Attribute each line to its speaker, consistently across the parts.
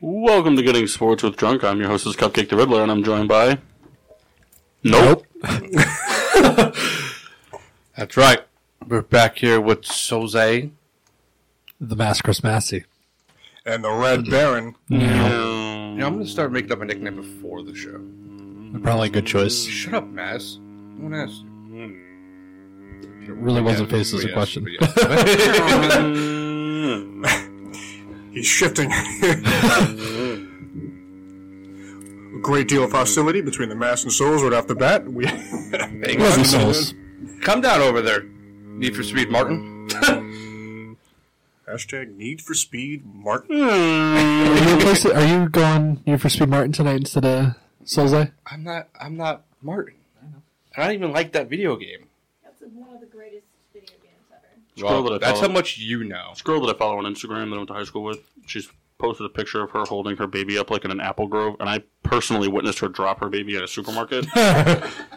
Speaker 1: Welcome to Getting Sports with Drunk. I'm your hostess, Cupcake the Riddler, and I'm joined by. Nope.
Speaker 2: That's right. We're back here with Jose.
Speaker 3: The Mask Chris Massey.
Speaker 4: and the Red Baron.
Speaker 2: You know, I'm going to start making up a nickname before the show.
Speaker 3: Probably a good choice.
Speaker 2: Shut up, Mass. No one asked you.
Speaker 3: It really wasn't
Speaker 2: Yeah,
Speaker 3: faced as a
Speaker 2: yes,
Speaker 3: question.
Speaker 2: yes.
Speaker 4: He's shifting. A great deal of hostility between the Mass and Souls right off the bat. We
Speaker 2: Hey,
Speaker 3: It wasn't souls.
Speaker 2: Come down over there. Need for Speed Martin.
Speaker 4: hashtag Need for Speed Martin.
Speaker 3: Are you, replacing- are you going you for Speed Martin tonight instead of Souls Eye?
Speaker 2: I'm not. I'm not Martin. I don't even like that video game.
Speaker 5: That's one of the greatest video games ever.
Speaker 1: Scroll to the
Speaker 2: that's
Speaker 1: top.
Speaker 2: how much you know.
Speaker 1: This girl that I follow on Instagram that I went to high school with, she's posted a picture of her holding her baby up like in an apple grove, and I personally witnessed her drop her baby at a supermarket.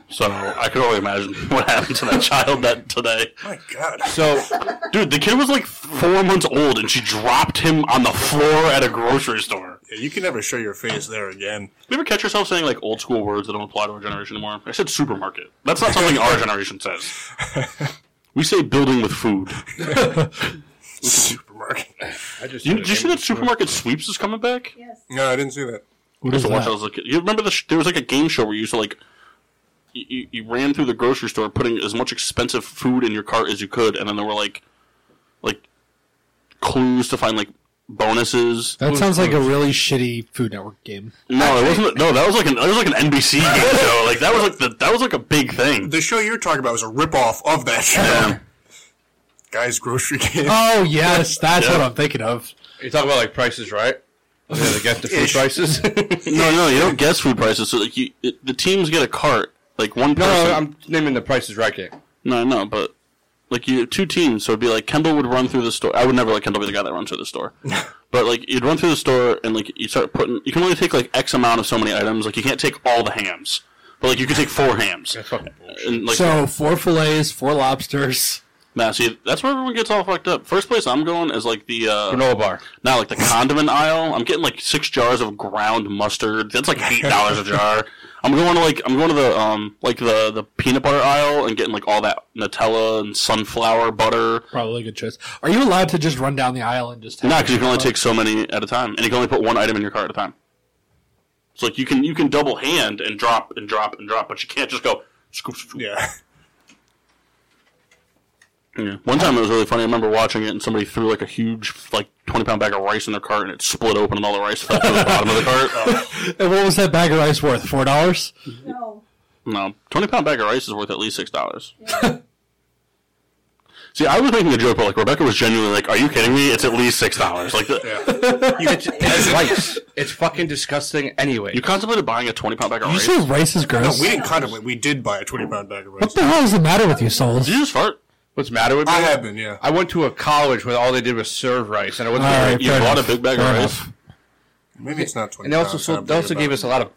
Speaker 1: so I could only imagine what happened to that child that today.
Speaker 4: My God.
Speaker 2: So
Speaker 1: Dude, the kid was like four months old, and she dropped him on the floor at a grocery store.
Speaker 4: Yeah, you can never show your face there again.
Speaker 1: You ever catch yourself saying like old school words that don't apply to our generation anymore? I said supermarket. That's not something our generation says. We say building with food.
Speaker 4: Supermarket.
Speaker 2: I just.
Speaker 1: You, did you see that supermarket sweeps is coming back?
Speaker 5: Yes.
Speaker 4: No, I didn't see that.
Speaker 3: What
Speaker 1: used to
Speaker 3: is
Speaker 1: watch. I
Speaker 3: that?
Speaker 1: was like, you remember the sh- there was like a game show where you used to like, you, you, you ran through the grocery store putting as much expensive food in your cart as you could, and then there were like, like, clues to find like bonuses.
Speaker 3: That sounds like a really shitty Food Network game.
Speaker 1: No, it wasn't. No, that was like an that was like an NBC game show. Like that was like the, that was like a big thing.
Speaker 4: The show you're talking about was a ripoff of that show.
Speaker 1: Yeah.
Speaker 4: Guys, grocery game.
Speaker 3: Oh yes, that's
Speaker 1: Yeah.
Speaker 3: what I'm thinking of.
Speaker 2: You're talking about like prices, right? Yeah, they got the food
Speaker 4: Ish.
Speaker 2: prices. no,
Speaker 1: No, no, you don't guess food prices. So like you, it, the teams get a cart. Like one person.
Speaker 2: no, I'm naming the prices right game.
Speaker 1: No, no, but like you two teams, so it'd be like Kendall would run through the store. I would never let Kendall be the guy that runs through the store. but like you'd run through the store and like you start putting you can only take like X amount of so many items. Like you can't take all the hams. But like you could take four hams.
Speaker 2: That's fucking bullshit.
Speaker 1: And like
Speaker 3: so four fillets, four lobsters.
Speaker 1: nah, see, that's where everyone gets all fucked up. First place I'm going is like the uh
Speaker 2: Granola bar.
Speaker 1: now like the condiment aisle. I'm getting like six jars of ground mustard. That's like eight dollars a jar. I'm going to like I'm going to the um like the the peanut butter aisle and getting like all that Nutella and sunflower butter.
Speaker 3: Probably a good choice. Are you allowed to just run down the aisle and just? have
Speaker 1: No, because you can only
Speaker 3: it?
Speaker 1: take so many at a time, and you can only put one item in your cart at a time. So like you can you can double hand and drop and drop and drop, but you can't just go. Scoop, scoop.
Speaker 4: Yeah.
Speaker 1: Yeah. One time it was really funny. I remember watching it, and somebody threw like a huge like twenty pound bag of rice in their cart, and it split open, and all the rice fell to the bottom of the cart.
Speaker 3: And what was that bag of rice worth? Four dollars.
Speaker 1: Mm-hmm.
Speaker 5: No.
Speaker 1: No, twenty pound bag of rice is worth at least six dollars. See, I was making a joke, but like Rebecca was genuinely like, "Are you kidding me? It's at least six dollars." Like, the,
Speaker 2: It's, it's rice. It's fucking disgusting anyway.
Speaker 1: you contemplated buying a twenty pound bag of
Speaker 3: Did you
Speaker 1: rice?
Speaker 3: say rice is
Speaker 4: No,
Speaker 3: gross?
Speaker 4: we didn't contemplate. We did buy a 20 pound bag of
Speaker 3: what
Speaker 4: rice.
Speaker 3: the hell is the matter with you, Souls?
Speaker 1: Did you just fart?
Speaker 2: What's the matter with me?
Speaker 4: I have been, yeah.
Speaker 2: I went to a college where all they did was serve rice, and I wasn't.
Speaker 3: All right.
Speaker 1: You
Speaker 3: Fair
Speaker 1: bought
Speaker 3: enough.
Speaker 1: a big bag
Speaker 3: Fair
Speaker 1: of rice.
Speaker 3: enough.
Speaker 4: Maybe it's not 20
Speaker 2: And they also
Speaker 4: pounds.
Speaker 2: sold, they also gave us a lot of.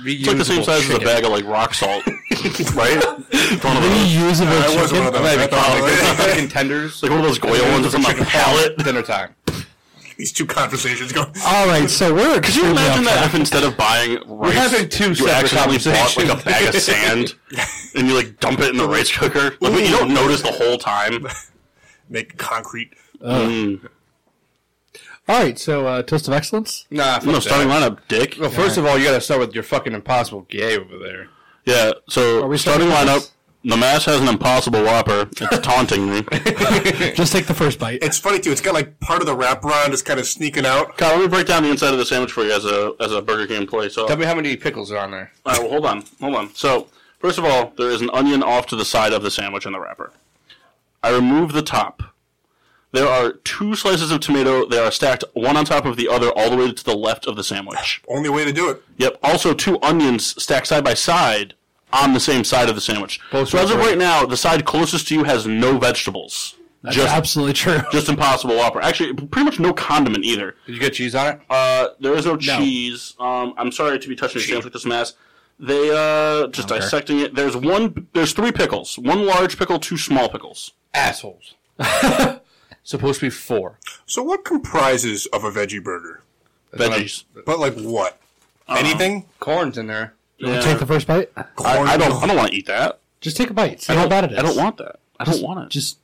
Speaker 1: It's like the same size as a bag of like rock salt, right? It's one of those,
Speaker 3: Reusable
Speaker 4: I was
Speaker 3: chicken.
Speaker 4: one of those. I
Speaker 2: Like,
Speaker 4: thought, like,
Speaker 2: fucking tenders.
Speaker 1: like one of those Goya ones that's on my palate.
Speaker 2: dinner time.
Speaker 4: these two conversations go.
Speaker 3: All right, so we're.
Speaker 1: Could you imagine that if instead of buying rice,
Speaker 2: having two
Speaker 1: you
Speaker 2: separate
Speaker 1: accidentally bought like a
Speaker 2: conversations.
Speaker 1: bag of sand and you like dump it in the rice cooker? Like, but you don't notice the whole time.
Speaker 4: Make concrete.
Speaker 3: All right, so uh, toast of excellence.
Speaker 2: Nah, fuck
Speaker 1: No
Speaker 2: that.
Speaker 1: starting lineup, dick.
Speaker 2: Well, first of all, you got to start with your fucking impossible gay over there.
Speaker 1: Yeah. So
Speaker 3: we
Speaker 1: starting
Speaker 3: starting with
Speaker 1: lineup.
Speaker 3: this?
Speaker 1: The mass has an impossible whopper. It's taunting me.
Speaker 3: Just take the first bite.
Speaker 4: It's funny too. It's got like part of the wraparound is kind of sneaking out.
Speaker 1: Kyle, let me break down the inside of the sandwich for you as a as a Burger King play. So
Speaker 2: Tell me how many pickles are on there.
Speaker 1: All right, well, hold on, hold on. So, first of all, there is an onion off to the side of the sandwich in the wrapper. I remove the top. There are two slices of tomato. They are stacked one on top of the other, all the way to the left of the sandwich.
Speaker 4: Only way to do it.
Speaker 1: Yep. Also, two onions stacked side by side on the same side of the sandwich. so as of right now, the side closest to you has no vegetables.
Speaker 3: That's
Speaker 1: just
Speaker 3: absolutely true.
Speaker 1: just impossible whopper. Actually, pretty much no condiment either.
Speaker 2: Did you get cheese on it?
Speaker 1: Uh, there is no, cheese. Um, I'm sorry to be touching your
Speaker 2: Cheese.
Speaker 1: sandwich with this mess. They uh, just
Speaker 2: Okay.
Speaker 1: dissecting it. There's one. There's three pickles. One large pickle, two small pickles.
Speaker 2: Assholes. Supposed to be four.
Speaker 4: So what comprises of a veggie burger?
Speaker 2: That's what
Speaker 1: Veggies.
Speaker 4: But like what?
Speaker 1: Uh,
Speaker 4: Anything?
Speaker 2: I'm- Corn's in there.
Speaker 1: Yeah.
Speaker 3: Take the first bite.
Speaker 1: I, I don't. I don't want to eat that.
Speaker 3: Just take a bite. See
Speaker 1: I
Speaker 3: how
Speaker 1: don't-
Speaker 3: bad it is.
Speaker 1: I don't want that. I don't want it.
Speaker 3: Just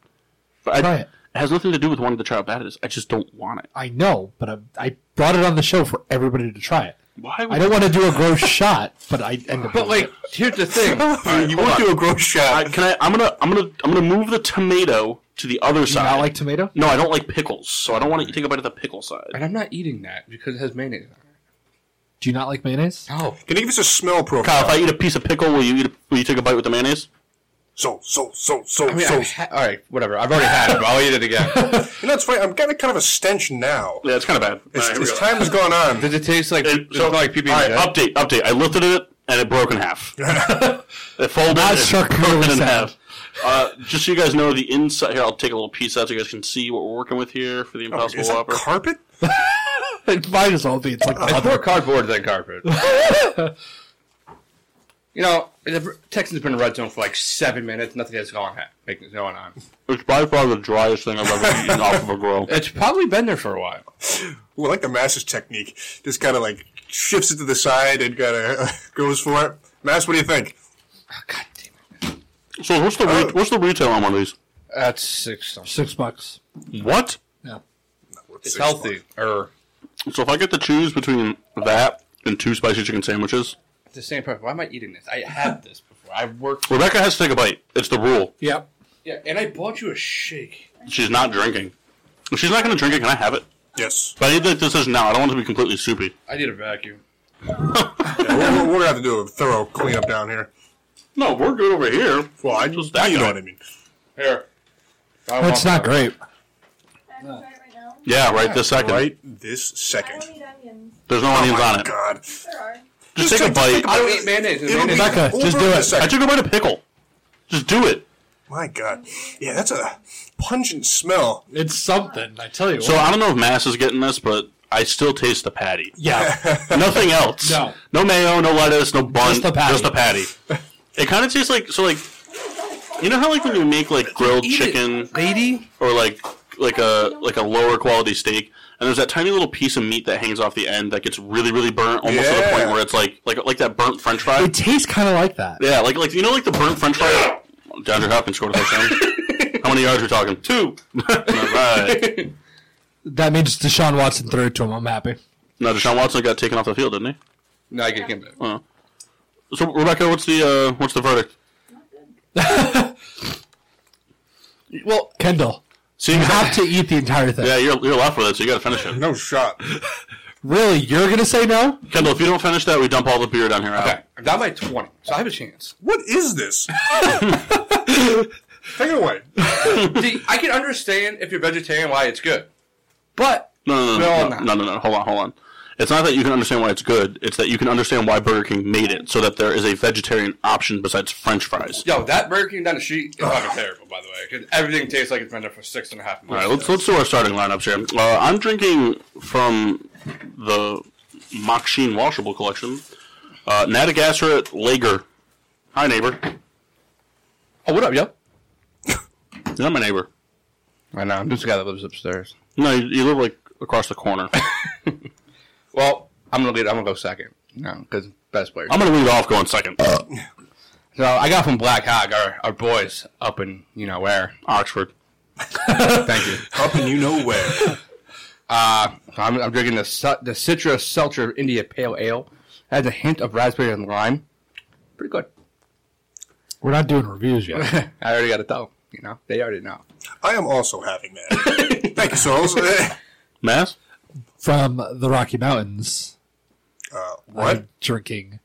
Speaker 1: But I-
Speaker 3: try it.
Speaker 1: It has nothing to do with wanting to try how bad it is. I just don't want it.
Speaker 3: I know, but I, I brought it on the show for everybody to try it.
Speaker 1: Why? Would
Speaker 3: I don't want to do a gross shot, but I end up.
Speaker 2: But like, here's the thing.
Speaker 4: you won't do a gross shot.
Speaker 1: I, can I? I'm gonna. I'm gonna. I'm gonna move the tomato to the other
Speaker 3: Do you
Speaker 1: side.
Speaker 3: not like tomato.
Speaker 1: no, I don't like pickles, so I don't want to take a bite of the pickle side.
Speaker 2: and I'm not eating that because it has mayonnaise on
Speaker 3: Do you not like mayonnaise?
Speaker 2: it. Oh.
Speaker 4: Can you give us a smell
Speaker 1: Kyle,
Speaker 4: profile?
Speaker 1: if I eat a piece of pickle, will you eat? A, will you take a bite with the mayonnaise?
Speaker 4: So, so, so, so,
Speaker 2: I mean,
Speaker 4: so.
Speaker 2: I've ha- all right, whatever. I've already had it, but I'll eat it again.
Speaker 4: You know, it's funny. I'm getting kind of a stench now.
Speaker 1: Yeah, it's kind of bad.
Speaker 4: As,
Speaker 1: All right, here we
Speaker 4: as
Speaker 1: go.
Speaker 4: time has gone on,
Speaker 2: Does it taste like,
Speaker 1: It-
Speaker 2: does it smell like PB
Speaker 1: all right,
Speaker 2: and
Speaker 1: update, update. I lifted it and it broke in half. it folded and
Speaker 3: struck
Speaker 1: it broke in
Speaker 3: really
Speaker 1: half. Uh, just so you guys know, the inside here, I'll take a little piece out so you guys can see what we're working with here for the Impossible
Speaker 4: is that
Speaker 1: Whopper.
Speaker 4: carpet?
Speaker 3: It might as well be. It's like
Speaker 2: It's more cardboard than carpet. you know, the Texans have been in red zone for like seven minutes. Nothing has gone ha- like, going on.
Speaker 1: it's by far the driest thing I've ever eaten off of a grill.
Speaker 2: It's probably been there for a while.
Speaker 4: Ooh, I like the masses technique. Just kind of like shifts it to the side and kind of goes for it. Mass, what do you think?
Speaker 2: God damn it.
Speaker 1: So what's the re- what's the retail on one of these?
Speaker 2: That's six. something.
Speaker 3: six bucks.
Speaker 1: What?
Speaker 3: Yeah.
Speaker 2: It's healthy. Or
Speaker 1: So if I get to choose between that and two spicy chicken sandwiches,
Speaker 2: it's the same price. Why am I eating this? I had this before. I worked. For-
Speaker 1: Rebecca has to take a bite. It's the rule.
Speaker 3: Yep.
Speaker 2: yeah, and I bought you a shake.
Speaker 1: She's not drinking. If she's not going to drink it, can I have it?
Speaker 4: Yes.
Speaker 1: But I need the decision now. I don't want it to be completely soupy.
Speaker 2: I need a vacuum.
Speaker 4: Yeah, we're, we're going to have to do a thorough cleanup down here.
Speaker 1: No, we're good over here.
Speaker 4: Well, I
Speaker 1: Just
Speaker 4: just,
Speaker 1: that
Speaker 4: you know
Speaker 1: guy.
Speaker 4: what I mean.
Speaker 2: Here. I don't
Speaker 3: That's
Speaker 2: want
Speaker 3: not great.
Speaker 5: I have to try it right now.
Speaker 1: Yeah, right this second.
Speaker 4: Right this
Speaker 5: I
Speaker 4: second.
Speaker 5: don't need onions.
Speaker 1: There's no onions on it.
Speaker 4: God.
Speaker 5: There are.
Speaker 1: Just,
Speaker 4: Just
Speaker 1: take a bite.
Speaker 4: take- just take a
Speaker 2: I
Speaker 1: I
Speaker 2: don't eat mayonnaise. and
Speaker 4: It'll be
Speaker 2: mayonnaise-
Speaker 3: Becca,
Speaker 4: over
Speaker 3: just do
Speaker 4: in a
Speaker 3: it.
Speaker 4: second.
Speaker 1: took a bite of pickle. Just do it.
Speaker 4: My God. Yeah, that's a pungent smell.
Speaker 3: It's something. I tell you.
Speaker 1: So I don't know if Mass is getting this, but I still taste the patty.
Speaker 3: yeah.
Speaker 1: Nothing else.
Speaker 3: No.
Speaker 1: No mayo, no lettuce, no bun.
Speaker 3: Just the patty.
Speaker 1: patty. it kind of tastes like so like you know how like when you make like grilled
Speaker 2: Eat it,
Speaker 1: chicken
Speaker 2: lady.
Speaker 1: or like like a like a lower quality steak and there's that tiny little piece of meat that hangs off the end that gets really really burnt almost to the
Speaker 4: Yeah.
Speaker 1: point where it's like like like that burnt french fry.
Speaker 3: It tastes kind of like that.
Speaker 1: Yeah, like like you know, like the burnt French fry. DeAndre Hopkins scored a touchdown. How many yards are we talking? Two. All right.
Speaker 3: That means Deshaun Watson threw it to him. I'm happy.
Speaker 1: No, Deshaun Watson got taken off the field, didn't he? Uh-huh.
Speaker 2: No, I get him back.
Speaker 1: So Rebecca, what's the uh, what's the verdict?
Speaker 5: Not good.
Speaker 3: Well, Kendall,
Speaker 1: See,
Speaker 3: you have to eat the entire thing.
Speaker 1: yeah, you're you're left with it, so you got to finish it.
Speaker 4: No shot.
Speaker 3: Really, you're gonna say no?
Speaker 1: Kendall, if you don't finish that, we dump all the beer down here. Out.
Speaker 2: Okay, I'm down by 20, so I have a chance.
Speaker 4: What is this? Take it away.
Speaker 2: See, I can understand if you're vegetarian why it's good. But
Speaker 1: No, no,
Speaker 2: We're all
Speaker 1: no, no,
Speaker 2: not.
Speaker 1: no, no, no. Hold on, hold on. It's not that you can understand why it's good. It's that you can understand why Burger King made it, so that there is a vegetarian option besides French fries.
Speaker 2: yo, that Burger King down the street is fucking terrible, by the way, because everything tastes like it's been there for six and a half
Speaker 1: All
Speaker 2: months.
Speaker 1: right, let's let's do our starting lineups here. Uh, I'm drinking from the Machine Washable collection. Uh, Natagansett Lager. Hi, neighbor.
Speaker 2: Oh, what up, yo?
Speaker 1: You're not my neighbor.
Speaker 2: I know. I'm just a guy that lives upstairs.
Speaker 1: No, you, you live like across the corner.
Speaker 2: Well, I'm gonna lead, I'm gonna go second. No, because best player.
Speaker 1: I'm gonna lead off going second.
Speaker 2: So I got from Black Hog, our, our boys up in you know where.
Speaker 1: Oxford.
Speaker 2: Thank you.
Speaker 4: Up and you know where.
Speaker 2: I'm, I'm drinking the Su- the Citra Seltzer India Pale Ale. It has a hint of raspberry and lime. Pretty good.
Speaker 3: We're not doing reviews yet.
Speaker 2: I already got to tell. You know, they already know.
Speaker 4: I am also having that. Thank you, Souls. Eh,
Speaker 1: Mass?
Speaker 3: From the Rocky Mountains,
Speaker 4: Uh,
Speaker 3: I'm
Speaker 4: what?
Speaker 3: drinking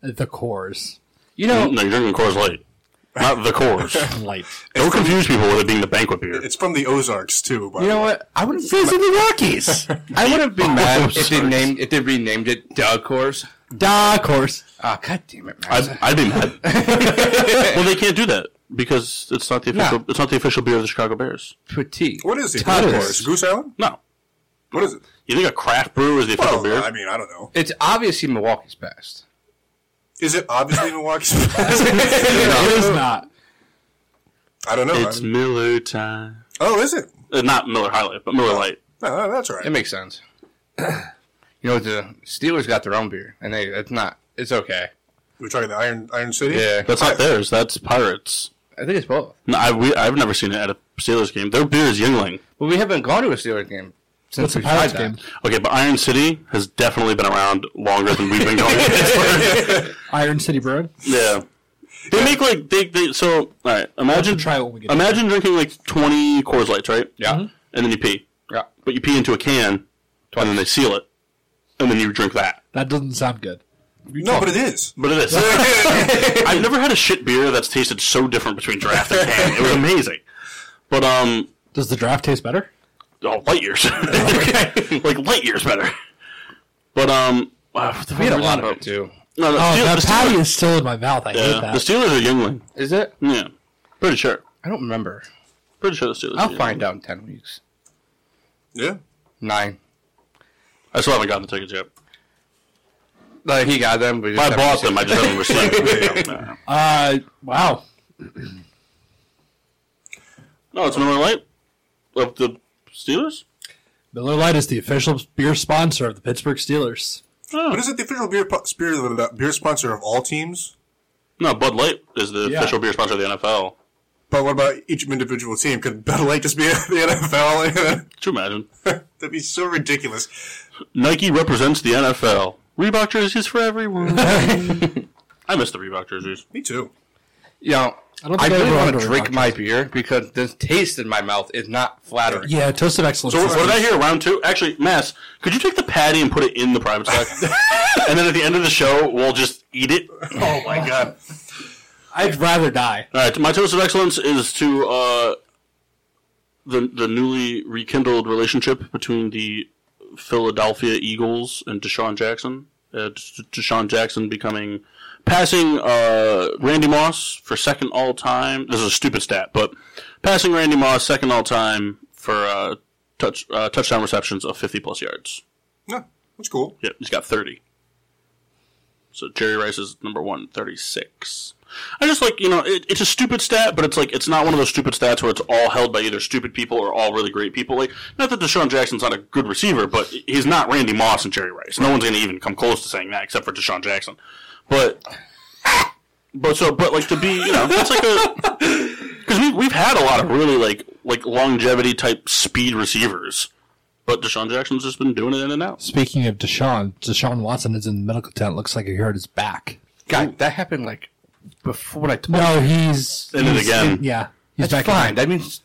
Speaker 3: the cores.
Speaker 2: You
Speaker 1: No,
Speaker 2: know, oh.
Speaker 1: you're drinking Coors Light. not the cores.
Speaker 6: Light.
Speaker 1: Don't confuse people with it being the banquet beer.
Speaker 4: It's from the Ozarks too. By
Speaker 2: You
Speaker 4: the
Speaker 2: know
Speaker 4: way.
Speaker 2: what? I wouldn't.
Speaker 3: Fizz in the Rockies.
Speaker 2: I wouldn't be mad if they
Speaker 1: Sorry.
Speaker 2: named if they renamed it Doug Course.
Speaker 3: Duh, of course.
Speaker 2: Ah, god damn it, man.
Speaker 1: I'd, I'd be mad. well, they can't do that because it's not the official.
Speaker 2: No.
Speaker 1: It's not the official beer of the Chicago Bears.
Speaker 2: Petite.
Speaker 4: What is it?
Speaker 2: Tutters.
Speaker 4: Goose Goose Island?
Speaker 1: No,
Speaker 4: What is it?
Speaker 1: you think a craft brewer is the official
Speaker 4: Well,
Speaker 1: beer?
Speaker 4: I mean, I don't know.
Speaker 2: It's obviously Milwaukee's best.
Speaker 4: Is it obviously Milwaukee's?
Speaker 3: It is not.
Speaker 4: I don't know.
Speaker 1: it's Miller time.
Speaker 4: oh, is it?
Speaker 1: Uh, not Miller High Life, but Miller Light.
Speaker 4: No, that's all right.
Speaker 2: It makes sense. you know the Steelers got their own beer, and they it's not. It's okay.
Speaker 4: We're talking the Iron Iron City.
Speaker 2: Yeah.
Speaker 1: That's not theirs. That's Pirates.
Speaker 2: I think it's both.
Speaker 1: No, I, we, I've never seen it at a Steelers game. Their beer is Yingling.
Speaker 2: But we haven't gone to a Steelers game since
Speaker 3: That's a
Speaker 2: we tried
Speaker 3: Pirates
Speaker 2: that.
Speaker 3: game.
Speaker 1: Okay, but Iron City has definitely been around longer than we've been going. to Pittsburgh.
Speaker 3: Iron City Brewing.
Speaker 1: yeah, they make like they, they so. All right, imagine
Speaker 3: Try it when we get.
Speaker 1: imagine drinking like twenty Coors Lights, right?
Speaker 2: Yeah,
Speaker 1: And then you pee,
Speaker 2: yeah.
Speaker 1: but you pee into a can, and then they seal it, and then you drink that.
Speaker 3: That doesn't sound good.
Speaker 4: No, but it is.
Speaker 1: But it is. I've never had a shit beer that's tasted so different between draft and can. It was amazing. But um,
Speaker 3: Does the draft taste better?
Speaker 1: oh, light years, like light years better. But um, wow, what the fuck
Speaker 2: We had a
Speaker 1: were
Speaker 2: lot of
Speaker 1: talking
Speaker 2: it too.
Speaker 1: No, the
Speaker 3: Oh,
Speaker 1: Steel-
Speaker 3: that
Speaker 1: the
Speaker 3: patty
Speaker 1: Steelers-
Speaker 3: is still in my mouth. I
Speaker 1: yeah,
Speaker 3: hate that.
Speaker 1: the Steelers are Yingling.
Speaker 2: Is it?
Speaker 1: Yeah, pretty sure.
Speaker 2: I don't remember.
Speaker 1: Pretty sure the Steelers. are
Speaker 2: I'll
Speaker 1: Yingling.
Speaker 2: find out in ten weeks.
Speaker 4: Yeah.
Speaker 2: Nine.
Speaker 1: I still haven't gotten the tickets yet.
Speaker 2: Like he got them. We just
Speaker 1: I
Speaker 2: haven't
Speaker 1: bought
Speaker 2: seen
Speaker 1: them. I just haven't received them.
Speaker 3: uh, wow.
Speaker 1: No, it's Miller Lite of the Steelers.
Speaker 3: Miller Lite is the official beer sponsor of the Pittsburgh Steelers.
Speaker 4: But is it the official beer po- beer, beer sponsor of all teams?
Speaker 1: No, Bud Light is the
Speaker 3: Yeah.
Speaker 1: official beer sponsor of the NFL.
Speaker 4: But what about each individual team? Could Bud Light just be the NFL?
Speaker 1: Could you imagine?
Speaker 4: That'd be so ridiculous.
Speaker 1: Nike represents the NFL. Reebok jerseys for everyone. I miss the Reebok jerseys.
Speaker 4: Me too.
Speaker 2: You know,
Speaker 3: I don't
Speaker 2: I
Speaker 3: think
Speaker 2: really
Speaker 3: I ever
Speaker 2: want
Speaker 3: ordered
Speaker 2: to
Speaker 3: a
Speaker 2: drink
Speaker 3: Rock
Speaker 2: my beer because the taste in my mouth is not flattering.
Speaker 3: Yeah, Toasted Excellence.
Speaker 1: So
Speaker 3: is-
Speaker 1: what did I hear? Round two. Actually, Mass, could you take the patty and put it in the private stock, and then at the end of the show, we'll just eat it.
Speaker 4: Oh my god.
Speaker 3: I'd rather die.
Speaker 1: All right, my toast of excellence is to uh, the the newly rekindled relationship between the Philadelphia Eagles and Deshaun Jackson. Uh, Des- Deshaun Jackson becoming passing uh, Randy Moss for second all time. This is a stupid stat, but passing Randy Moss second all time for uh, touch uh, touchdown receptions of fifty plus yards.
Speaker 4: No, that's cool.
Speaker 1: Yep, he's got 30. So Jerry Rice is number one, 36. I just like, you know, it, it's a stupid stat, but it's like, it's not one of those stupid stats where it's all held by either stupid people or all really great people. Like, not that Deshaun Jackson's not a good receiver, but he's not Randy Moss and Jerry Rice. No one's going to even come close to saying that except for Deshaun Jackson. But, but so, but like to be, you know, it's like a, because we, we've had a lot of really like, like longevity type speed receivers. But Deshaun Jackson's just been doing it in and out.
Speaker 3: Speaking of Deshaun, Deshaun Watson is in the medical tent. Looks like he hurt his back.
Speaker 2: God, that happened like before when I told.
Speaker 3: No, he's
Speaker 1: In it
Speaker 3: he's
Speaker 1: again.
Speaker 3: in- yeah, he's
Speaker 2: That's
Speaker 3: back. in-
Speaker 2: fine. That means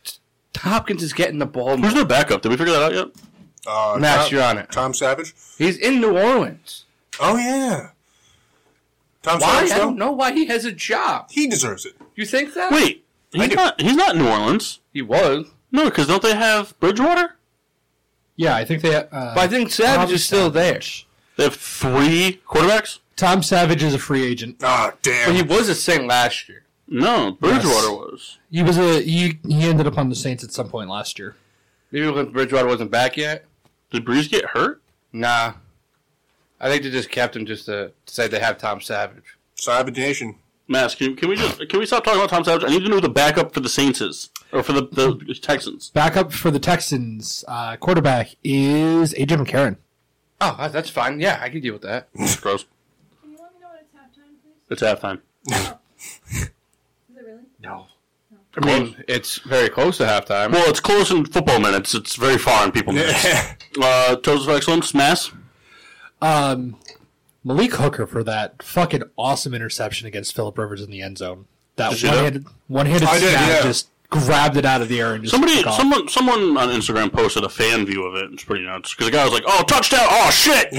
Speaker 2: Hopkins is getting the ball.
Speaker 1: Where's their backup? Did we figure that out yet?
Speaker 4: Uh,
Speaker 2: Max,
Speaker 4: Tom-
Speaker 2: you're on it.
Speaker 4: Tom Savage.
Speaker 2: He's in New Orleans.
Speaker 4: Oh yeah. Tom
Speaker 2: Why? I
Speaker 4: Savage. though?
Speaker 2: don't know why he has a job.
Speaker 4: He deserves it.
Speaker 2: You think that?
Speaker 1: Wait, he's
Speaker 2: do.
Speaker 1: not. He's not in New Orleans.
Speaker 2: he was.
Speaker 1: No, because don't they have Bridgewater?
Speaker 3: Yeah, I think they. Uh,
Speaker 2: But I think Savage
Speaker 3: Tom
Speaker 2: is still there.
Speaker 1: They have three quarterbacks.
Speaker 3: Tom Savage is a free agent.
Speaker 4: Ah
Speaker 2: But
Speaker 4: damn.
Speaker 2: he was a Saint last year.
Speaker 1: No, Bridgewater
Speaker 3: Yes.
Speaker 1: was.
Speaker 3: He was a he, he ended up on the Saints at some point last year.
Speaker 2: Maybe when Bridgewater wasn't back yet.
Speaker 1: Did Breeze get hurt?
Speaker 2: Nah. I think they just kept him just to say they have Tom Savage.
Speaker 4: Savage Nation.
Speaker 1: Mass, can, can we just can we stop talking about Tom Savage? I need to know who the backup for the Saints is or for the, the Texans.
Speaker 3: Backup for the Texans uh, quarterback is AJ McCarron.
Speaker 2: Oh, that- that's fine. Yeah, I can deal with that.
Speaker 1: Gross.
Speaker 5: Can you let me know when it's halftime, please?
Speaker 1: It's halftime.
Speaker 5: Is it really?
Speaker 2: I mean, it's very close to halftime.
Speaker 1: Well, it's close in football minutes. It's very far in people minutes. uh, Toes of excellence, Mass.
Speaker 3: Um, Malik Hooker for that fucking awesome interception against Philip Rivers in the end zone. That
Speaker 1: you see that?
Speaker 3: one-handed, one-handed
Speaker 4: I did,
Speaker 3: stab
Speaker 4: yeah.
Speaker 3: just
Speaker 7: grabbed it out of the air and just
Speaker 1: Somebody,
Speaker 7: took off.
Speaker 1: someone, someone on Instagram posted a fan view of it. It's pretty nuts because the guy was like, "Oh, touchdown! Oh, shit!"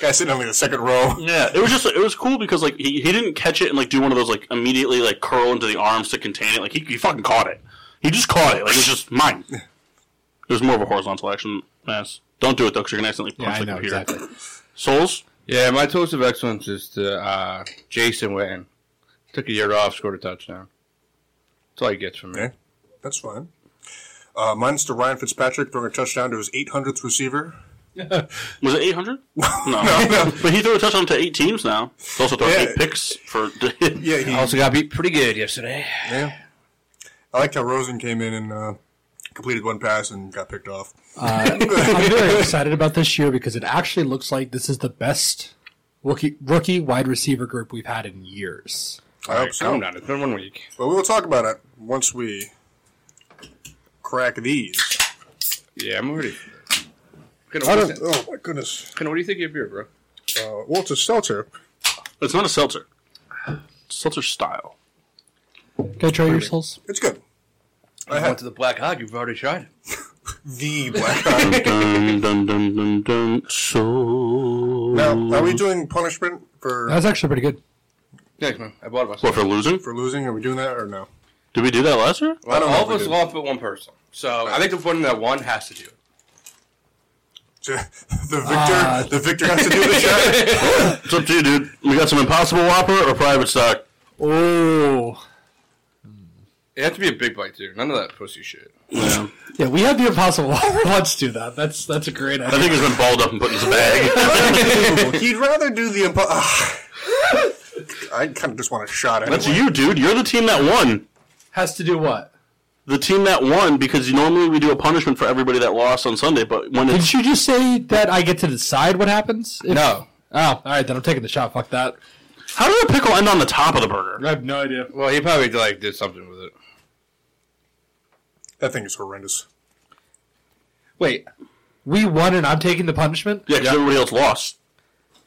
Speaker 4: Guy sitting on like the second row.
Speaker 1: yeah, it was just it was cool because like he, he didn't catch it and like do one of those like immediately like curl into the arms to contain it. Like he, he fucking caught it. He just caught it. Like it's just mine. It was more of a horizontal action. Yes. Don't do it though, because you're gonna accidentally
Speaker 7: yeah,
Speaker 1: punch
Speaker 7: I
Speaker 1: the
Speaker 7: know
Speaker 1: computer.
Speaker 7: exactly.
Speaker 1: Souls.
Speaker 2: Yeah, my toast of excellence is to uh, Jason Witten. Took a year off, scored a touchdown. That's all he gets from me.
Speaker 4: Okay. That's fine. Uh, mine's to Ryan Fitzpatrick throwing a touchdown to his 800th receiver.
Speaker 1: Was it 800? No. But he threw a touchdown to eight teams now. He's also thrown
Speaker 4: Yeah.
Speaker 1: eight picks for.
Speaker 4: Yeah, he,
Speaker 2: I also got beat pretty good yesterday.
Speaker 4: yeah. I liked how Rosen came in and uh, completed one pass and got picked off.
Speaker 7: I'm very excited about this year because it actually looks like this is the best rookie rookie wide receiver group we've had in years.
Speaker 4: I hope so.
Speaker 2: Calm down. It's been one week.
Speaker 4: But we will talk about it once we crack these.
Speaker 2: Yeah, I'm ready. Keno,
Speaker 4: I don't.
Speaker 2: what
Speaker 4: Oh my goodness.
Speaker 2: Keno, what do you think of your beer, bro?
Speaker 4: Uh, Walter Seltzer.
Speaker 1: It's not a seltzer. It's seltzer style.
Speaker 3: Go try yourselves.
Speaker 4: It's good. I
Speaker 2: I went
Speaker 4: had
Speaker 2: to the Black Hog. You've already tried it.
Speaker 4: the black eye.
Speaker 1: dun, dun, dun, dun, dun. So.
Speaker 4: Now, are we doing punishment for
Speaker 3: That's actually pretty good.
Speaker 2: Thanks, man. I bought it
Speaker 1: What
Speaker 2: myself.
Speaker 1: for losing?
Speaker 4: for losing? Are we doing that or no?
Speaker 1: Did we do that last year?
Speaker 4: I don't know
Speaker 2: all
Speaker 4: if
Speaker 2: of
Speaker 4: we
Speaker 2: us
Speaker 4: did.
Speaker 2: lost but one person. So I think the one that won has to do it.
Speaker 4: the victor, the victor has to do the shot.
Speaker 1: It's up to you, dude. We got some Impossible Whopper or private stock.
Speaker 3: Oh.
Speaker 2: It has to be a big bite, too. None of that pussy shit.
Speaker 1: Yeah.
Speaker 7: Yeah, we had the impossible let's do that. That's that's a great
Speaker 1: I
Speaker 7: idea.
Speaker 1: think it's been balled up and put in his bag.
Speaker 4: He'd rather do the impo- Ugh. I kind of just want a shot anyway.
Speaker 1: That's you, dude. You're the team that won.
Speaker 7: Has to do what?
Speaker 1: The team that won because normally we do a punishment for everybody that lost on Sunday, but when it's
Speaker 7: Did you just say that I get to decide what happens? If-
Speaker 2: No.
Speaker 7: Oh, all right, then I'm taking the shot. Fuck that.
Speaker 1: how did the pickle end on the top of the burger?
Speaker 7: I have no idea.
Speaker 2: Well, he probably like did something with it.
Speaker 4: That thing is horrendous.
Speaker 7: Wait, we won and I'm taking the punishment?
Speaker 1: Yeah, because everybody else lost.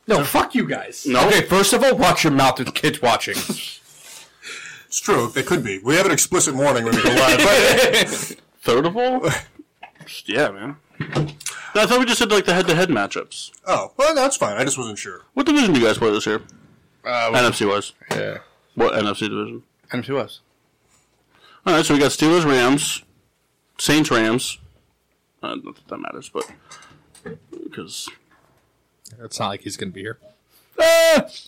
Speaker 7: No, fuck you guys.
Speaker 1: No,
Speaker 2: Okay, first of all, watch your mouth. There's kids watching.
Speaker 4: It's true. They could be. We have an explicit warning when we go live. But
Speaker 1: third of all. Just- yeah, man. No, I thought we just did like the head-to-head matchups.
Speaker 4: oh, well, that's fine. I just wasn't sure.
Speaker 1: What division do you guys play this year?
Speaker 2: uh, well,
Speaker 1: NFC wise.
Speaker 2: yeah.
Speaker 1: What NFC division?
Speaker 2: And to us.
Speaker 1: All right, so we got Steelers, Rams, Saints, Rams. Uh, not that that matters, but because
Speaker 7: It's not like he's going to be here.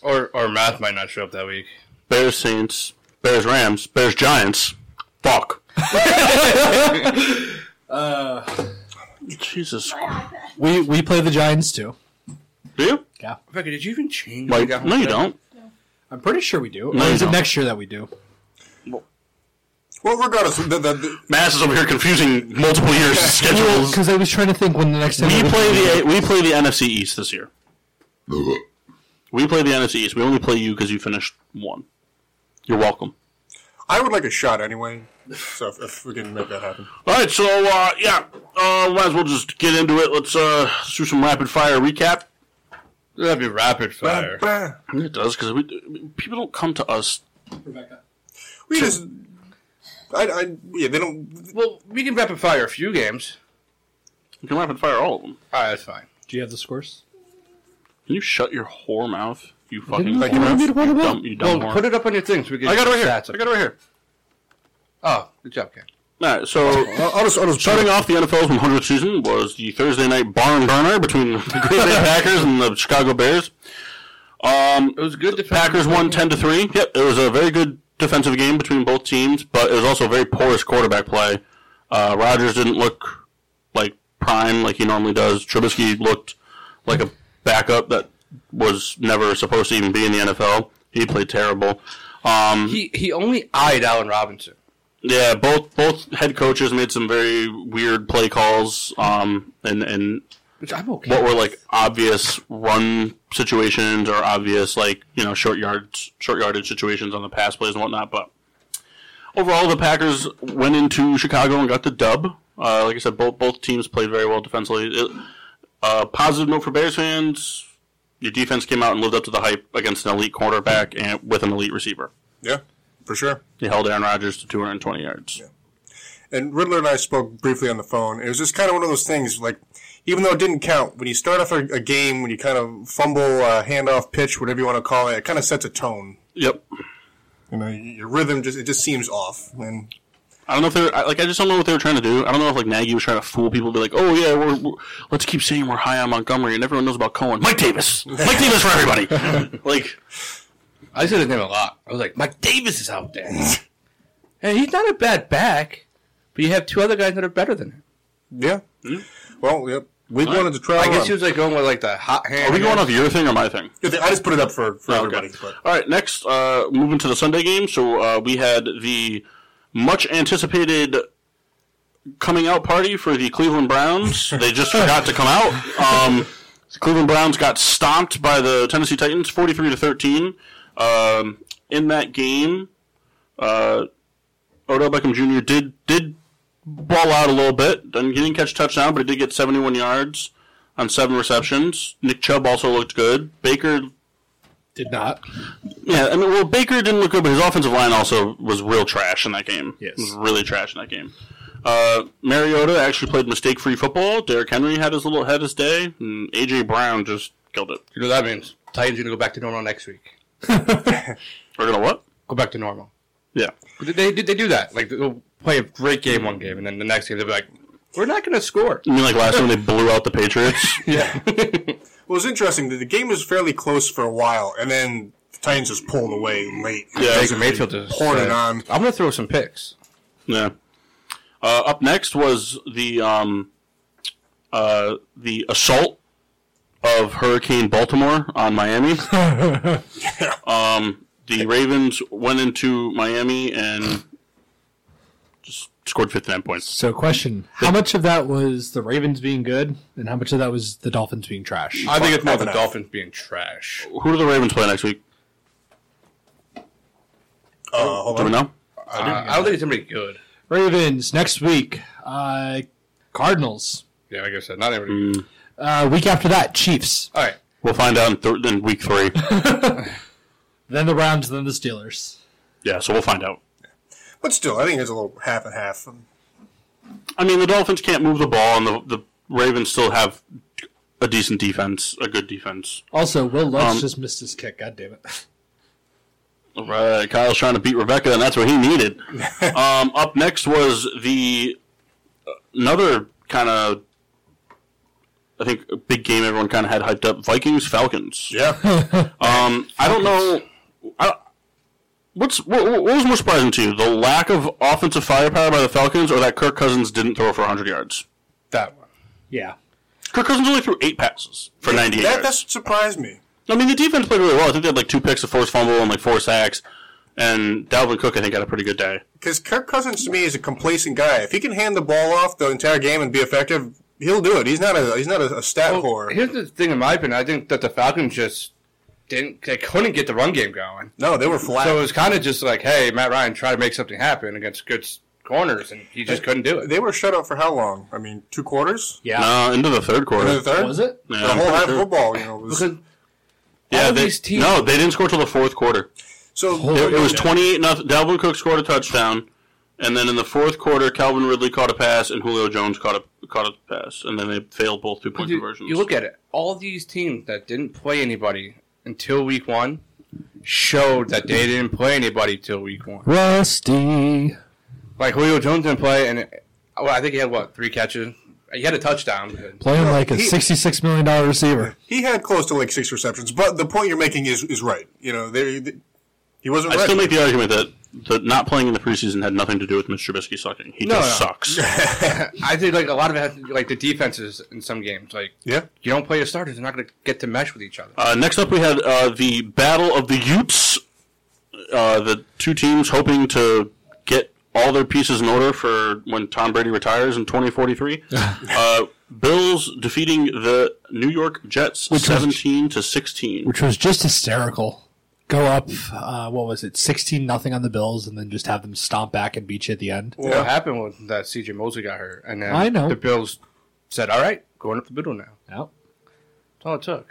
Speaker 2: Or or math might not show up that week.
Speaker 1: Bears, Saints, Bears, Rams, Bears, Giants. Fuck.
Speaker 2: Uh,
Speaker 1: Jesus.
Speaker 7: We we play the Giants too.
Speaker 1: Do you?
Speaker 2: Rebecca, did you even change?
Speaker 1: Like,
Speaker 2: when got home
Speaker 1: no, you
Speaker 2: today?
Speaker 1: don't.
Speaker 7: I'm pretty sure we do.
Speaker 1: No,
Speaker 7: or
Speaker 1: you
Speaker 7: is it
Speaker 1: don't.
Speaker 7: next year that we do?
Speaker 4: Well, regardless, the, the, the,
Speaker 1: Mass is over here confusing multiple years schedules.
Speaker 3: Because I was trying to think when the next time
Speaker 1: We play the we play the NFC East this year. We play the NFC East. We only play you because you finished one. You're welcome.
Speaker 4: I would like a shot anyway. So if, if we can make that happen.
Speaker 1: All right, so uh, yeah, uh, might as well just get into it. Let's uh, let's do some rapid fire recap.
Speaker 2: That'd be rapid fire.
Speaker 4: Bah.
Speaker 1: It does because we people don't come to us.
Speaker 4: We just. I, I, yeah, they don't.
Speaker 2: Well, we can rapid fire a few games.
Speaker 1: You can rapid fire all of them.
Speaker 2: All right, that's fine.
Speaker 7: Do you have the scores?
Speaker 1: Can you shut your whore mouth? You fucking
Speaker 4: Thank you, man.
Speaker 1: you dumb, you dumb
Speaker 2: well,
Speaker 1: whore.
Speaker 2: put it up on your thing so we can.
Speaker 1: I got it right here.
Speaker 2: Stats.
Speaker 1: I got it right here.
Speaker 2: Oh, good job, Ken.
Speaker 1: All right, so
Speaker 4: I'll, I'll just. I'll just
Speaker 1: starting off the NFL's 100th season was the Thursday night barn burner between the Green Bay Packers and the Chicago Bears. Um,
Speaker 2: It was good to
Speaker 1: Packers won 10 to 3. Yep, it was a very good defensive game between both teams, but it was also very porous quarterback play. Uh, Rodgers didn't look like prime like he normally does. Trubisky looked like a backup that was never supposed to even be in the NFL. He played terrible. Um,
Speaker 2: He he only eyed Allen Robinson.
Speaker 1: yeah, both both head coaches made some very weird play calls um, and and
Speaker 2: Which I'm okay.
Speaker 1: what were like obvious run situations or obvious like you know short yards short yardage situations on the pass plays and whatnot. But overall, the Packers went into Chicago and got the dub. Uh, like I said, both both teams played very well defensively. It, uh, positive note for Bears fans: your defense came out and lived up to the hype against an elite quarterback and with an elite receiver.
Speaker 4: yeah. for sure.
Speaker 1: They held Aaron Rodgers to 220 yards.
Speaker 4: And Riddler and I spoke briefly on the phone. It was just kind of one of those things, like, even though it didn't count, when you start off a, a game, when you kind of fumble, uh, handoff, pitch, whatever you want to call it, it kind of sets a tone.
Speaker 1: Yep.
Speaker 4: You know, your rhythm just, it just seems off. And
Speaker 1: I don't know if they're I- like. I just don't know what they were trying to do. I don't know if like Nagy was trying to fool people, be like, "Oh yeah, we're, we're let's keep saying we're high on Montgomery, and everyone knows about Cohen, Mike Davis, Mike Davis for everybody." like,
Speaker 2: I said his name a lot. I was like, Mike Davis is out there. and he's not a bad back, but you have two other guys that are better than him.
Speaker 4: yeah. Well, yep. We
Speaker 1: All right.
Speaker 4: wanted to try.
Speaker 2: I guess he was like going with like the hot hand.
Speaker 1: are we going off your thing or my thing?
Speaker 4: I just put it up for, for
Speaker 1: Oh, Okay.
Speaker 4: everybody. But.
Speaker 1: All right, next, uh, moving to the Sunday game. So uh, we had the much anticipated coming out party for the Cleveland Browns. they just forgot to come out. Um, the Cleveland Browns got stomped by the Tennessee Titans, forty-three to thirteen. Um, in that game, uh, Odell Beckham Jr. did did ball out a little bit. Didn't, he didn't catch a touchdown, but he did get seventy-one yards on seven receptions. Nick Chubb also looked good. Baker
Speaker 7: Did not.
Speaker 1: yeah, I mean, well, Baker didn't look good, but his offensive line also was real trash in that game.
Speaker 7: Yes.
Speaker 1: It was really trash in that game. Uh, Mariota actually played mistake-free football. Derrick Henry had his little had his day, and AJ Brown just killed it.
Speaker 2: You know what that means? Titans are gonna go back to normal next week.
Speaker 1: We're gonna what?
Speaker 2: Go back to normal.
Speaker 1: Yeah,
Speaker 2: But they they, they do that. Like they'll play a great game one game, and then the next game they'll be like, we're not gonna score.
Speaker 1: I mean, like last time they blew out the Patriots.
Speaker 2: Yeah.
Speaker 4: Well, it's interesting that the game was fairly close for a while, and then the Titans just pulled away late.
Speaker 1: Yeah.
Speaker 2: Baker Mayfield just
Speaker 4: Poured it
Speaker 2: said,
Speaker 4: on.
Speaker 2: I'm gonna throw some picks.
Speaker 1: yeah. Uh, up next was the um, uh, the assault of Hurricane Baltimore on Miami. um, the Ravens went into Miami and just scored 59 points.
Speaker 7: So, question: How much of that was the Ravens being good, and how much of that was the Dolphins being trash?
Speaker 2: I think it's more
Speaker 4: Half
Speaker 2: the
Speaker 4: and half.
Speaker 2: Dolphins being trash.
Speaker 1: Who do the Ravens play next week?
Speaker 4: Uh, hold
Speaker 1: Do we
Speaker 4: on.
Speaker 1: know?
Speaker 2: Uh, I don't think it's anybody good.
Speaker 7: Ravens next week. Uh, Cardinals.
Speaker 2: Yeah, like I said, not anybody. good.
Speaker 7: Uh, week after that, Chiefs.
Speaker 2: All right.
Speaker 1: We'll find out in, th- in week three.
Speaker 7: Then the Browns. Then the Steelers.
Speaker 1: yeah, so we'll find out.
Speaker 4: But still, I think it's a little half and half.
Speaker 1: I mean, the Dolphins can't move the ball, and the, the Ravens still have a decent defense, a good defense.
Speaker 7: Also, Will Lutz
Speaker 1: Um,
Speaker 7: just missed his kick. God damn it!
Speaker 1: Right, Kyle's trying to beat Rebecca, and that's what he needed. um, up next was the another kind of, I think, a big game everyone kind of had hyped up: Vikings Falcons.
Speaker 4: Yeah.
Speaker 1: Um, I don't know. I, what's what, what was more surprising to you: the lack of offensive firepower by the Falcons, or that Kirk Cousins didn't throw for 100 yards?
Speaker 2: That one.
Speaker 7: Yeah,
Speaker 1: Kirk Cousins only threw eight passes for 98
Speaker 4: that, that
Speaker 1: yards.
Speaker 4: surprised me.
Speaker 1: I mean, the defense played really well. I think they had like two picks, a forced fumble, and like four sacks. And Dalvin Cook, I think, had a pretty good day.
Speaker 4: Because Kirk Cousins to me is a complacent guy. If he can hand the ball off the entire game and be effective, he'll do it. He's not a he's not a, a stat
Speaker 2: Well,
Speaker 4: whore.
Speaker 2: Here's the thing, in my opinion. I think that the Falcons just didn't. They couldn't get the run game going.
Speaker 4: No, they were flat.
Speaker 2: So it was kind of just like, hey, Matt Ryan, try to make something happen against good s- corners, and he just couldn't do it.
Speaker 4: they were shut out for how long? I mean, two quarters.
Speaker 7: yeah.
Speaker 1: No, into the third quarter.
Speaker 4: And then the third.
Speaker 7: Was it?
Speaker 1: Yeah,
Speaker 4: The
Speaker 1: I'm
Speaker 4: whole
Speaker 1: pretty
Speaker 4: half
Speaker 1: sure.
Speaker 4: football, you know, was,
Speaker 2: Because
Speaker 1: Yeah,
Speaker 2: all
Speaker 1: they,
Speaker 2: these teams-
Speaker 1: no, they didn't score till the fourth quarter.
Speaker 4: so
Speaker 1: It, it was twenty-eight nothing. Dalvin Cook scored a touchdown, and then in the fourth quarter, Calvin Ridley caught a pass and Julio Jones caught a caught a pass, and then they failed both two-point
Speaker 2: you,
Speaker 1: conversions.
Speaker 2: you look at it, all these teams that didn't play anybody until week one showed that they didn't play anybody till week one.
Speaker 3: Rusty.
Speaker 2: Like Julio Jones didn't play, and well, I think he had what three catches. He had a touchdown.
Speaker 3: Playing like a
Speaker 4: he-
Speaker 3: $66 million receiver.
Speaker 4: he had close to like six receptions. But the point you're making is is right. You know, they, they- he wasn't.
Speaker 1: I
Speaker 4: ready.
Speaker 1: still make the argument that that not playing in the preseason had nothing to do with Mr. Trubisky sucking. He
Speaker 2: No,
Speaker 1: just
Speaker 2: no.
Speaker 1: sucks.
Speaker 2: I think like a lot of it has to do, like the defenses in some games. Like
Speaker 4: yeah.
Speaker 2: you don't play your starters, they're not going to get to mesh with each other.
Speaker 1: Uh, next up, we had uh, the Battle of the Utes. Uh, the two teams hoping to get all their pieces in order for when Tom Brady retires in 2043. uh, Bills defeating the New York Jets 17 to 16.
Speaker 7: which was just hysterical. Go up, uh, what was it, sixteen nothing on the Bills, and then just have them stomp back and beat you at the end.
Speaker 2: Well, What happened was that CJ Mosley got hurt, and then
Speaker 7: I know.
Speaker 2: the Bills said, "All right, going up the middle now."
Speaker 7: Yep.
Speaker 2: That's all it took.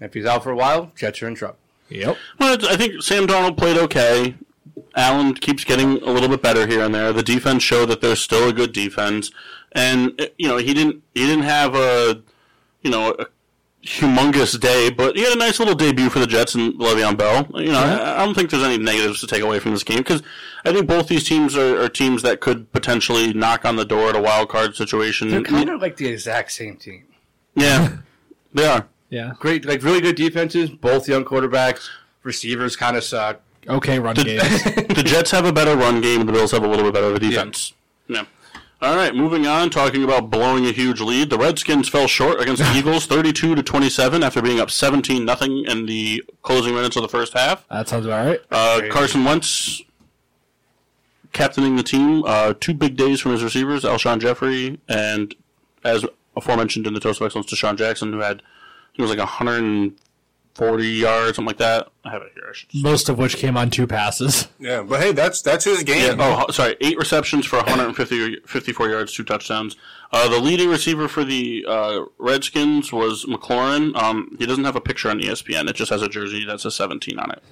Speaker 2: And if he's out for a while, Jets are in trouble.
Speaker 7: Yep.
Speaker 1: Well, it's- I think Sam Donald played okay. Allen keeps getting a little bit better here and there. The defense showed that they're still a good defense, and uh, you know he didn't he didn't have a you know a humongous day, but he had a nice little debut for the Jets and Le'Veon Bell. You know I, I don't think there's any negatives to take away from this game because I think both these teams are, are teams that could potentially knock on the door at a wild card situation.
Speaker 2: They're kind of like the exact same team.
Speaker 1: yeah, they are.
Speaker 8: Yeah.
Speaker 2: Great, like really good defenses. Both young quarterbacks, receivers kind of suck.
Speaker 3: Okay, run game.
Speaker 1: the Jets have a better run game. The Bills have a little bit better of a defense. Yeah. All right, moving on. Talking about blowing a huge lead, the Redskins fell short against the Eagles, thirty-two to twenty-seven, after being up seventeen nothing in the closing minutes of the first half.
Speaker 3: That sounds about right.
Speaker 1: Uh, Carson Wentz captaining the team. Uh, two big days from his receivers, Alshon Jeffrey, and as aforementioned in the toast of excellence, Deshaun Jackson, who had he was like hundred and forty yards, something like that. I have it here. I should
Speaker 3: Most of which came on two passes.
Speaker 4: Yeah, but hey, that's that's his
Speaker 1: Yeah.
Speaker 4: game.
Speaker 1: Oh, sorry. Eight receptions for 150, 54 yards, two touchdowns. Uh, the leading receiver for the uh, Redskins was McLaurin. Um, he doesn't have a picture on ESPN. It just has a jersey that says 17 on it.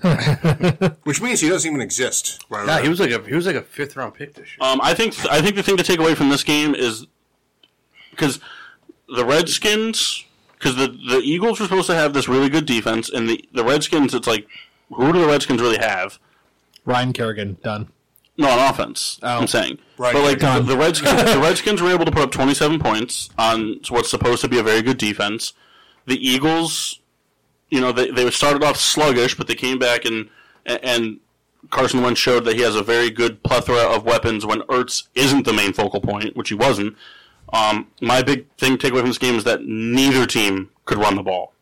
Speaker 1: Oh.
Speaker 4: Which means he doesn't even exist. Right,
Speaker 2: Yeah, he was like a he was like a fifth round pick this year.
Speaker 1: Um, I think I think the thing to take away from this game is because the Redskins, because the, the Eagles were supposed to have this really good defense, and the, the Redskins, it's like, who do the Redskins really have?
Speaker 3: Ryan Kerrigan, done.
Speaker 1: No, on offense. I'm saying,
Speaker 4: Oh. Right,
Speaker 1: but like
Speaker 3: right.
Speaker 1: the, the Redskins, the Redskins were able to put up 27 points on what's supposed to be a very good defense. The Eagles, you know, they they started off sluggish, but they came back and and Carson Wentz showed that he has a very good plethora of weapons when Ertz isn't the main focal point, which he wasn't. Um, my big thing takeaway from this game is that neither team could run the ball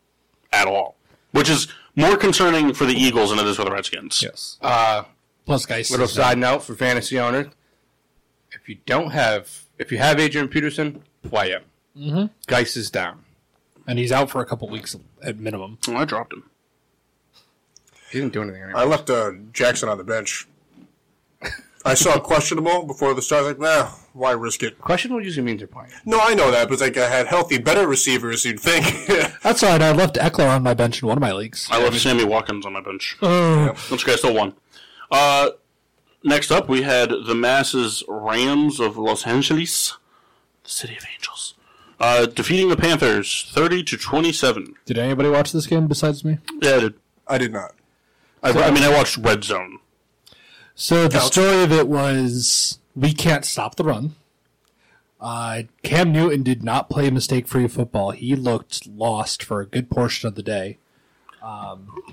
Speaker 1: at all, which is more concerning for the Eagles than it is for the Redskins.
Speaker 3: Yes.
Speaker 2: Uh,
Speaker 3: Plus, guys.
Speaker 2: little side note for fantasy owners: if you don't have if you have Adrian Peterson, play him.
Speaker 3: Mhm.
Speaker 2: Geis is down.
Speaker 3: And he's out for a couple weeks at minimum.
Speaker 1: Oh, I dropped him.
Speaker 2: He didn't do anything. Anyway.
Speaker 4: I left uh, Jackson on the bench. I saw questionable before the start. I was like, nah, why risk it?
Speaker 2: Questionable usually means you're playing.
Speaker 4: No, I know that, but it's like I had healthy, better receivers. You'd think.
Speaker 3: That's all right. I left Eckler on my bench in one of my leagues.
Speaker 1: I left Sammy Watkins on my bench.
Speaker 3: Oh.
Speaker 1: Which guy still won. Uh, next up, we had the masses Rams of Los Angeles, the city of angels, uh, defeating the Panthers thirty to twenty-seven.
Speaker 8: Did anybody watch this game besides me?
Speaker 1: Yeah, I, did.
Speaker 4: I did not.
Speaker 1: I, I mean, I watched Red Zone.
Speaker 8: So the
Speaker 4: Couch.
Speaker 8: story of it was
Speaker 3: is we can't stop the run. Uh, Cam Newton did not play mistake free football. He looked lost for a good portion of the day.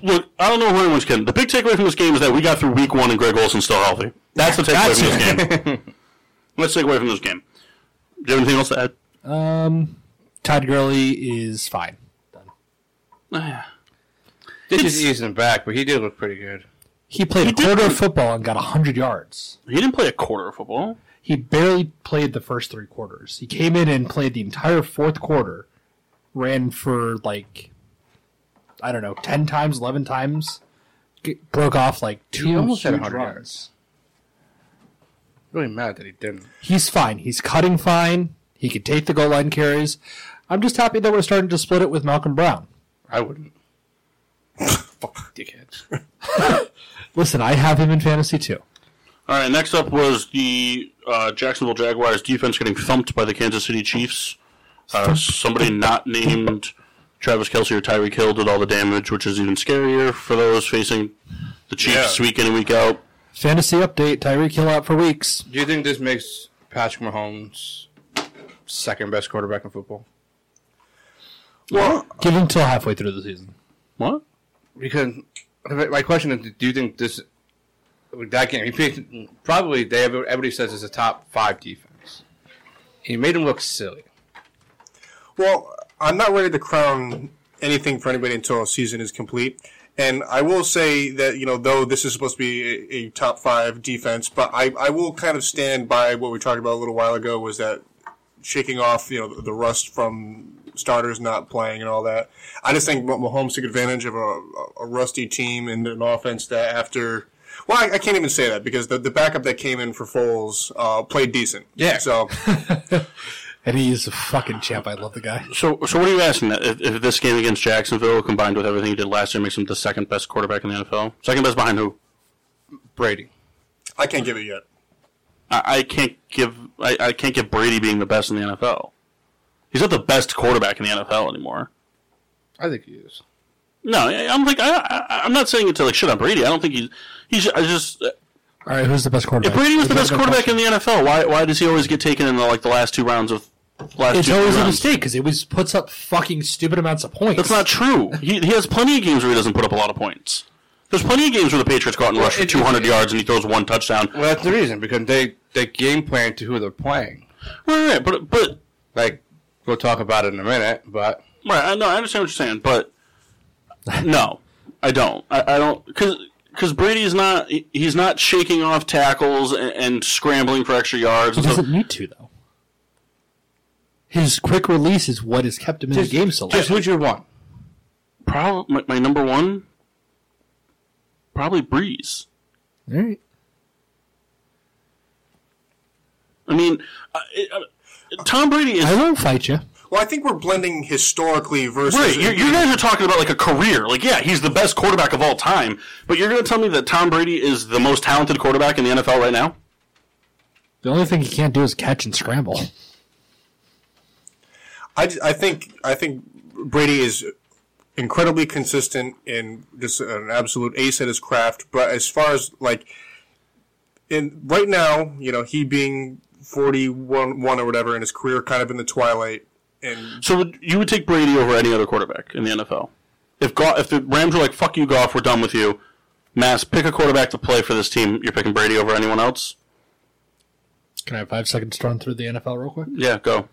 Speaker 1: Look, I don't know who anyone's kidding. The big takeaway from this game is that we got through Week One and Greg Olson's still healthy. That's the takeaway from this game. Let's take away from this game. Do you have anything else to add?
Speaker 3: Um, Todd Gurley is fine.
Speaker 2: This is easing him back, but he did look pretty good.
Speaker 3: He played
Speaker 1: He
Speaker 3: a
Speaker 1: did
Speaker 3: quarter
Speaker 1: play-
Speaker 3: of football and got 100 yards.
Speaker 1: He didn't play a quarter of football.
Speaker 3: He barely played the first three quarters. He came in and played the entire fourth quarter, ran for like, I don't know, 10 times, 11 times, g broke off like two
Speaker 2: He almost had
Speaker 3: huge
Speaker 2: 100
Speaker 3: runs.
Speaker 2: yards. Really mad that he didn't.
Speaker 3: he's fine. He's cutting fine. He could take the goal line carries. I'm just happy that we're starting to split it with Malcolm Brown.
Speaker 2: I wouldn't. Fuck dickheads.
Speaker 3: Listen, I have him in fantasy too.
Speaker 1: All right, next up was the uh, Jacksonville Jaguars defense getting thumped by the Kansas City Chiefs. Uh, somebody not named Travis Kelsey or Tyreek Hill did all the damage, which is even scarier for those facing the Chiefs
Speaker 4: Yeah.
Speaker 1: week in and week out.
Speaker 3: Fantasy update: Tyreek Hill out for weeks.
Speaker 2: Do you think this makes Patrick Mahomes second best quarterback in football?
Speaker 1: What?
Speaker 3: Give him till halfway through the season.
Speaker 1: What?
Speaker 2: Because my question is, do you think this with that game? He picked, probably they everybody says it's a top five defense. He made him look silly.
Speaker 4: Well, I'm not ready to crown anything for anybody until a season is complete. And I will say that, you know, though this is supposed to be a, a top five defense, but I, I will kind of stand by what we talked about a little while ago was that shaking off, you know, the, the rust from starters not playing and all that. I just think Mah- Mahomes took advantage of a, a rusty team and an offense that after. Well, I, I can't even say that because the, the backup that came in for Foles uh, played decent.
Speaker 2: Yeah.
Speaker 4: So
Speaker 3: And he is a fucking champ. I love the guy.
Speaker 1: So, so what are you asking? That if, if this game against Jacksonville combined with everything he did last year makes him the second best quarterback in the NFL, second best behind who?
Speaker 2: Brady.
Speaker 4: I can't give it yet.
Speaker 1: I, I can't give I, I can't give Brady being the best in the NFL. He's not the best quarterback in the NFL anymore.
Speaker 2: I think he is.
Speaker 1: No, I, I'm like I, I I'm not saying it to like shit on Brady. I don't think he's he's I just
Speaker 3: All right, who's the best
Speaker 1: if
Speaker 3: quarterback?
Speaker 1: Brady was the
Speaker 3: Is
Speaker 1: best
Speaker 3: that
Speaker 1: quarterback in the NFL, why why does he always get taken in the, like the last two rounds of last
Speaker 7: It's
Speaker 1: two
Speaker 7: always a
Speaker 1: rounds?
Speaker 7: mistake because it was puts up fucking stupid amounts of points.
Speaker 1: That's not true. He, he has plenty of games where he doesn't put up a lot of points. There's plenty of games where the Patriots go out and rush for
Speaker 2: it-
Speaker 1: 200 yards and he throws one touchdown. Right,
Speaker 2: Well, that's the reason because they they game plan to who they're playing.
Speaker 1: right, but but
Speaker 2: Like we'll talk about it in a minute, but
Speaker 1: right. I know I understand what you're saying, but no, I don't. I, I don't because because Brady's not he- he's not shaking off tackles and, and scrambling for extra yards.
Speaker 7: He
Speaker 1: And stuff.
Speaker 7: doesn't need to though. His quick release is what has kept him in the game so long.
Speaker 2: just who's your one?
Speaker 1: Prob- my, my number one, probably Breeze.
Speaker 3: All right.
Speaker 1: I mean, uh, it, uh, Tom Brady is
Speaker 3: I won't fight you.
Speaker 4: Well, I think we're blending historically versus.
Speaker 1: Right, you you guys are talking about like a career. Like, yeah, he's the best quarterback of all time, but you're going to tell me that Tom Brady is the most talented quarterback in the NFL right now?
Speaker 3: The only thing he can't do is catch and scramble.
Speaker 4: I, I think I think Brady is incredibly consistent and just an absolute ace at his craft. But as far as like in right now, you know, he being forty one one or whatever in his career, kind of in the twilight. And
Speaker 1: So would, you would take Brady over any other quarterback in the NFL? If Goff, if the Rams were like, "Fuck you, Goff, we're done with you," Mass, pick a quarterback to play for this team. You're picking Brady over anyone else?
Speaker 7: Can I have five seconds to run through the NFL real quick?
Speaker 1: Yeah, go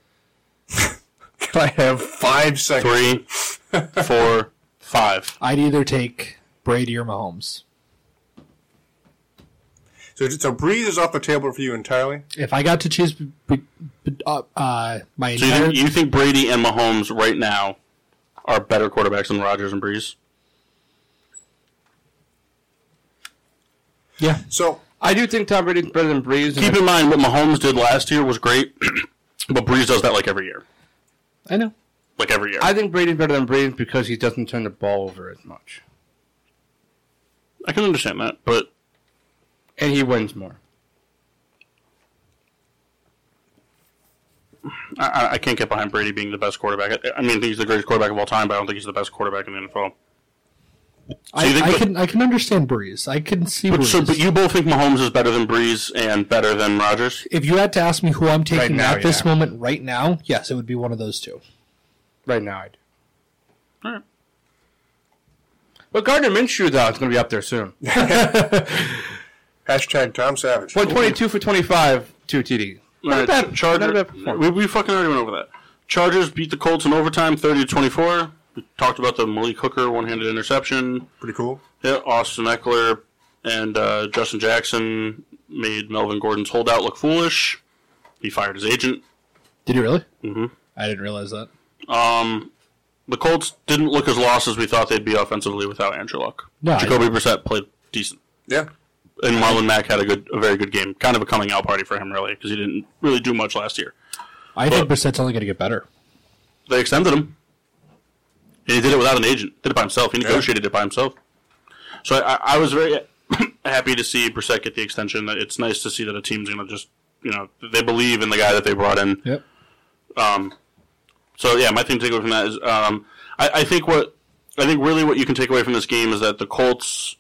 Speaker 4: I have five seconds.
Speaker 1: three, four, five.
Speaker 7: I'd either take Brady or Mahomes.
Speaker 4: So, so Breeze is off the table for you entirely.
Speaker 7: If I got to choose b- b- b- uh, uh, my
Speaker 1: So you
Speaker 7: entire,
Speaker 1: think, you think Brady and Mahomes right now are better quarterbacks than Rodgers and Breeze?
Speaker 7: yeah,
Speaker 4: So
Speaker 2: I do think Tom Brady's better than Breeze. and
Speaker 1: Keep in mind what Mahomes did last year was great, but Breeze does that like every year.
Speaker 7: I know.
Speaker 1: like every year.
Speaker 2: I
Speaker 1: I,
Speaker 2: think Brady's better than Breeze because he doesn't turn the ball over as much,
Speaker 1: I can understand that, but
Speaker 2: and he wins more.
Speaker 1: I- I, I can't get behind Brady being the best quarterback. I, I mean, he's the greatest quarterback of all time, but I don't think he's the best quarterback in the NFL. you
Speaker 7: I,
Speaker 1: think
Speaker 7: I
Speaker 1: the-
Speaker 7: can I can understand Breeze. I can see
Speaker 1: But
Speaker 7: Breeze.
Speaker 1: so, but you both think Mahomes is better than Breeze and better than Rodgers?
Speaker 7: if you had to ask me who I'm taking
Speaker 2: Right now,
Speaker 7: at this
Speaker 2: yeah.
Speaker 7: moment right now, yes, it would be one of those two.
Speaker 2: Right now, I do.
Speaker 1: All right.
Speaker 2: But Gardner Minshew though is going to be up there soon.
Speaker 4: hashtag Tom Savage.
Speaker 2: One twenty-two for twenty-five, two TD.
Speaker 1: All right,
Speaker 2: bad-
Speaker 1: Charger-
Speaker 2: not a bad performance.
Speaker 1: we, we fucking already went over that. Chargers beat the Colts in overtime, thirty to twenty-four. We talked about the Malik Hooker one-handed interception.
Speaker 4: Pretty cool.
Speaker 1: Yeah, Austin Eckler and uh, Justin Jackson made Melvin Gordon's holdout look foolish. He fired his agent.
Speaker 7: Did you really? Mm-hmm. I didn't realize that.
Speaker 1: Um, the Colts didn't look as lost as we thought they'd be offensively without Andrew Luck.
Speaker 7: No, I-
Speaker 1: Jacoby Brissett played decent,
Speaker 4: Yeah.
Speaker 1: and Marlon Mack had a good, a very good game. Kind of a coming out party for him, really, because he didn't really do much last year.
Speaker 7: I think
Speaker 1: But-
Speaker 7: Brissett's only going to get better.
Speaker 1: They extended him, and he did it without an agent. Did it by himself. He negotiated it by himself. So I, I- I was very happy to see Brissett get the extension. It's nice to see that a team's going to just, you know, they believe in the guy that they brought in.
Speaker 7: Yep.
Speaker 1: Um, so yeah, my thing to take away from that is um, I, I think what I think really what you can take away from this game is that the Colts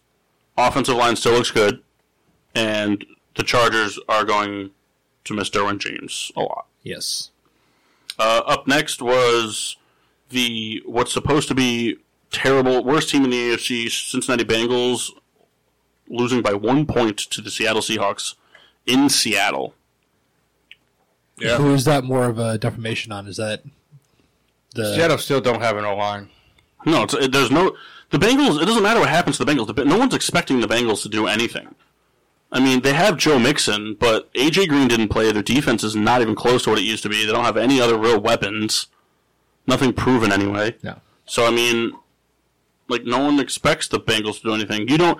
Speaker 1: offensive line still looks good, and the Chargers are going to miss Derwin James a lot.
Speaker 7: Yes.
Speaker 1: Uh, up next was the what's supposed to be terrible worst team in the AFC, Cincinnati Bengals, losing by one point to the Seattle Seahawks in Seattle.
Speaker 4: Yeah.
Speaker 7: Who is that more of a defamation on? Is that the
Speaker 2: Seattle still don't have an O line.
Speaker 1: No, it's, it, there's no the Bengals. It doesn't matter what happens to the Bengals. The, Ba- no one's expecting the Bengals to do anything. I mean, they have Joe Mixon, but AJ Green didn't play. Their defense is not even close to what it used to be. They don't have any other real weapons. Nothing proven anyway.
Speaker 7: No.
Speaker 1: So I mean, like no one expects the Bengals to do anything. You don't.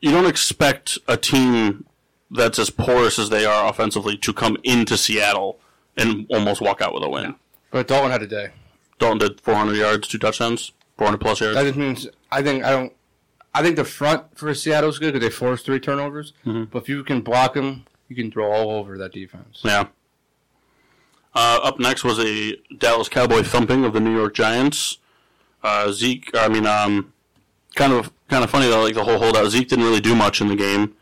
Speaker 1: You don't expect a team that's as porous as they are offensively to come into Seattle and almost walk out with a win.
Speaker 2: But Dalton had a day.
Speaker 1: Dalton did 400 yards, two touchdowns, 400 plus yards.
Speaker 2: That just means I think I don't. I think the front for Seattle's good because they force three turnovers. But if you can block them, you can throw all over that defense.
Speaker 1: Yeah. Uh, up next was a Dallas Cowboy thumping of the New York Giants. Uh, Zeke, I mean, um, kind of kind of funny though. Like the whole holdout, Zeke didn't really do much in the game.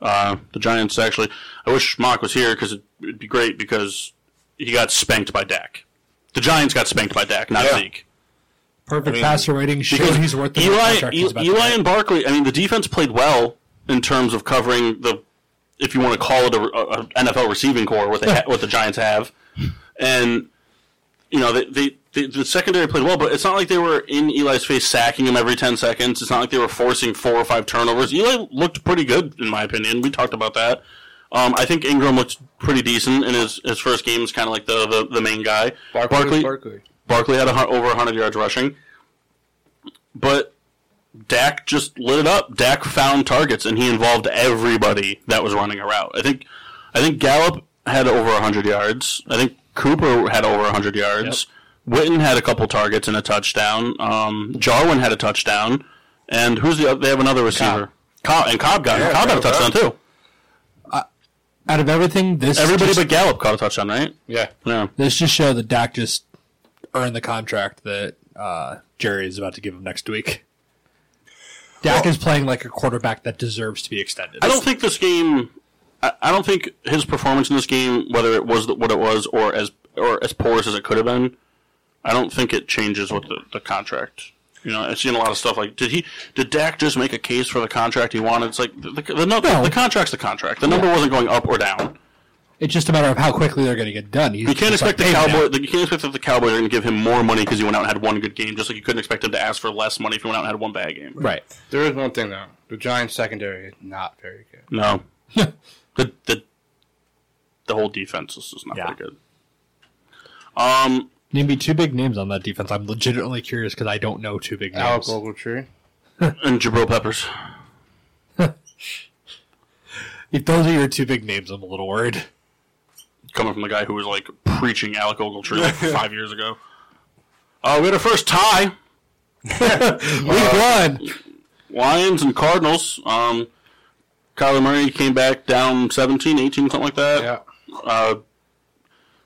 Speaker 1: Uh, the Giants actually. I wish Mock was here because it'd be great because he got spanked by Dak. The Giants got spanked by Dak, not
Speaker 4: Yeah.
Speaker 1: Zeke.
Speaker 3: Perfect passer rating. Shows
Speaker 1: Because
Speaker 3: he's worth the
Speaker 1: Eli, E,
Speaker 3: contract he's about
Speaker 1: Eli,
Speaker 3: to
Speaker 1: Eli
Speaker 3: get.
Speaker 1: and Barkley. I mean, the defense played well in terms of covering the, if you want to call it a, a a NFL receiving core, what they ha- what the Giants have, and you know they, they, they the secondary played well, but it's not like they were in Eli's face sacking him every ten seconds. It's not like they were forcing four or five turnovers. Eli looked pretty good in my opinion. We talked about that. Um, I think Ingram looked pretty decent in his, his first game. Is kind of like the, the, the main guy.
Speaker 2: Barkley, Barkley.
Speaker 1: Barkley had a, hun- over 100 yards rushing. But Dak just lit it up. Dak found targets, and he involved everybody that was running a route. I think, I think Gallup had over 100 yards. I think Cooper had over 100 yards. Witten had a couple targets and a touchdown. Um, Jarwin had a touchdown. And who's the? oth- They have another receiver. Cobb, and Cobb got
Speaker 4: Yeah,
Speaker 1: Cobb got a
Speaker 4: Cobb, Cobb.
Speaker 1: touchdown too.
Speaker 9: Out of everything, this
Speaker 1: Everybody
Speaker 9: just,
Speaker 1: but Gallup caught a touchdown, right?
Speaker 2: Yeah.
Speaker 1: Yeah.
Speaker 3: This just showed that Dak just earned the contract that uh, Jerry is about to give him next week. Dak is playing like a quarterback that deserves to be extended.
Speaker 1: I don't think this game. I, I don't think his performance in this game, whether it was the, what it was or as or as porous as it could have been, I don't think it changes with the, the contract. You know, I've seen a lot of stuff like did he did Dak just make a case for the contract he wanted? It's like the the, the, no, the,
Speaker 3: No.
Speaker 1: contract's the contract. The number wasn't going up or down.
Speaker 3: It's just a matter of how quickly they're going to get done. He's
Speaker 1: You can't
Speaker 3: just
Speaker 1: expect
Speaker 3: like,
Speaker 1: the
Speaker 3: "Hey,
Speaker 1: Cowboy. You can't expect that the Cowboys are going to give him more money because he went out and had one good game. Just like you couldn't expect him to ask for less money if he went out and had one bad game.
Speaker 3: now." Right.
Speaker 2: There is one thing though. The Giants secondary is not very good.
Speaker 1: No. the the the whole defense is just not
Speaker 3: Yeah.
Speaker 1: very good. Um
Speaker 3: Name me two big names on that defense. I'm legitimately curious because I don't know two big
Speaker 2: Alec
Speaker 3: names.
Speaker 2: Ogletree.
Speaker 1: and Jabril Peppers.
Speaker 3: If those are your two big names, I'm a little worried.
Speaker 1: Coming from the guy who was like preaching Alec Ogletree like five years ago. Uh, we had our first tie.
Speaker 3: Week
Speaker 1: Uh,
Speaker 3: one.
Speaker 1: Lions and Cardinals. Um Kyler Murray came back down 17, 18, something like that.
Speaker 2: Yeah.
Speaker 1: Uh,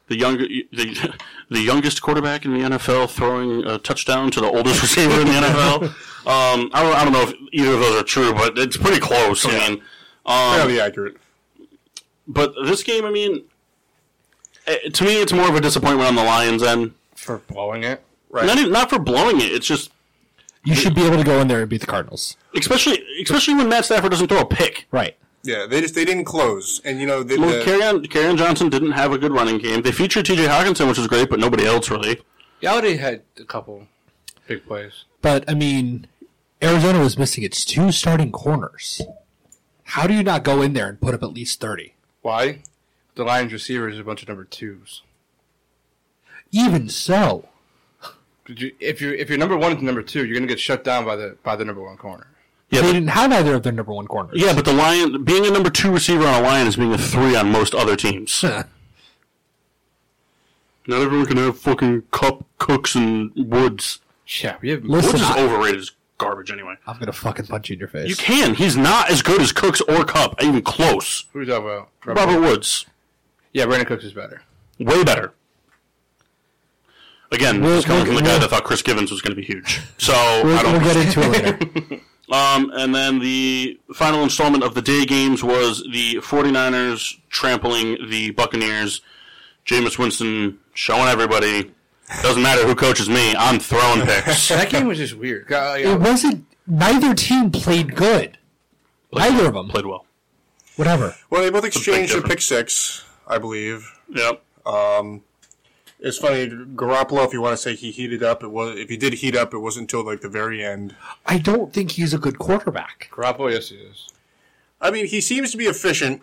Speaker 1: the younger, the, the youngest quarterback in the NFL throwing a touchdown to the oldest receiver in the NFL. Um, I don't, I don't know if either of those are true, but it's pretty close. I mean,
Speaker 4: Fairly
Speaker 1: Um,
Speaker 4: accurate.
Speaker 1: But this game, I mean, eh, to me, it's more of a disappointment on the Lions end.
Speaker 2: For blowing it.
Speaker 1: Not, even, not for blowing it. It's just,
Speaker 3: You should be able to go in there and beat the Cardinals.
Speaker 1: especially especially when Matt Stafford doesn't throw a pick.
Speaker 3: Right.
Speaker 4: Yeah, they just they didn't close, and you know they,
Speaker 1: Well,
Speaker 4: the-
Speaker 1: Carrion, Carrion Johnson didn't have a good running game. They featured T.J. Hawkinson, which was great, but nobody else really.
Speaker 2: Galladay had a couple big plays.
Speaker 3: But I mean, Arizona was missing its two starting corners. How do you not go in there and put up at least thirty?
Speaker 2: Why? The Lions receivers is a bunch of number twos.
Speaker 3: Even so,
Speaker 2: Did you, if you if your number one is number two, you're gonna get shut down by the by the number one corner.
Speaker 1: Yeah,
Speaker 3: they
Speaker 1: but,
Speaker 3: didn't have either of their number one corners.
Speaker 1: yeah, but the Lion being a number two receiver on a Lion is being a three on most other teams. Not everyone can have fucking Cup, Cooks, and Woods.
Speaker 2: Yeah, we have
Speaker 3: Listen,
Speaker 1: Woods is
Speaker 3: I,
Speaker 1: overrated as garbage anyway.
Speaker 3: am gonna fucking punch you in your face.
Speaker 1: You can. He's not as good as Cooks or Cup, even close.
Speaker 2: who are you talking about? Robert.
Speaker 1: Robert Woods.
Speaker 2: Yeah, Brandon Cooks is better.
Speaker 1: way better. Again,
Speaker 3: We'll-
Speaker 1: this is coming
Speaker 3: we'll-
Speaker 1: from the guy
Speaker 3: we'll-
Speaker 1: that thought Chris Givens was going to be huge. So
Speaker 3: we'll,
Speaker 1: I
Speaker 3: we'll
Speaker 1: don't.
Speaker 3: get into it later.
Speaker 1: um, and then the final installment of the day games was the 49ers trampling the Buccaneers. Jameis Winston showing everybody. Doesn't matter who coaches me. I'm throwing picks.
Speaker 2: That game was just weird. Uh, yeah,
Speaker 3: it wasn't. Neither team played good. Neither of them.
Speaker 1: Played well.
Speaker 3: Whatever.
Speaker 4: well they both exchanged a
Speaker 1: difference.
Speaker 4: pick six, I believe.
Speaker 1: Yep.
Speaker 4: It's funny, Garoppolo. If you want to say he heated up, it was. If he did heat up, it wasn't until like the very end.
Speaker 3: I don't think he's a good quarterback.
Speaker 2: Garoppolo, yes, he is.
Speaker 4: I mean, he seems to be efficient.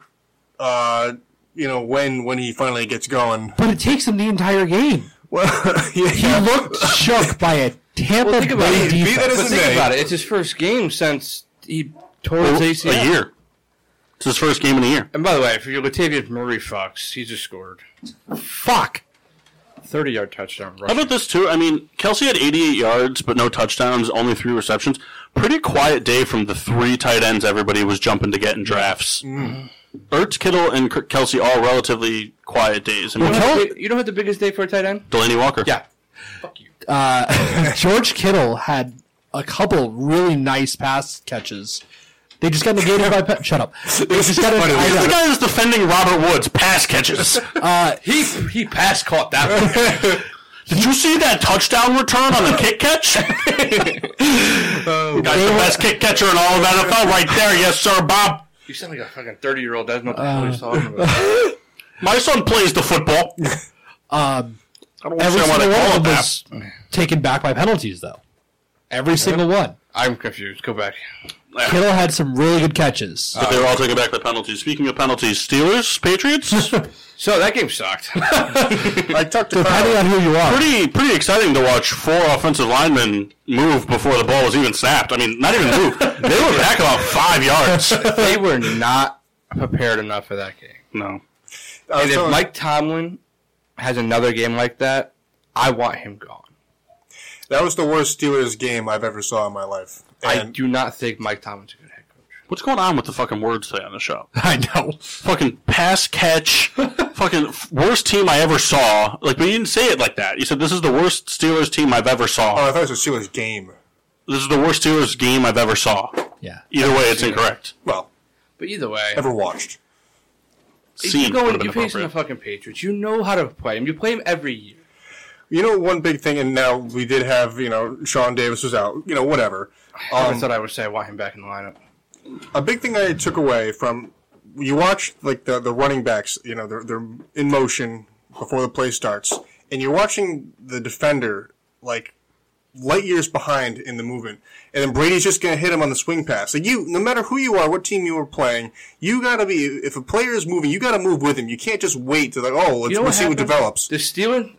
Speaker 4: Uh, you know, when when he finally gets going.
Speaker 3: But it takes him the entire game.
Speaker 4: Well,
Speaker 3: He
Speaker 4: yeah.
Speaker 3: looked shook by a Tampa
Speaker 2: Well, think about
Speaker 3: Bay
Speaker 2: it. Be
Speaker 4: that
Speaker 3: defense.
Speaker 4: as-
Speaker 2: But think
Speaker 4: May.
Speaker 2: about it. It's his first game since he tore his ACL.
Speaker 1: A year. It's his first game in a year.
Speaker 2: And by the way, if you're Latavius Murray Fox, he just scored.
Speaker 3: Fuck.
Speaker 2: 30 yard touchdown
Speaker 1: How
Speaker 2: rush.
Speaker 1: about this too? I mean, Kelsey had 88 yards, but no touchdowns, only three receptions. Pretty quiet day from the three tight ends everybody was jumping to get in drafts. Ertz, Kittle, and Kirk- Kelsey all relatively quiet days. I mean,
Speaker 2: You don't have the big- you don't have the biggest day for a tight end?
Speaker 1: Delaney Walker.
Speaker 2: Yeah.
Speaker 7: Uh, George Kittle had a couple really nice pass catches. They just got negated by. Pe- Shut up. They just got
Speaker 4: funny.
Speaker 1: He's the
Speaker 7: I know.
Speaker 1: guy who's defending Robert Woods pass catches.
Speaker 7: Uh,
Speaker 2: He he pass caught that one.
Speaker 1: Did you see that touchdown return on the kick catch? Guy's the best kick catcher in all of NFL right there. Yes, sir, Bob.
Speaker 2: you sound like a fucking 30 year old. That's not the hell he's talking about.
Speaker 1: My son plays the football.
Speaker 7: Um,
Speaker 1: I don't
Speaker 7: every
Speaker 1: understand
Speaker 7: single
Speaker 1: why they
Speaker 7: one of
Speaker 1: call
Speaker 7: them
Speaker 1: it that.
Speaker 7: was taken back by penalties, though. Every single one.
Speaker 2: I'm confused. Go back.
Speaker 7: Kittle had some really good catches.
Speaker 1: But they were all taking back the penalties. Speaking of penalties, Steelers, Patriots,
Speaker 2: So that game sucked.
Speaker 4: I talked to
Speaker 7: Depending
Speaker 4: Kyle.
Speaker 7: on who you are,
Speaker 1: pretty pretty exciting to watch four offensive linemen move before the ball was even snapped. I mean, not even move. they were back about five yards.
Speaker 2: they were not prepared enough for that game.
Speaker 1: No.
Speaker 4: I was
Speaker 2: And if
Speaker 4: telling-
Speaker 2: Mike Tomlin has another game like that, I want him gone.
Speaker 4: that was the worst Steelers game I've ever saw in my life.
Speaker 2: I
Speaker 4: And
Speaker 2: do not think Mike Tomlin's a good head coach.
Speaker 1: What's going on with the fucking words today on the show?
Speaker 7: I know.
Speaker 1: Fucking pass catch, fucking f- worst team I ever saw. Like, but you didn't say it like that. You said this is the worst Steelers team I've ever
Speaker 4: oh,
Speaker 1: saw.
Speaker 4: I
Speaker 2: Uh,
Speaker 4: thought it was a Steelers game.
Speaker 1: This is the worst Steelers game I've ever saw.
Speaker 7: Yeah.
Speaker 1: Either way, it's incorrect.
Speaker 4: Well,
Speaker 2: But either way,
Speaker 4: ever watched.
Speaker 2: if
Speaker 1: Seen
Speaker 2: you go
Speaker 1: would've
Speaker 2: and
Speaker 1: been
Speaker 2: you face the
Speaker 1: appropriate.
Speaker 2: fucking Patriots, you know how to play him. You play him every year.
Speaker 4: You know, one big thing, and now we did have, you know, Sean Davis was out, you know, whatever. Um,
Speaker 2: That's what I would say. I want him back in the lineup.
Speaker 4: a big thing I took away from you watch like the, the running backs, you know, they're, they're in motion before the play starts, and you're watching the defender like light years behind in the movement, and then Brady's just gonna hit him on the swing pass. Like you, no matter who you are, what team you are playing, you gotta be if a player is moving, you gotta move with him. You can't just wait to like, oh, let's
Speaker 2: You know
Speaker 4: we'll
Speaker 2: what
Speaker 4: see
Speaker 2: happened?
Speaker 4: what develops.
Speaker 2: The Steelers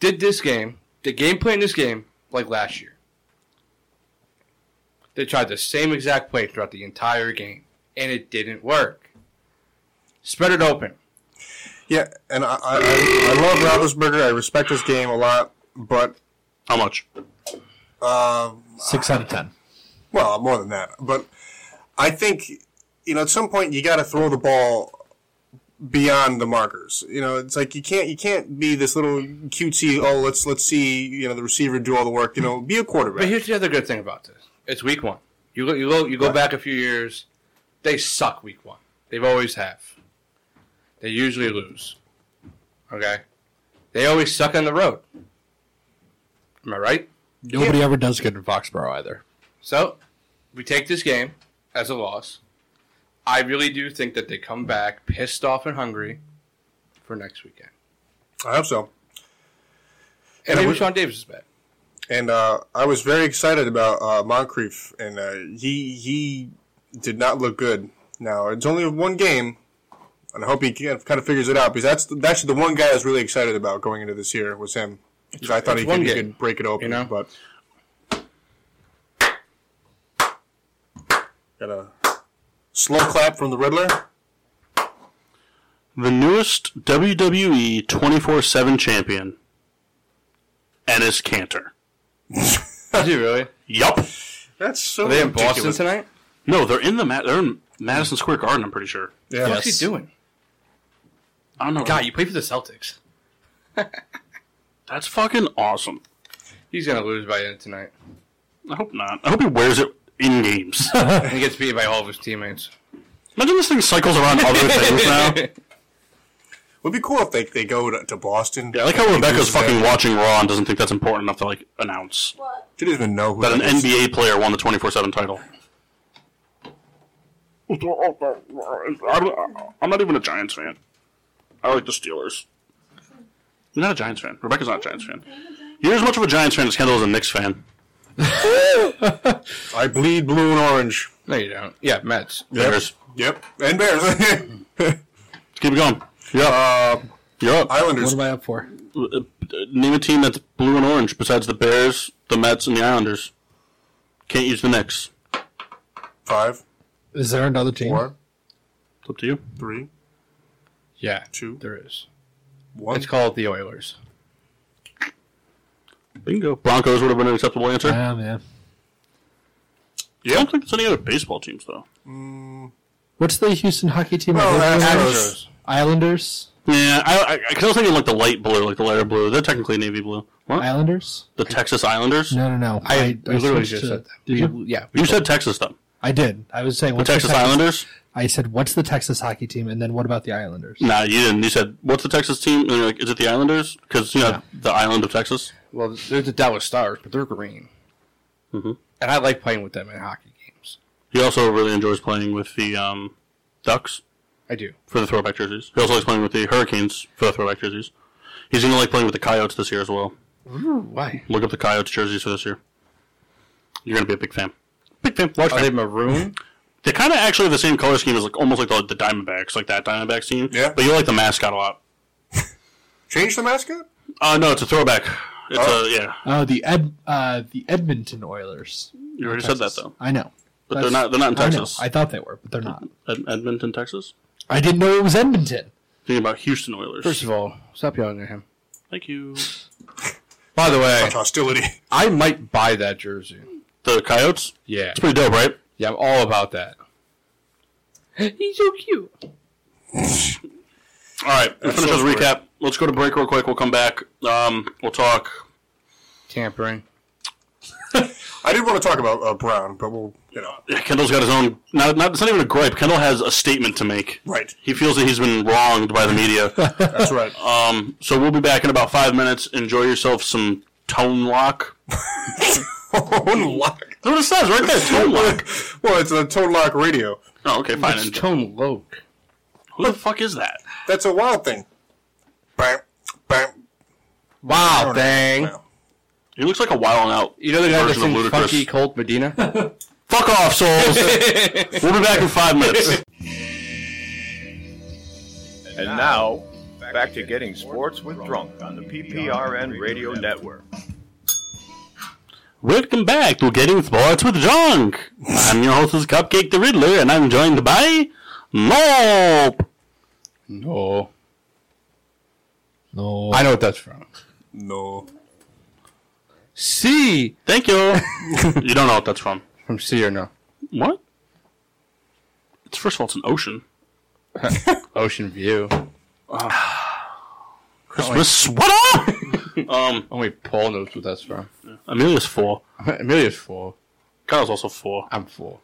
Speaker 2: did this game, the game plan in this game, like last year. They tried the same exact play throughout the entire game, and it didn't work. Spread it open.
Speaker 4: Yeah, and I I, I, I love Roethlisberger. I respect his game a lot, but
Speaker 1: How much?
Speaker 7: Six out of ten.
Speaker 4: Well, more than that. But I think, you know, at some point you got to throw the ball beyond the markers. You know, it's like you can't you can't be this little cutesy. Oh, let's let's see, you know, the receiver do all the work. You know, be a
Speaker 2: But
Speaker 4: quarterback.
Speaker 2: here's the other good thing about this: it's week one. You go, you go, you go back a few years. They suck week one. They've always have. They usually lose. Okay, they always suck on the road. Am I right?
Speaker 7: Nobody ever does good in Foxborough either.
Speaker 2: So we take this game as a loss. I really do think that they come back pissed off and hungry for next weekend.
Speaker 4: I hope so.
Speaker 2: And
Speaker 4: I
Speaker 2: maybe
Speaker 4: would-
Speaker 2: Sean Davis is back.
Speaker 4: And uh, I was very excited about uh, Moncrief, and uh, he he did not look good. Now it's only one game, and I hope he kind of, kind of figures it out because that's the, actually the one guy I was really excited about going into this year was him. 'Cause I thought
Speaker 2: it's
Speaker 4: he could,
Speaker 2: one
Speaker 4: he
Speaker 2: game,
Speaker 4: could break it open,
Speaker 2: you know?
Speaker 4: but got a slow clap from the Riddler.
Speaker 1: the newest WWE 24 7 champion, Ennis Cantor.
Speaker 2: Is he really?
Speaker 1: Yup.
Speaker 4: That's so
Speaker 2: Are they in Boston tonight?
Speaker 1: No, they're in the Ma- they're in Madison Square Garden, I'm pretty sure.
Speaker 4: Yeah.
Speaker 2: What's he doing?
Speaker 1: I don't know.
Speaker 2: God, you play for the Celtics.
Speaker 1: That's fucking awesome.
Speaker 2: He's gonna lose by the end of tonight.
Speaker 1: I hope not. I hope he wears it in games.
Speaker 2: And he gets beat by all of his teammates.
Speaker 1: Imagine this thing cycles around other things now.
Speaker 4: Would be cool if they, they go to, to Boston.
Speaker 1: Yeah, I like how Rebecca's fucking watching Raw and doesn't think that's important enough to like announce
Speaker 5: What?
Speaker 4: She doesn't even know who
Speaker 1: that an
Speaker 4: that is.
Speaker 1: NBA player won the 24 7 title. I'm not even a Giants fan. I like the Steelers. You're not a Giants fan. Rebecca's not a Giants fan. You're as much of a Giants fan as Kendall is a Knicks fan.
Speaker 4: I bleed blue and orange.
Speaker 2: no, you don't. Yeah, Mets.
Speaker 1: Bears.
Speaker 4: Yep, and Bears.
Speaker 1: Keep it going.
Speaker 4: uh,
Speaker 1: You're up.
Speaker 4: Islanders.
Speaker 7: What am I up for?
Speaker 1: Uh, Name a team that's blue and orange besides the Bears, the Mets, and the Islanders. Can't use the Knicks.
Speaker 4: Five,
Speaker 7: Is there another team?
Speaker 4: four,
Speaker 1: It's up to you.
Speaker 4: three,
Speaker 2: Yeah,
Speaker 4: two,
Speaker 2: there is.
Speaker 4: one.
Speaker 2: It's called the Oilers.
Speaker 1: Bingo. Broncos would have been an acceptable answer.
Speaker 3: Uh,
Speaker 7: Yeah, Oh, man.
Speaker 1: I don't think there's any other baseball teams though.
Speaker 7: What's the Houston hockey team?
Speaker 4: Well,
Speaker 7: Islanders?
Speaker 4: Astros.
Speaker 7: Islanders.
Speaker 1: Yeah, I, I, 'cause I was thinking like the light blue, like the lighter blue. They're technically navy blue. What?
Speaker 7: Islanders.
Speaker 1: the Texas Islanders?
Speaker 7: No, no, no.
Speaker 2: I, we literally
Speaker 7: switched
Speaker 2: just
Speaker 7: to-
Speaker 2: said that.
Speaker 7: Did you?
Speaker 2: We- Yeah. we
Speaker 1: You
Speaker 2: both-
Speaker 1: said Texas though.
Speaker 7: I did. I was saying
Speaker 1: The
Speaker 7: what's
Speaker 1: Texas
Speaker 7: the Texas
Speaker 1: Islanders?
Speaker 7: I said, what's the Texas hockey team? And then what about the Islanders?
Speaker 1: Nah, you didn't. You said what's the Texas team? And you're like, is it the Islanders? Because you know the island of Texas.
Speaker 2: Well, they're the Dallas Stars, but they're green.
Speaker 1: Mhm.
Speaker 2: And I like playing with them in hockey games.
Speaker 1: He also really enjoys playing with the um, Ducks
Speaker 2: I do.
Speaker 1: for the throwback jerseys. He also likes playing with the Hurricanes for the throwback jerseys. He's gonna like playing with the Coyotes this year as well.
Speaker 2: Why?
Speaker 1: Look up the Coyotes jerseys for this year. You're gonna be a big fan. Big fan. Large
Speaker 2: Are
Speaker 1: fan.
Speaker 2: they maroon?
Speaker 1: They kind of actually have the same color scheme as like almost like the, the Diamondbacks, like that Diamondbacks team.
Speaker 4: Yeah.
Speaker 1: But you like the mascot a lot.
Speaker 4: Change the mascot?
Speaker 1: Uh no, it's a throwback. It's
Speaker 4: Oh.
Speaker 1: a yeah.
Speaker 7: Oh, the Ed, uh, the Edmonton Oilers.
Speaker 1: You already
Speaker 7: Texas.
Speaker 1: said that though.
Speaker 7: I know,
Speaker 1: But
Speaker 7: That's-
Speaker 1: they're not. They're not in
Speaker 7: I know.
Speaker 1: Texas.
Speaker 7: I, thought they were, but they're not.
Speaker 1: Ed- Edmonton, Texas.
Speaker 7: I didn't know it was Edmonton.
Speaker 1: Thinking about Houston Oilers.
Speaker 2: First of all, stop yelling at him.
Speaker 1: Thank you.
Speaker 2: By the way,
Speaker 4: Such hostility.
Speaker 2: I might buy that jersey.
Speaker 1: The Coyotes.
Speaker 2: Yeah.
Speaker 1: It's pretty dope, right?
Speaker 2: Yeah, I'm all about that. He's so cute.
Speaker 1: All right. We finish
Speaker 4: sounds
Speaker 1: this recap. Let's go to break real quick. We'll come back. Um, we'll talk.
Speaker 2: Tampering.
Speaker 4: I did want to talk about uh, Brown, but we'll, you know.
Speaker 1: Yeah, Kendall's got his own. Not, not. It's not even a gripe. Kendall has a statement to make.
Speaker 4: Right.
Speaker 1: He feels that he's been wronged by the media.
Speaker 4: That's right.
Speaker 1: Um, so we'll be back in about five minutes. Enjoy yourself some tone lock.
Speaker 4: Tone lock.
Speaker 1: That's what it says right there. Tone lock.
Speaker 4: Well, it's a Tone Lock radio.
Speaker 1: Oh, okay, fine.
Speaker 2: It's
Speaker 1: Enjoy.
Speaker 2: Tone Loke.
Speaker 1: Who the fuck is that?
Speaker 4: That's a wild thing. Bam, bam.
Speaker 2: Wow, dang.
Speaker 1: He looks like a wild out.
Speaker 2: You know the guy that
Speaker 1: Version of
Speaker 2: sings
Speaker 1: Ludacris.
Speaker 2: Funky Colt Medina?
Speaker 1: Fuck off, souls. we'll be back in five minutes.
Speaker 10: And now, back to getting sports with drunk on the PPRN Radio Network.
Speaker 1: Welcome back to Getting Sports with Junk. I'm your host's Cupcake the Riddler, and I'm joined by Nope.
Speaker 2: no.
Speaker 7: No,
Speaker 2: I know what that's from.
Speaker 4: No.
Speaker 2: C.
Speaker 1: Thank you. you don't know what that's from.
Speaker 2: From C or no?
Speaker 1: What? It's first of all, it's an ocean.
Speaker 2: Ocean View.
Speaker 1: Christmas sweater. um,
Speaker 2: Only Paul knows what that's from.
Speaker 1: Amelia's four.
Speaker 2: Uh, Amelia's four.
Speaker 1: Kyle's also four.
Speaker 2: I'm four.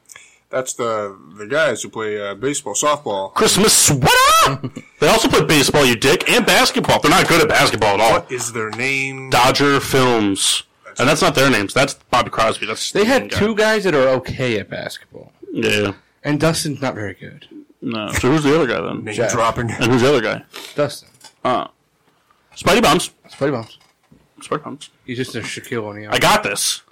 Speaker 4: That's the the guys who play uh, baseball, softball.
Speaker 1: Christmas sweater. they also play baseball, you dick, and basketball. They're not good at basketball at all.
Speaker 4: What is their name?
Speaker 1: Dodger Films, and that's not their names. That's Bobby Crosby. That's
Speaker 2: They had
Speaker 1: guy.
Speaker 2: two guys that are okay at basketball.
Speaker 1: Yeah.
Speaker 2: And Dustin's not very good.
Speaker 1: No. So who's the other guy then?
Speaker 4: Name
Speaker 2: Jack.
Speaker 4: dropping.
Speaker 1: And who's the other guy?
Speaker 2: Dustin.
Speaker 1: Uh Spidey bombs.
Speaker 2: It's Buddy Bombs.
Speaker 1: Spidey bombs.
Speaker 2: He's just a Shaquille O'Neal.
Speaker 1: I got this.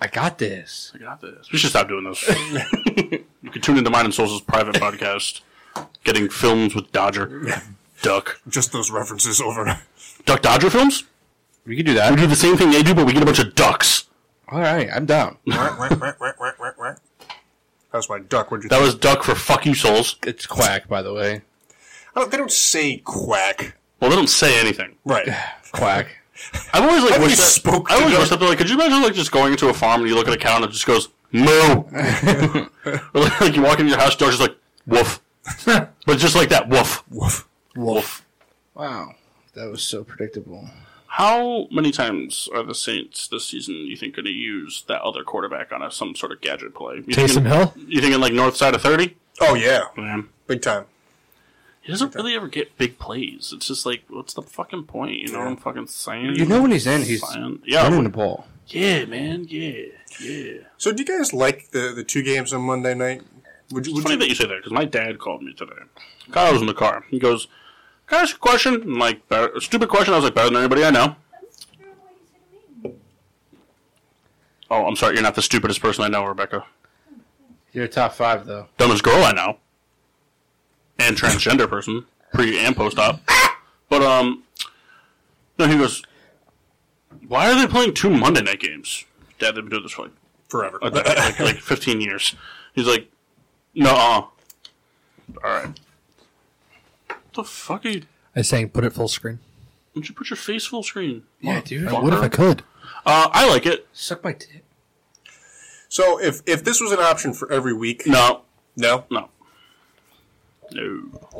Speaker 2: I got this.
Speaker 1: I got this. We should stop doing this. you can tune into Mind and Souls' private podcast, getting films with Dodger. Duck.
Speaker 4: Just those references over.
Speaker 1: Duck Dodger films?
Speaker 2: We can do
Speaker 1: We
Speaker 2: that.
Speaker 1: do the same thing they do, but we get a bunch of ducks.
Speaker 2: All right, I'm down.
Speaker 4: That's my duck. What'd you
Speaker 1: That was duck for fuck you souls.
Speaker 2: It's quack, by the way.
Speaker 4: I don't, Oh, they don't say quack.
Speaker 1: Well, they don't say anything.
Speaker 4: Right.
Speaker 2: Quack.
Speaker 1: I've always like
Speaker 4: Have
Speaker 1: wished
Speaker 4: you
Speaker 1: that.
Speaker 4: spoke
Speaker 1: I
Speaker 4: to
Speaker 1: always
Speaker 4: them?
Speaker 1: wish that. Like, could you imagine like just going into a farm and you look at a cow and it just goes moo, or like, like you walk into your house, dog's just like woof, but just like that woof,
Speaker 4: Woof.
Speaker 1: woof.
Speaker 2: Wow, that was so predictable.
Speaker 1: How many times are the Saints this season? You think going to use that other quarterback on a, some sort of gadget play? You
Speaker 7: Taysom
Speaker 1: thinking,
Speaker 7: Hill.
Speaker 1: You thinking like north side of thirty?
Speaker 4: Oh yeah,
Speaker 1: Man,
Speaker 4: big time.
Speaker 1: he doesn't really ever get big plays. It's just like, what's the fucking point? You know what I'm fucking saying?
Speaker 2: You know when he's in, he's
Speaker 1: Saying-
Speaker 2: running
Speaker 1: yeah,
Speaker 2: the ball.
Speaker 1: yeah, man, yeah, yeah.
Speaker 4: So do you guys like the the two games on Monday night? Would you?
Speaker 1: It's
Speaker 4: Would
Speaker 1: funny
Speaker 4: you
Speaker 1: that you say that because my dad called me today. Kyle was in the car. He goes, "Can I ask you a question?" I'm like, better, "Stupid question." I was like, "Better than anybody I know."
Speaker 5: That's true what you said to me.
Speaker 1: Oh, I'm sorry. You're not the stupidest person I know, Rebecca.
Speaker 2: You're top five though.
Speaker 1: Dumbest girl I know, and transgender person, pre and post op. But um, no, he goes, "Why are they playing two Monday night games?" Dad, they've been doing this for like
Speaker 4: forever.
Speaker 1: a decade, like, like 15 years. He's like, "No, uh-uh." all right." What the fuck are you
Speaker 7: I was saying, put it full screen.
Speaker 1: don't you put your face full screen?
Speaker 2: Yeah, dude.
Speaker 3: What if I could?
Speaker 1: Uh, I like it.
Speaker 2: Suck my dick.
Speaker 4: So if if this was an option for every week,
Speaker 1: No,
Speaker 4: no.
Speaker 1: no, no.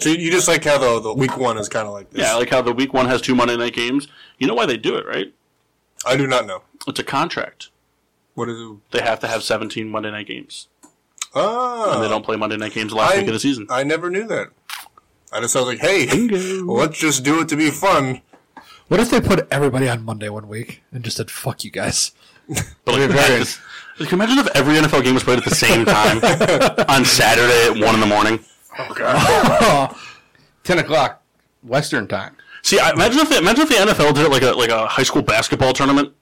Speaker 4: So you just like how the, the week one is kind of like this.
Speaker 1: Yeah, I like how the week one has two Monday night games. You know why they do it, right?
Speaker 4: I do not know
Speaker 1: It's a contract.
Speaker 4: what is it.
Speaker 1: They have to have 17 Monday night games,
Speaker 4: Oh,
Speaker 1: and they don't play Monday night games last week of the season.
Speaker 4: I never knew that. I just I was like, hey, let's just do it to be fun.
Speaker 3: What if they put everybody on Monday one week and just said "fuck you guys"?
Speaker 1: But like, imagine, like, imagine if every NFL game was played at the same time on Saturday at one in the morning.
Speaker 2: Ten o'clock Western time.
Speaker 1: See, I, imagine if the, imagine if the NFL did it like a like a high school basketball tournament.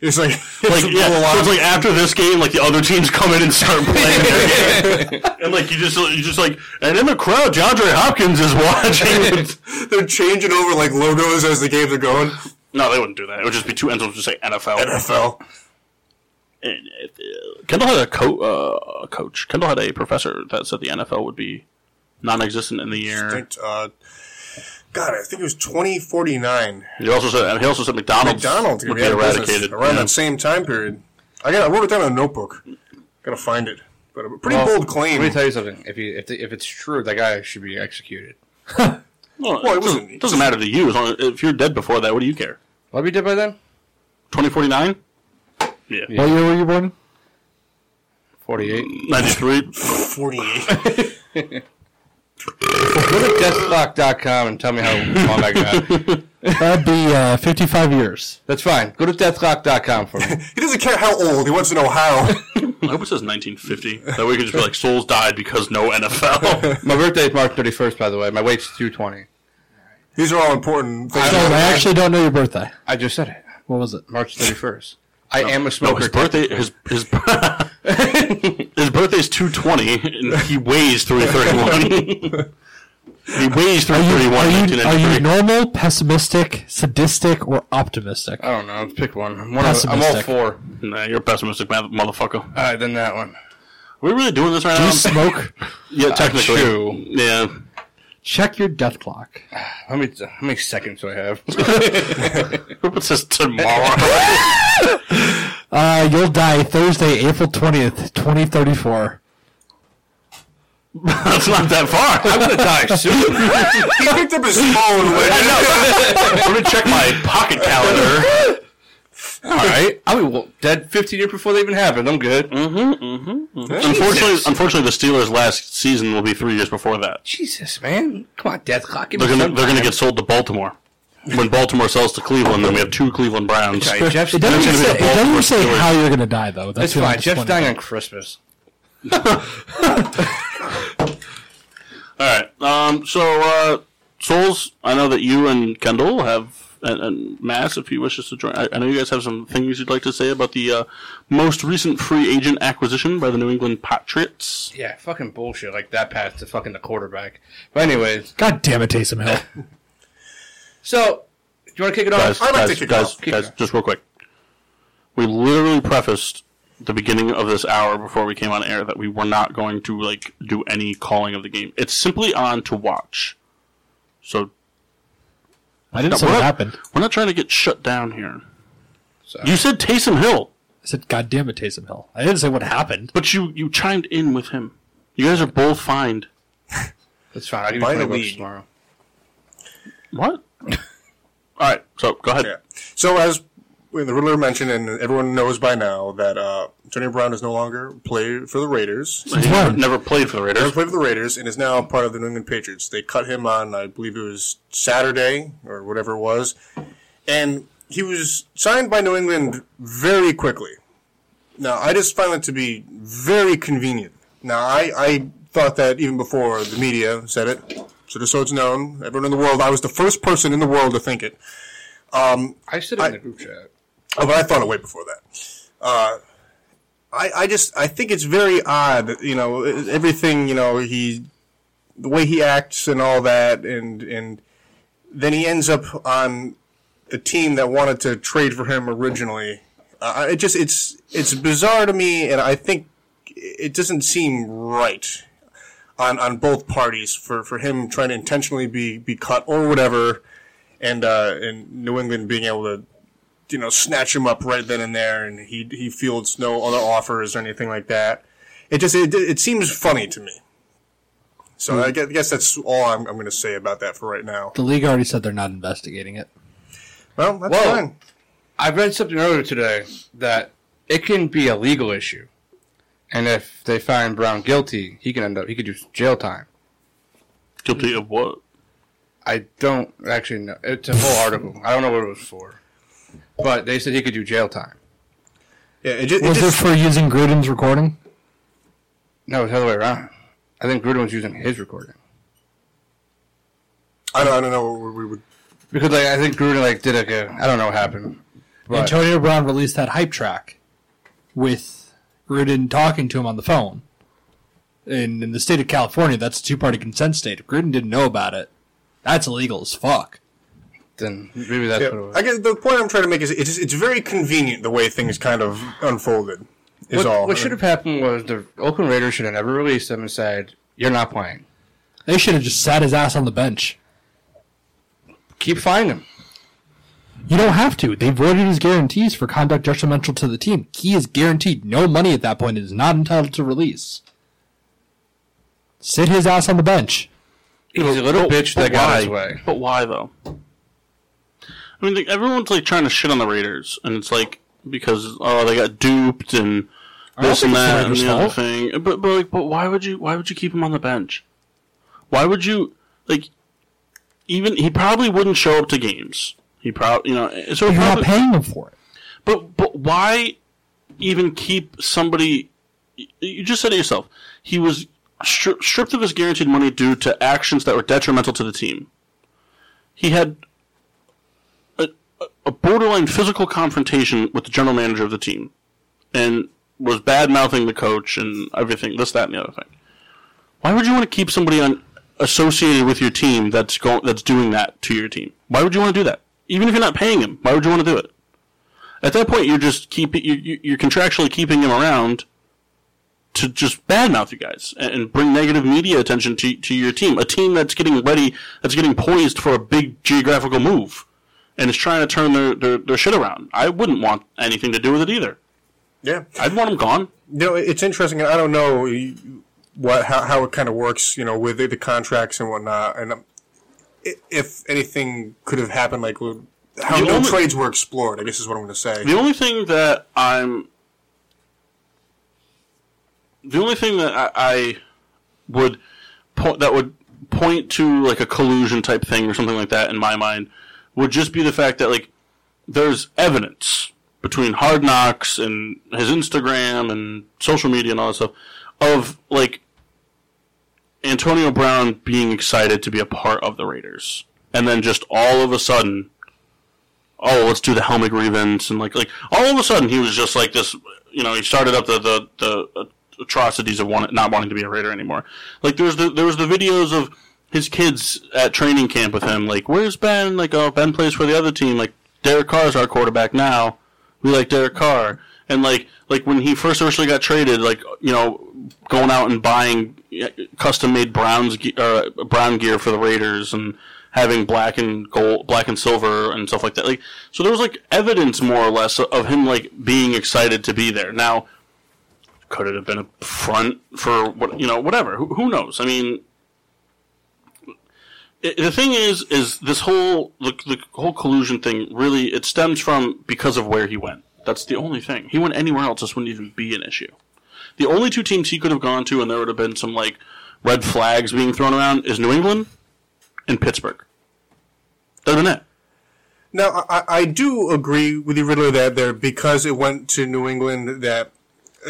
Speaker 4: It's like,
Speaker 1: Like yeah, so it's like after this game, like the other teams come in and start playing, their game. and like you just you just like and in the crowd, DeAndre Hopkins is watching.
Speaker 4: they're changing over like logos as the games are going.
Speaker 1: no, they wouldn't do that. It would just be two ends. It would just say NFL.
Speaker 4: NFL.
Speaker 1: And, uh, Kendall had a co- uh, a coach. Kendall had a professor that said the NFL would be non-existent in the year.
Speaker 4: Uh, God, I think it was 2049.
Speaker 1: He also said he also said McDonald's,
Speaker 4: McDonald's
Speaker 1: would
Speaker 4: gonna
Speaker 1: be
Speaker 4: be out of business
Speaker 1: eradicated.
Speaker 4: around
Speaker 1: Yeah.
Speaker 4: that same time period. I got I wrote it down in a notebook. Gotta find it. But a pretty
Speaker 2: Well,
Speaker 4: bold
Speaker 2: Let me
Speaker 4: claim.
Speaker 2: tell you something. If you if, the, if it's true, that guy should be executed.
Speaker 1: Well,
Speaker 4: Well, it
Speaker 1: it doesn't,
Speaker 4: wasn't-
Speaker 1: it doesn't matter to you. As long as, if you're dead before that, what do you care?
Speaker 2: What we did by then?
Speaker 1: 2049? Yeah.
Speaker 3: What year were you born?
Speaker 2: Forty eight.
Speaker 1: 93?
Speaker 4: 48.
Speaker 2: Go to deathclock.com and tell me how long I got.
Speaker 3: That'd be uh, fifty-five years.
Speaker 2: That's fine. Go to deathclock.com for me.
Speaker 4: he doesn't care how old. He wants to know how.
Speaker 1: I hope it says 1950. That way we could just be like, souls died because no NFL.
Speaker 2: My birthday is March 31st, by the way. My weight's 220.
Speaker 4: These are all important things.
Speaker 3: No, I actually don't know your birthday.
Speaker 2: I just said it.
Speaker 3: What was it?
Speaker 2: March 31st. I am a
Speaker 1: no,
Speaker 2: smoker.
Speaker 1: his birthday, his, his, his birthday's 220, and he weighs 331. he weighs 331
Speaker 3: Are you, are you
Speaker 1: 1993.
Speaker 3: normal, pessimistic, sadistic, or optimistic?
Speaker 2: I don't know. Pick one. I'm, one of, I'm all
Speaker 3: Pessimistic.
Speaker 2: four.
Speaker 1: nah, you're a pessimistic man, motherfucker.
Speaker 2: All right, then that one.
Speaker 1: Are we really doing this right
Speaker 3: Do
Speaker 1: now?
Speaker 3: you smoke?
Speaker 1: yeah, technically.
Speaker 2: chew.
Speaker 1: Yeah.
Speaker 3: Check your death clock.
Speaker 2: How many, how many seconds do I have?
Speaker 1: It says tomorrow.
Speaker 3: Uh, you'll die Thursday, April 20th, 2034.
Speaker 1: That's not that far.
Speaker 2: I'm going to die soon.
Speaker 4: he picked up his phone. When,
Speaker 1: I'm gonna check my pocket calendar.
Speaker 2: All right. Mm-hmm. I'll be well, dead 15 years before they even happened. I'm good.
Speaker 1: Unfortunately, unfortunately, the Steelers' last season will be three years before that.
Speaker 2: Jesus, man. Come on, deathclock. Give me
Speaker 1: They're gonna
Speaker 2: some
Speaker 1: they're gonna
Speaker 2: time.
Speaker 1: get sold to Baltimore. When Baltimore sells to Cleveland, then we have two Cleveland Browns.
Speaker 2: Okay, Jeff's,
Speaker 3: It doesn't,
Speaker 1: gonna be
Speaker 3: say,
Speaker 1: the
Speaker 3: it doesn't
Speaker 1: Baltimore
Speaker 3: say
Speaker 1: Steelers.
Speaker 3: how you're going to die, though.
Speaker 2: that's
Speaker 3: That's the only
Speaker 2: fine. Jeff's
Speaker 3: disappointing
Speaker 2: dying on Christmas.
Speaker 1: All right. Um. So, uh, Souls, I know that you and Kendall have and, and Mass, if he wishes to join. I, I know you guys have some things you'd like to say about the uh, most recent free agent acquisition by the New England Patriots.
Speaker 2: Yeah, fucking bullshit. Like that pass to fucking the quarterback. But anyways,
Speaker 3: God damn it, Taysom Hill.
Speaker 2: so do you want to kick it
Speaker 1: guys,
Speaker 2: off?
Speaker 4: I'd like
Speaker 1: guys,
Speaker 4: to kick
Speaker 1: guys,
Speaker 4: off.
Speaker 2: Kick
Speaker 1: guys,
Speaker 2: off.
Speaker 1: just real quick. We literally prefaced the beginning of this hour before we came on air that we were not going to like do any calling of the game. It's simply on to watch. So
Speaker 3: I didn't say
Speaker 1: we're
Speaker 3: what
Speaker 1: not-
Speaker 3: happened.
Speaker 1: we're not trying to get shut down here.
Speaker 2: So-
Speaker 1: You said Taysom Hill,
Speaker 3: I said, God damn it, Taysom Hill. I didn't say what happened.
Speaker 1: but you you chimed in with him. You guys are both fined.
Speaker 2: That's fine. I'll give you
Speaker 4: By the
Speaker 2: 20 bucks
Speaker 4: league.
Speaker 2: tomorrow.
Speaker 1: What? All right, so go ahead.
Speaker 4: yeah. So as the Riddler mentioned, and everyone knows by now, that uh, Antonio Brown is no longer play for the Raiders.
Speaker 1: He never, never played for the
Speaker 4: He
Speaker 1: Raiders.
Speaker 4: played for the Raiders and is now part of the New England Patriots. They cut him on, I believe it was Saturday or whatever it was, and he was signed by New England very quickly. Now I just find that to be very convenient. Now I, I thought that even before the media said it. So just so it's known, everyone in the world, I was the first person in the world to think it.
Speaker 2: I said it in the group chat.
Speaker 4: Oh, but I thought it way before that. Uh, I, I just I think it's very odd, you know, e, everything, you know, he, the way he acts and all that, and and then he ends up on the team that wanted to trade for him originally. Uh, it just it's it's bizarre to me, and I think it doesn't seem right on on both parties for for him trying to intentionally be be cut or whatever and uh, and New England being able to, you know, snatch him up right then and there, and he he fields no other offers or anything like that. It just it, it seems funny to me.
Speaker 2: Hmm.
Speaker 4: So I gue- guess that's all I'm, I'm going to say about that for right now.
Speaker 3: The league already said they're not investigating it.
Speaker 4: Well, that's
Speaker 2: Well-
Speaker 4: fine.
Speaker 2: I read something earlier today that it can be a legal issue, and if they find Brown guilty, he can end up he could do jail time.
Speaker 1: Guilty of what?
Speaker 2: I don't actually know. It's a whole article. I don't know what it was for, but they said he could do jail time.
Speaker 4: Yeah, it just, it
Speaker 3: Was it
Speaker 4: just
Speaker 3: for using Gruden's recording?
Speaker 2: No, it's the other way around. I think Gruden was using his recording
Speaker 4: I, don't, I don't know what we would.
Speaker 2: because like, I think Gruden like did like a I don't know what happened. But
Speaker 7: Antonio Brown released that hype track with Gruden talking to him on the phone. And in the state of California, that's a two party consent state. If Gruden didn't know about it, that's illegal as fuck.
Speaker 2: then maybe that's what it
Speaker 4: Yeah,
Speaker 2: was.
Speaker 4: I guess the point I'm trying to make is it's it's very convenient the way things kind of unfolded. Is
Speaker 2: what,
Speaker 4: all.
Speaker 2: what should have happened was the Oakland Raiders should have never released him and said you're not playing.
Speaker 7: They should have just sat his ass on the bench.
Speaker 2: Keep fining him.
Speaker 7: You don't have to. They voided his guarantees for conduct detrimental to the team. He is guaranteed no money at that point and is not entitled to release. Sit his ass on the bench.
Speaker 2: He's a little bitch that got his way.
Speaker 1: But why though? I mean, like, everyone's like trying to shit on the Raiders, and it's like because oh they got duped and this and that and the other thing. But but like, but why would you why would you keep him on the bench? Why would you like? Even he probably wouldn't show up to games. He probably you know so
Speaker 7: You're not
Speaker 1: probably,
Speaker 7: paying him for it.
Speaker 1: but but why even keep somebody? y- You just said it yourself. He was stri- stripped of his guaranteed money due to actions that were detrimental to the team. He had a, a- a borderline physical confrontation with the general manager of the team, and was bad mouthing the coach and everything. This, that, and the other thing. Why would you want to keep somebody on associated with your team that's go, that's doing that to your team? Why would you want to do that? Even if you're not paying him, why would you want to do it? At that point, you're just keeping you, you- you're contractually keeping him around to just badmouth you guys and, and bring negative media attention to to your team, a team that's getting ready, that's getting poised for a big geographical move, and is trying to turn their, their, their shit around. I wouldn't want anything to do with it either.
Speaker 4: yeah.
Speaker 1: I'd want him gone.
Speaker 4: you know, it's interesting. and I don't know what how, how it kind of works, you know, with the, the contracts and whatnot, and um, i- if anything could have happened, like with- how
Speaker 1: The
Speaker 4: no
Speaker 1: only-
Speaker 4: trades were explored. I guess is what I'm going to say.
Speaker 1: The only thing that I'm, the only thing that I, I would po- that would point to like a collusion type thing or something like that in my mind would just be the fact that like there's evidence between Hard Knocks and his Instagram and social media and all that stuff of like Antonio Brown being excited to be a part of the Raiders, and then just all of a sudden oh, let's do the helmet grievance, and like like all of a sudden he was just like this. You know, he started up the the, the atrocities of want, not wanting to be a Raider anymore. Like there's the there was the videos of his kids at training camp with him. Like where's Ben? Like oh, Ben plays for the other team. Like Derek Carr's our quarterback now. We like Derek Carr. And like like when he first originally got traded, like you know, going out and buying custom made Browns ge- uh, Brown gear for the Raiders and having black and gold, black and silver and stuff like that. Like so, there was like evidence more or less of him like being excited to be there. Now, could it have been a front for what you know? Whatever. Who, who knows? I mean, it- the thing is, is this whole the, the whole collusion thing really it stems from because of where he went. That's the only thing. He went anywhere else, this wouldn't even be an issue. The only two teams he could have gone to, and there would have been some like red flags being thrown around, is New England and Pittsburgh. Other than that,
Speaker 4: Now, I, I- I do agree with you, Riddler, that there because it went to New England, that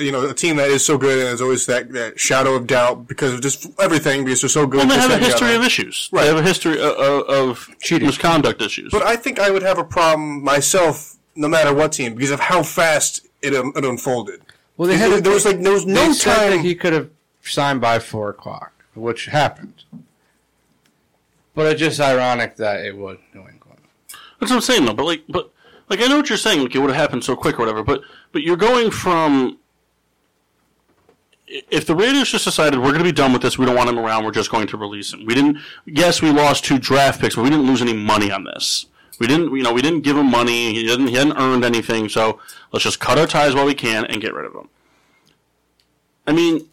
Speaker 4: you know a team that is so good and there's always that, that shadow of doubt because of just everything because they're so good.
Speaker 1: and they
Speaker 4: this,
Speaker 1: have a
Speaker 4: that, and the
Speaker 1: history
Speaker 4: other.
Speaker 1: of issues.
Speaker 4: uh, Right.
Speaker 1: They have a history of, of
Speaker 2: Cheating.
Speaker 1: misconduct issues.
Speaker 4: But I think I would have a problem myself, no matter what team, because of how fast it, um, it unfolded.
Speaker 2: Well, they
Speaker 4: There was like there was no
Speaker 2: they said that
Speaker 4: time.
Speaker 2: he could have signed by four o'clock, which happened. But it's just ironic that it was New England.
Speaker 1: That's what I'm saying though. But like, but like, I know what you're saying. Like, it would have happened so quick or whatever. But but you're going from i- if the Raiders just decided we're going to be done with this, we don't want him around, we're just going to release him. We didn't. Yes, we lost two draft picks, but we didn't lose any money on this. We didn't, you know, we didn't give him money. He didn't, he hadn't earned anything. So let's just cut our ties while we can and get rid of him. I mean,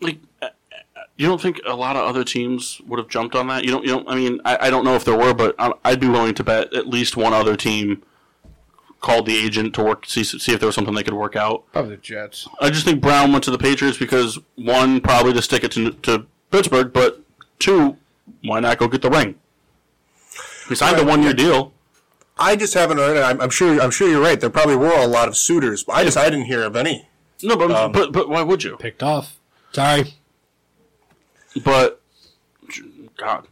Speaker 1: like, uh, uh, you don't think a lot of other teams would have jumped on that? You don't, you don't. I mean, I, I don't know if there were, but I- I'd be willing to bet at least one other team called the agent to work see see if there was something they could work out.
Speaker 2: Probably the Jets.
Speaker 1: I just think Brown went to the Patriots because one, probably to stick it to, to Pittsburgh, but two, why not go get the ring? He signed a
Speaker 4: Right.
Speaker 1: one year deal.
Speaker 4: I just haven't heard it. I'm, I'm sure. I'm sure you're right. There probably were a lot of suitors, but I just I didn't hear of any.
Speaker 1: No, but, but but why would you?
Speaker 7: picked off. Sorry.
Speaker 1: But God,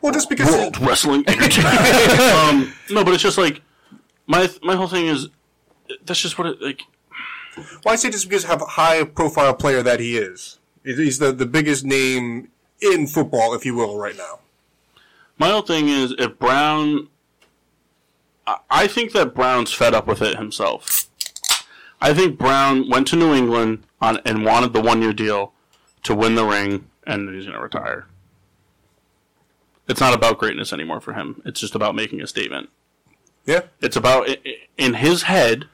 Speaker 4: Well, just because
Speaker 1: World Wrestling Entertainment. um, no, but it's just like my my whole thing is that's just what it like.
Speaker 4: Well, I say just because of how high profile player that he is. He's the, the biggest name in football, if you will, right now.
Speaker 1: My whole thing is if Brown, I, I think that Brown's fed up with it himself. I think Brown went to New England on and wanted the one year deal to win the ring, and he's going to retire. It's not about greatness anymore for him. It's just about making a statement.
Speaker 4: Yeah.
Speaker 1: It's about i- i- in his head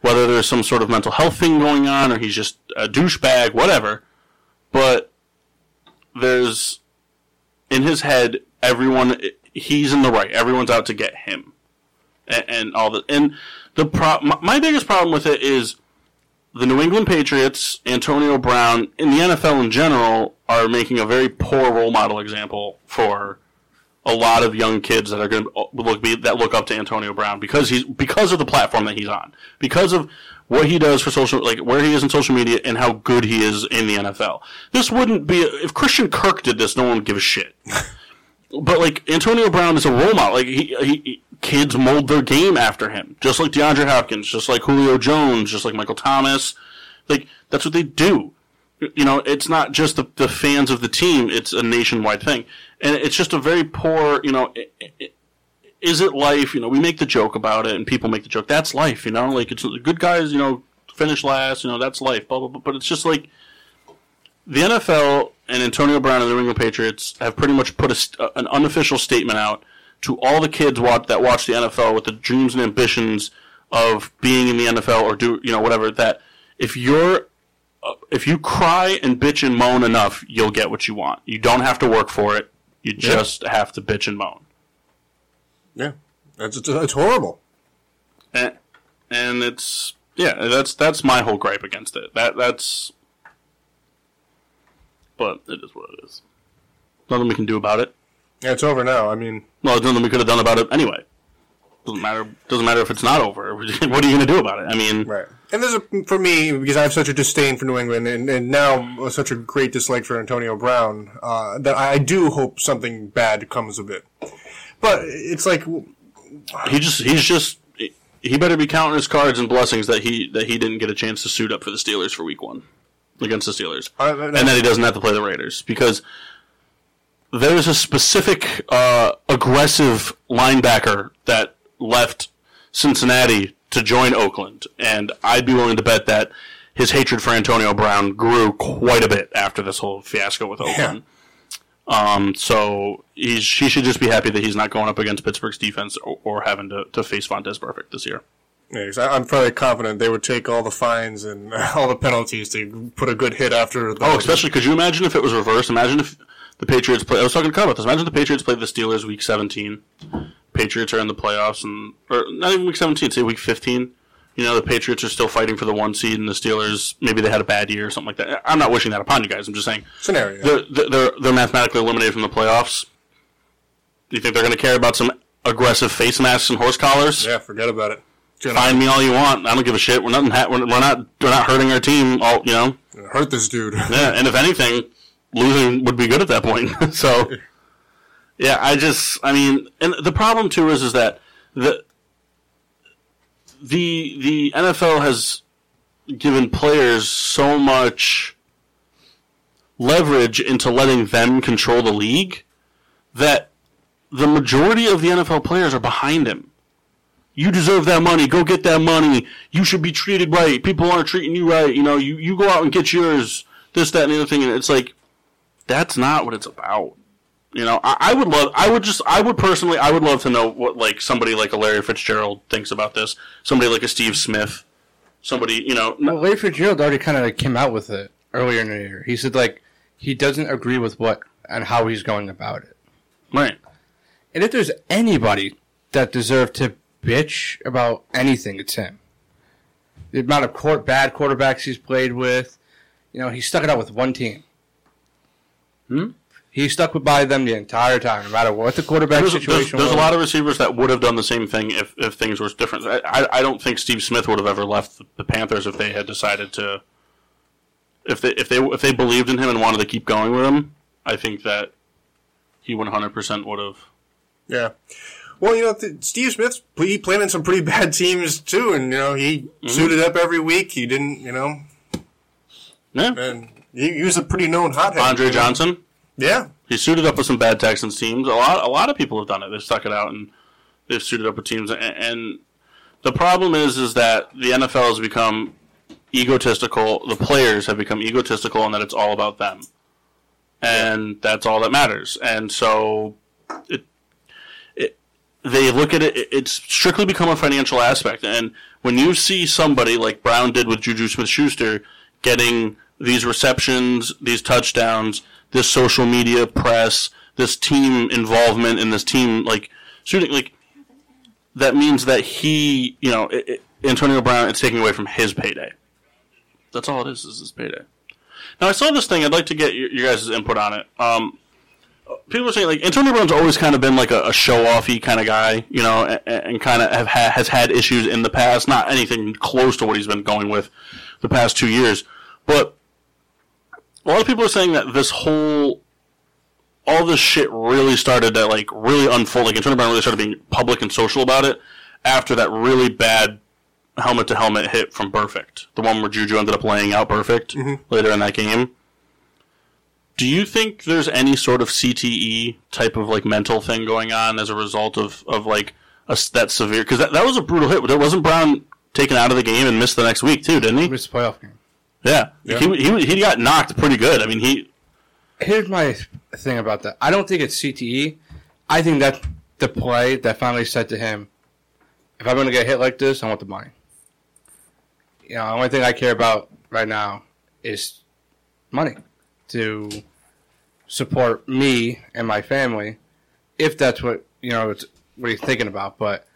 Speaker 1: whether there's some sort of mental health thing going on or he's just a douchebag, whatever. But there's in his head, everyone he's in the right. Everyone's out to get him, and, and all the and the pro. My, my biggest problem with it is the New England Patriots, Antonio Brown, and the NFL in general are making a very poor role model example for a lot of young kids that are going to look be, that look up to Antonio Brown because he's because of the platform that he's on, because of what he does for social, like where he is in social media and how good he is in the NFL. This wouldn't be if Christian Kirk did this, no one would give a shit. but like Antonio Brown is a role model. Like he, he, he- kids mold their game after him, just like DeAndre Hopkins, just like Julio Jones, just like Michael Thomas. Like that's what they do. You know, it's not just the, the fans of the team; it's a nationwide thing, and it's just a very poor. You know, i i i- is it life? You know, we make the joke about it, and people make the joke. That's life. You know, like it's the good guys. You know, finish last. You know, that's life. Blah blah blah. But it's just like the NFL and Antonio Brown and the New England Patriots have pretty much put a st- uh, an unofficial statement out to all the kids watch, that watch the NFL with the dreams and ambitions of being in the NFL or do you know whatever that if you're uh, if you cry and bitch and moan enough, you'll get what you want. You don't have to work for it. You just have to bitch and moan.
Speaker 4: Yeah. That's, it's, it's horrible.
Speaker 1: And, and it's yeah, that's that's my whole gripe against it. That that's but it is what it is. Nothing we can do about it.
Speaker 4: Yeah, it's over now. I mean,
Speaker 1: Well, there's nothing we could have done about it anyway. Doesn't matter. Doesn't matter if it's not over. what are you going to do about it? I mean,
Speaker 4: right. And there's a, for me, because I have such a disdain for New England and, and now such a great dislike for Antonio Brown, uh, that I do hope something bad comes of it. But it's like,
Speaker 1: he just he's just he better be counting his cards and blessings that he that he didn't get a chance to suit up for the Steelers for Week One against the Steelers,
Speaker 4: I- I-
Speaker 1: and that he doesn't have to play the Raiders because there is a specific uh, aggressive linebacker that left Cincinnati to join Oakland, and I'd be willing to bet that his hatred for Antonio Brown grew quite a bit after this whole fiasco with Oakland. Um, so he's, he should just be happy that he's not going up against Pittsburgh's defense or, or having to, to face Vontez Perfect this year.
Speaker 4: yeah, 'cause I- I'm fairly confident they would take all the fines and all the penalties to put a good hit after the.
Speaker 1: Oh, especially could you imagine if it was reversed? Imagine if the Patriots play. I was talking to Kyle about this. Imagine the Patriots played the Steelers week 17. Patriots are in the playoffs, and or not even week 17, say week 15. You know, the Patriots are still fighting for the one seed, and the Steelers maybe they had a bad year or something like that. I'm not wishing that upon you guys. I'm just saying
Speaker 4: scenario.
Speaker 1: they're, they're- they're, they're mathematically eliminated from the playoffs. Do you think they're going to care about some aggressive face masks and horse collars?
Speaker 4: yeah, forget about it. It's gonna
Speaker 1: Find me all you want. I don't give a shit. We're nothing. Ha- we're, we're not. We're not hurting our team. All you know.
Speaker 4: hurt this dude.
Speaker 1: Yeah, and if anything, losing would be good at that point. so, yeah, I just, I mean, and the problem too is, is that the the the NFL has given players so much leverage into letting them control the league that the majority of the NFL players are behind him. You deserve that money. Go get that money. You should be treated right. People aren't treating you right. You know, you, you go out and get yours. This, that, and the other thing. And it's like, that's not what it's about. You know, I, I would love, I would just, I would personally, I would love to know what like somebody like a Larry Fitzgerald thinks about this. Somebody like a Steve Smith. Somebody, you know, n-
Speaker 2: Well, Larry Fitzgerald already kind of like came out with it earlier in the year. He said like he doesn't agree with what and how he's going about it.
Speaker 1: right?
Speaker 2: And if there's anybody that deserved to bitch about anything, it's him. The amount of court bad quarterbacks he's played with, you know, he stuck it out with one team.
Speaker 1: Hmm?
Speaker 2: He stuck by them the entire time, no matter what the quarterback
Speaker 1: There's, there's-
Speaker 2: situation
Speaker 1: there's
Speaker 2: was.
Speaker 1: a lot of receivers that would have done the same thing if, if things were different. I, I, I don't think Steve Smith would have ever left the Panthers if they had decided to. If they if they if they believed in him and wanted to keep going with him, I think that he 100% would have.
Speaker 4: Yeah. Well, you know, th- Steve Smith, he played in some pretty bad teams too, and you know he
Speaker 1: Mm-hmm.
Speaker 4: suited up every week. He didn't, you know,
Speaker 1: Yeah.
Speaker 4: and he, he was a pretty known hothead.
Speaker 1: Andre Johnson,
Speaker 4: Yeah.
Speaker 1: he suited up with some bad Texans teams. A lot a lot of people have done it. They've stuck it out and they've suited up with teams. And, and the problem is is that the NFL has become egotistical. The players have become egotistical, and that it's all about them. and that's all that matters. And so, it, it, they look at it. it- It's strictly become a financial aspect. And when you see somebody like Brown did with Juju Smith-Schuster getting these receptions, these touchdowns, this social media press, this team involvement, and this team like shooting, like that means that he, you know, it, it, Antonio Brown, it's taking away from his payday. That's all it is. Is his payday. Now I saw this thing. I'd like to get your, your guys' input on it. Um, people are saying like Antonio Brown's always kind of been like a, a show-offy kind of guy, you know, and, and kind of have ha- has had issues in the past. Not anything close to what he's been going with the past two years, but a lot of people are saying that this whole all this shit really started to like really unfold. Like Antonio Brown really started being public and social about it after that really bad helmet to helmet hit from Perfect, the one where Juju ended up laying out Perfect later in that game. Do you think there's any sort of CTE type of like mental thing going on as a result of of like a s that severe? Because that, that was a brutal hit. There wasn't Brown taken out of the game and missed the next week too, didn't he?
Speaker 2: missed the playoff game.
Speaker 1: Yeah, He, he he got knocked pretty good. I mean, he
Speaker 2: here's my thing about that. I don't think it's CTE. I think that the play that finally said to him, if I'm going to get hit like this, I want the money. You know, the only thing I care about right now is money to support me and my family, if that's what you know it's what he's thinking about. But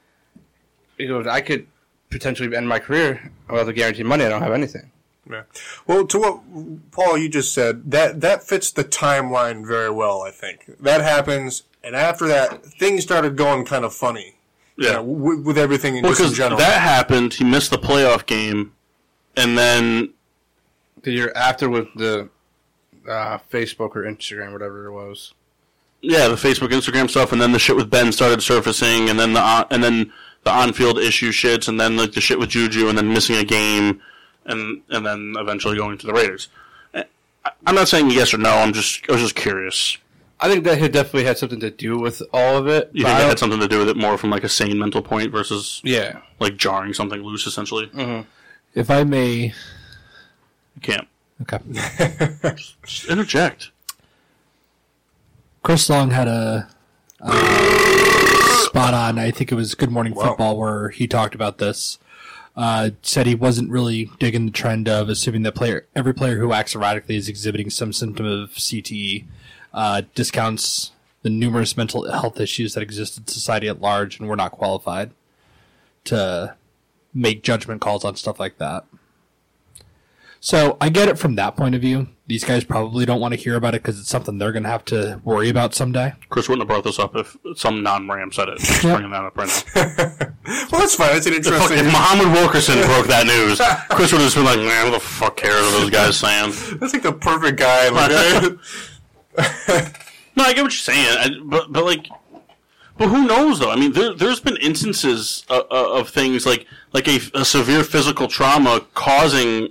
Speaker 2: he goes, I could potentially end my career without the guaranteed money. I don't have anything.
Speaker 4: Yeah. Well, to what Paul you just said, that that fits the timeline very well. I think that happens, and after that, things started going kind of funny.
Speaker 1: yeah.
Speaker 4: you know, with, with everything in, just in
Speaker 1: because
Speaker 4: general.
Speaker 1: that happened, he missed the playoff game, and then
Speaker 2: The year after with the uh, Facebook or Instagram, whatever it was.
Speaker 1: yeah, the Facebook, Instagram stuff, and then the shit with Ben started surfacing, and then the on, and then the on-field issue shits, and then like the shit with Juju, and then missing a game, and and then eventually going to the Raiders. Eh, I, I'm not saying yes or no. I'm just I was just curious.
Speaker 2: I think that had definitely had something to do with all of it.
Speaker 1: You think
Speaker 2: but I
Speaker 1: that
Speaker 2: don't-
Speaker 1: had something to do with it more from like a sane mental point versus
Speaker 2: yeah.
Speaker 1: like jarring something loose? Essentially,
Speaker 3: If I may,
Speaker 1: you can't
Speaker 3: okay.
Speaker 1: Just interject.
Speaker 3: Chris Long had a uh, spot on. I think it was Good Morning Football where he talked about this. Uh, said he wasn't really digging the trend of assuming that player every player who acts erratically is exhibiting some symptom of CTE. Uh, discounts the numerous mental health issues that exist in society at large, and we're not qualified to make judgment calls on stuff like that. So I get it from that point of view. These guys probably don't want to hear about it because it's something they're going to have to worry about someday.
Speaker 1: Chris wouldn't have brought this up if some non-Ram said it. Just bringing that up right now.
Speaker 4: well, that's fine. That's an
Speaker 1: Fuck,
Speaker 4: interesting.
Speaker 1: if Muhammad Wilkerson broke that news, Chris would have just been like, man, what the fuck cares what those guys saying?
Speaker 4: That's like the perfect guy. Like,
Speaker 1: No, I get what you're saying, I, but but like, but who knows though? I mean, there, there's been instances of, of things like like a, a severe physical trauma causing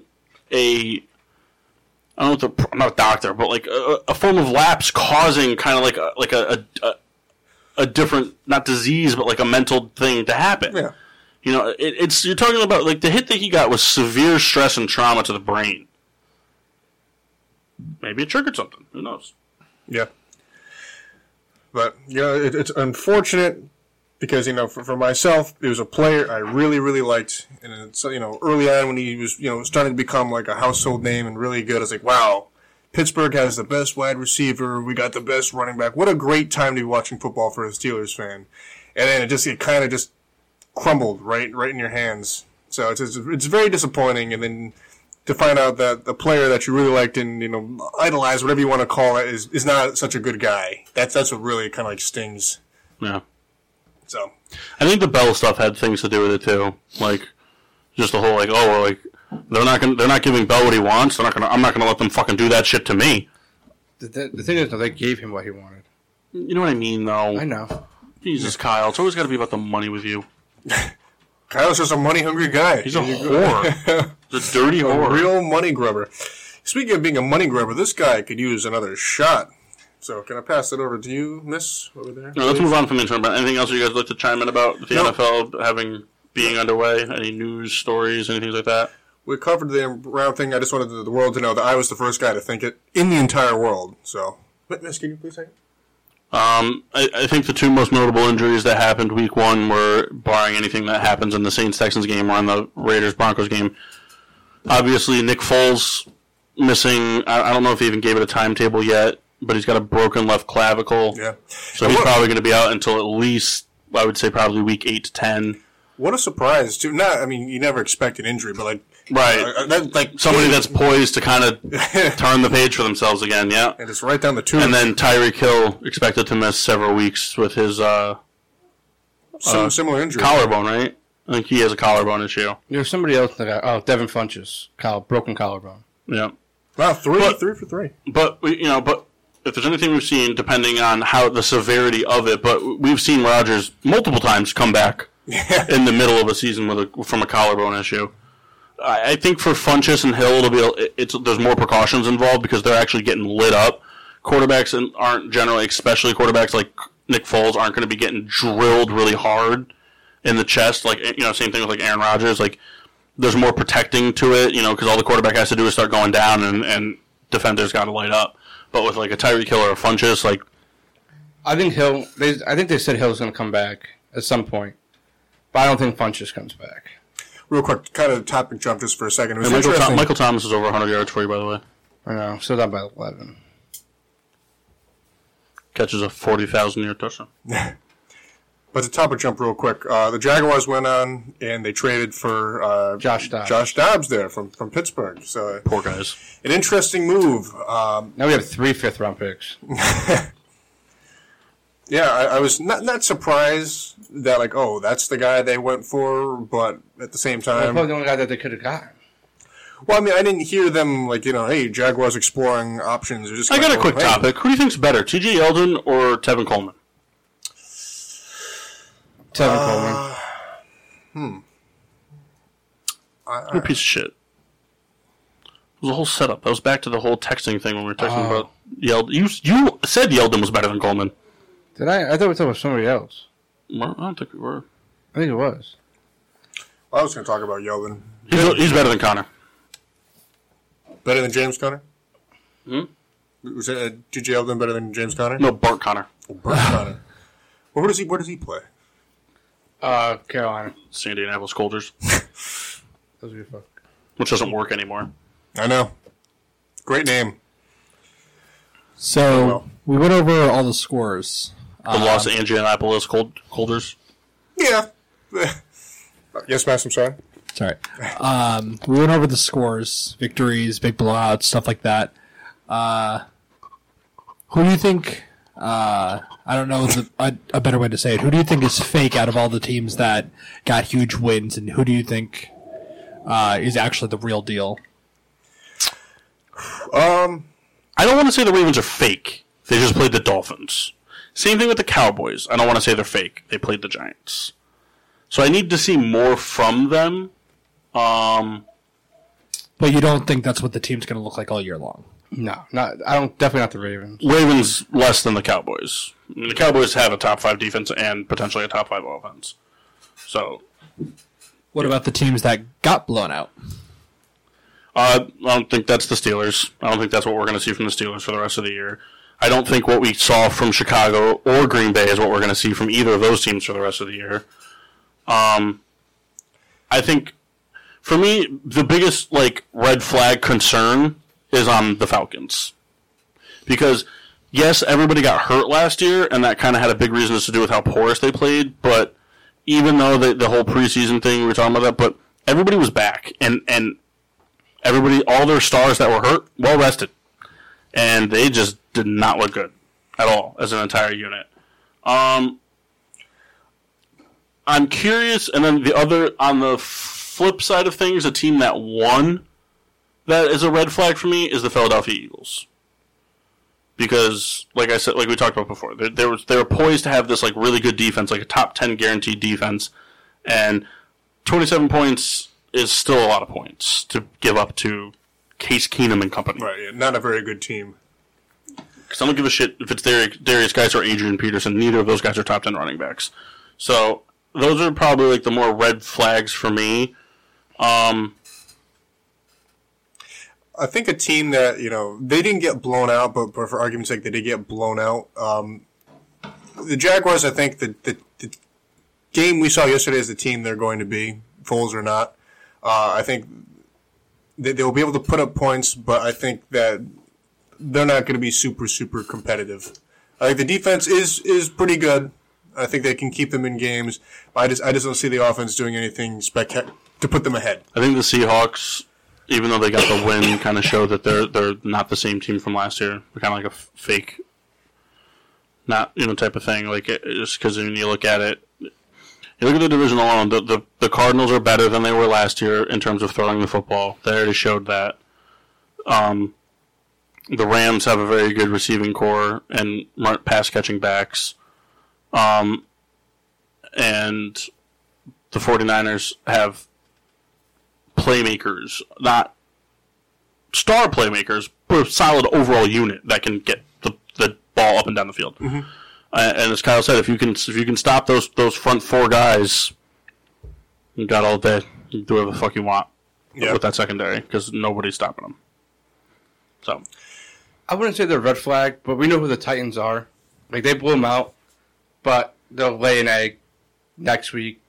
Speaker 1: a I don't know, what the, pr- I'm not a doctor, but like a, a form of lapse causing kind of like a, like a, a a different not disease, but like a mental thing to happen.
Speaker 4: Yeah.
Speaker 1: You know, it, it's you're talking about like the hit that he got was severe stress and trauma to the brain. Maybe it triggered something. Who knows?
Speaker 4: Yeah. But yeah, it, it's unfortunate because you know for, for myself, it was a player I really really liked, and it's, you know early on when he was you know starting to become like a household name and really good, I was like, wow, Pittsburgh has the best wide receiver, we got the best running back. What a great time to be watching football for a Steelers fan. And then it just it kind of just crumbled right right in your hands. So it's it's, it's very disappointing, and then to find out that the player that you really liked and you know idolized, whatever you want to call it, is is not such a good guy. That's that's what really kind of like stings.
Speaker 1: Yeah.
Speaker 4: So
Speaker 1: I think the Bell stuff had things to do with it too. Like just the whole like, oh, well, like they're not gonna, they're not giving Bell what he wants. They're not gonna I'm not gonna let them fucking do that shit to me.
Speaker 2: The, the, the thing is, though, they gave him what he wanted.
Speaker 1: You know what I mean though?
Speaker 2: I know.
Speaker 1: Jesus Kyle, it's always gotta be about the money with you.
Speaker 4: Kyle's just a money hungry guy.
Speaker 1: He's a whore. He's a dirty
Speaker 4: a
Speaker 1: whore.
Speaker 4: real money grubber. Speaking of being a money grubber, this guy could use another shot. So can I pass it over to you, Miss over there?
Speaker 1: No, let's move on from intern. But anything else you guys like to chime in about the
Speaker 4: No.
Speaker 1: NFL having being underway? Any news stories? Anything like that?
Speaker 4: We covered the round thing. I just wanted the the world to know that I was the first guy to think it in the entire world. So, Mi- Miss, can you please take it?
Speaker 1: Um, I, I think the two most notable injuries that happened week one were, barring anything that happens in the Saints Texans game or in the Raiders Broncos game, obviously Nick Foles missing. I, I don't know if he even gave it a timetable yet, but he's got a broken left clavicle,
Speaker 4: Yeah.
Speaker 1: so he's probably going to be out until at least I would say probably week eight to ten.
Speaker 4: What a surprise! too. not. I mean, you never expect an injury, but like,
Speaker 1: Right.
Speaker 4: uh, uh, that, like
Speaker 1: Somebody that's poised to kind of turn the page for themselves again. Yeah.
Speaker 4: and it's right down the tube.
Speaker 1: And then Tyreek Hill expected to miss several weeks with his uh,
Speaker 4: some Uh, similar injury.
Speaker 1: collarbone, right? I think he has a collarbone issue.
Speaker 2: There's somebody else that got, oh, Devin Funches, coll- broken collarbone.
Speaker 1: Yeah,
Speaker 4: Wow, three,
Speaker 1: But-
Speaker 4: three for three.
Speaker 1: but we, you know, but if there's anything we've seen, depending on how the severity of it, but we've seen Rodgers multiple times come back in the middle of a season with a, from a collarbone issue. I, I think for Funchess and Hill, it'll be a, it's there's more precautions involved because they're actually getting lit up. Quarterbacks and- aren't generally, especially quarterbacks like Nick Foles, aren't going to be getting drilled really hard in the chest. Like you know, same thing with like Aaron Rodgers. Like there's more protecting to it, you know, because all the quarterback has to do is start going down and, and defenders got to light up. But with like a Tyreek Hill or a Funchess, like
Speaker 2: I think Hill. They, I think they said Hill's going to come back at some point, but I don't think Funches comes back.
Speaker 4: Real quick, kind of topic jump just for a second. It was
Speaker 1: and Michael,
Speaker 4: interesting.
Speaker 1: Thom- Michael Thomas is over 100 yards for you, by the way.
Speaker 2: I know. So down by eleven.
Speaker 1: Catches a 40,000 yard touchdown.
Speaker 4: But to topic jump real quick, uh, the Jaguars went on and they traded for uh,
Speaker 2: Josh Dobbs.
Speaker 4: Josh Dobbs there from, from Pittsburgh. So
Speaker 1: Poor guys.
Speaker 4: an interesting move. Um,
Speaker 2: Now we have three fifth round picks.
Speaker 1: Um,
Speaker 4: yeah, I, I was not not surprised that like oh that's the guy they went for, but at the same
Speaker 2: That's
Speaker 4: time,
Speaker 2: probably the only guy that they could have gotten.
Speaker 4: well, I mean, I didn't hear them like you know hey Jaguars exploring options. They're Just
Speaker 1: I got
Speaker 4: like,
Speaker 1: a quick
Speaker 4: hey.
Speaker 1: topic. Who do you think's better, TJ Yeldon or Tevin Coleman?
Speaker 2: Tevin
Speaker 1: uh,
Speaker 2: Coleman.
Speaker 1: What a piece of shit. It was a whole setup. That was back to the whole texting thing when we were texting about Yeldon. You, you said Yeldon was better than Coleman.
Speaker 2: Did I? I thought we were talking about somebody else.
Speaker 1: Well, I don't think we were.
Speaker 2: I think it was.
Speaker 4: I was going to talk about Yeldon.
Speaker 1: He's, he's better than Connor.
Speaker 4: Better than James Conner? Hmm? Was it, uh, DJ Yeldon better than James Conner?
Speaker 1: No, Bart Connor.
Speaker 4: Or Burt Conner. Well, where does he where does he play?
Speaker 2: Uh, Carolina.
Speaker 1: It's the Indianapolis Colgers,
Speaker 2: Those would be fun.
Speaker 1: which doesn't work anymore.
Speaker 4: I know. Great name.
Speaker 3: So
Speaker 4: Oh, well.
Speaker 3: we went over all the scores.
Speaker 1: The Los Angeles Col- Colgers.
Speaker 4: Yeah. yes, Mass, I'm sorry.
Speaker 3: Sorry. Um, we went over the scores, victories, big blowouts, stuff like that. Uh, who do you think? Uh, I don't know the, a, a better way to say it. Who do you think is fake out of all the teams that got huge wins, and who do you think uh, is actually the real deal?
Speaker 1: I don't want to say the Ravens are fake. They just played the Dolphins. Same thing with the Cowboys. I don't want to say they're fake. They played the Giants. So I need to see more from them. Um,
Speaker 3: But you don't think that's what the team's going to look like all year long.
Speaker 2: No, not. I don't. Definitely not the Ravens.
Speaker 1: Ravens less than the Cowboys. I mean, the Cowboys have a top five defense and potentially a top five offense. So
Speaker 3: What about the teams that got blown out?
Speaker 1: Uh, I don't think that's the Steelers. I don't think that's what we're going to see from the Steelers for the rest of the year. I don't think what we saw from Chicago or Green Bay is what we're going to see from either of those teams for the rest of the year. Um, I think for me the biggest like red flag concern is on the Falcons because yes, everybody got hurt last year, and that kind of had a big reason to do with how porous they played. But even though the, the whole preseason thing we were talking about that, but everybody was back, and and everybody, all their stars that were hurt, well rested, and they just did not look good at all as an entire unit. Um, I'm curious, and then the other on the flip side of things, a team that won that is a red flag for me is the Philadelphia Eagles because, like I said, like we talked about before, there, there was they were poised to have this like really good defense, like a top ten guaranteed defense, and twenty seven points is still a lot of points to give up to Case Keenum and company.
Speaker 4: Right, yeah, not a very good team.
Speaker 1: Because I don't give a shit if it's Darius, Darius Geis or Adrian Peterson. Neither of those guys are top ten running backs. So those are probably like the more red flags for me. Um,
Speaker 4: I think a team that you know they didn't get blown out, but, but for argument's sake, they did get blown out. Um, the Jaguars, I think the, the the game we saw yesterday is the team they're going to be, Foles or not. Uh, I think they, they will be able to put up points, but I think that they're not going to be super super competitive. I think the defense is is pretty good. I think they can keep them in games. I just I just don't see the offense doing anything spec to put them ahead.
Speaker 1: I think the Seahawks, even though they got the win, kind of show that they're they're not the same team from last year. They're kind of like a f- fake, not you know type of thing. Like it, it's just because when you look at it, you look at the division alone. The, the the Cardinals are better than they were last year in terms of throwing the football. They already showed that. Um, the Rams have a very good receiving core and mar- pass catching backs. Um, and the 49ers have playmakers, not star playmakers, but a solid overall unit that can get the, the ball up and down the field. Uh, and as Kyle said, if you can if you can stop those those front four guys, you got all day. You can do whatever the fuck you want
Speaker 4: Yeah.
Speaker 1: with that secondary because nobody's stopping them. So
Speaker 2: I wouldn't say they're a red flag, but we know who the Titans are. Like they blew them out, but they'll lay an egg next week,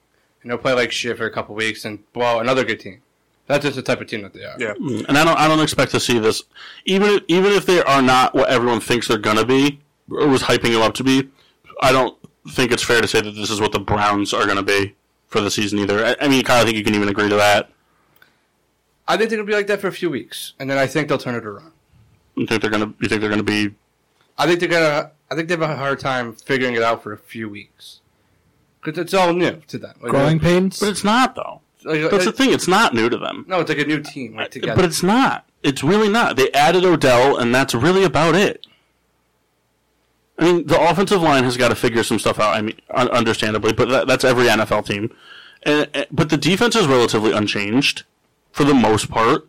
Speaker 2: and they'll play like shit for a couple weeks and blow out another good team. That's just the type of team that they are.
Speaker 4: Yeah.
Speaker 1: and I don't I don't expect to see this even if, even if they are not what everyone thinks they're gonna be or was hyping them up to be. I don't think it's fair to say that this is what the Browns are gonna be for the season either. I, I mean, Kyle, I think you can even agree to that.
Speaker 2: I think they're gonna be like that for a few weeks, and then I think they'll turn it around.
Speaker 1: You think they're gonna you think they're gonna be
Speaker 2: I think they're gonna. I think they have a hard time figuring it out for a few weeks because it's all new to them. Like,
Speaker 3: Growing pains.
Speaker 1: But it's not though.
Speaker 2: like,
Speaker 1: That's the
Speaker 2: it-
Speaker 1: thing. It's not new to them.
Speaker 2: No, it's like a new team like together.
Speaker 1: But it's not. It's really not. They added Odell, and that's really about it. I mean, the offensive line has got to figure some stuff out. I mean, un- understandably, but that, that's every NFL team. And, and- but the defense is relatively unchanged for the most part.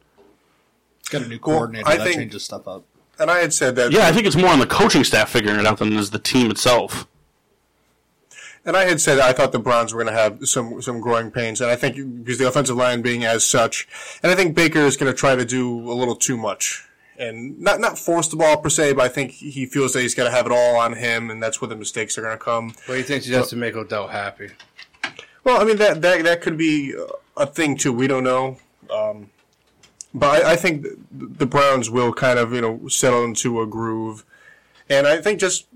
Speaker 7: Got a new
Speaker 4: Well,
Speaker 7: coordinator
Speaker 4: I
Speaker 7: that
Speaker 4: think-
Speaker 7: changes stuff up.
Speaker 4: And I had said that.
Speaker 1: Yeah, I think it's more on the coaching staff figuring it out than is the team itself.
Speaker 4: And I had said I thought the Browns were going to have some some growing pains, and I think because the offensive line being as such, and I think Baker is going to try to do a little too much, and not not force the ball per se, but I think he feels that he's got to have it all on him, and that's where the mistakes are going to come.
Speaker 2: Well, he thinks he has to make Odell happy.
Speaker 4: Well, I mean that that that could be a thing too. We don't know, um, but I, I think th- the Browns will kind of you know settle into a groove, and I think just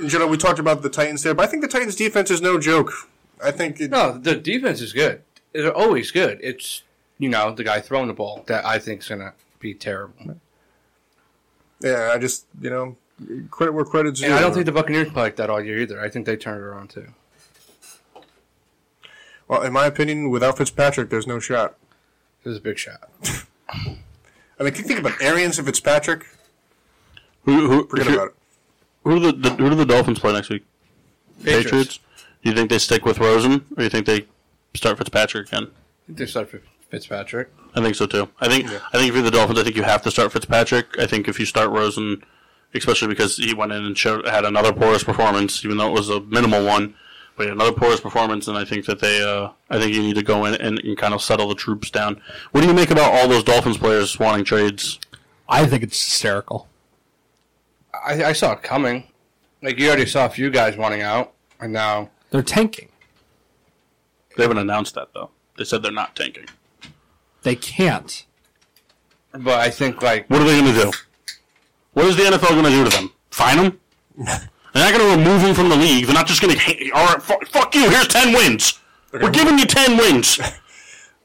Speaker 4: in general we talked about the Titans there, but I think the Titans defense is no joke. I think it,
Speaker 2: No, the defense is good. They're always good. It's you know the guy throwing the ball that I think's gonna be terrible.
Speaker 4: yeah, I just you know credit where credit's due.
Speaker 2: And I don't think the Buccaneers play like that all year either. I think they turned it around too.
Speaker 4: well, in my opinion, without Fitzpatrick, there's no shot.
Speaker 2: This is a big shot.
Speaker 4: I mean, can you think about Arians and Fitzpatrick?
Speaker 1: Who, who,
Speaker 4: Forget about it.
Speaker 1: Who do the, the who do the Dolphins play next week?
Speaker 2: Patriots.
Speaker 1: Do you think they stick with Rosen, or do you think they start Fitzpatrick again?
Speaker 2: I think they started with Fitzpatrick.
Speaker 1: I think so too. I think I think if you're the Dolphins, I think you have to start Fitzpatrick. I think if you start Rosen, especially because he went in and showed had another porous performance, even though it was a minimal one. But yeah, another porous performance, and I think that they, uh, I think you need to go in and, and kind of settle the troops down. What do you make about all those Dolphins players wanting trades?
Speaker 3: I think it's hysterical.
Speaker 2: I, I saw it coming. Like you already saw a few guys wanting out, and now
Speaker 3: They're tanking.
Speaker 1: They haven't announced that though. They said they're not tanking.
Speaker 3: They can't.
Speaker 2: But I think like
Speaker 1: What are they going to do? What is the NFL going to do to them? Fine them? They're not going to remove him from the league. They're not just going to, all right, fuck, fuck you. Here's ten wins. We're giving you ten wins.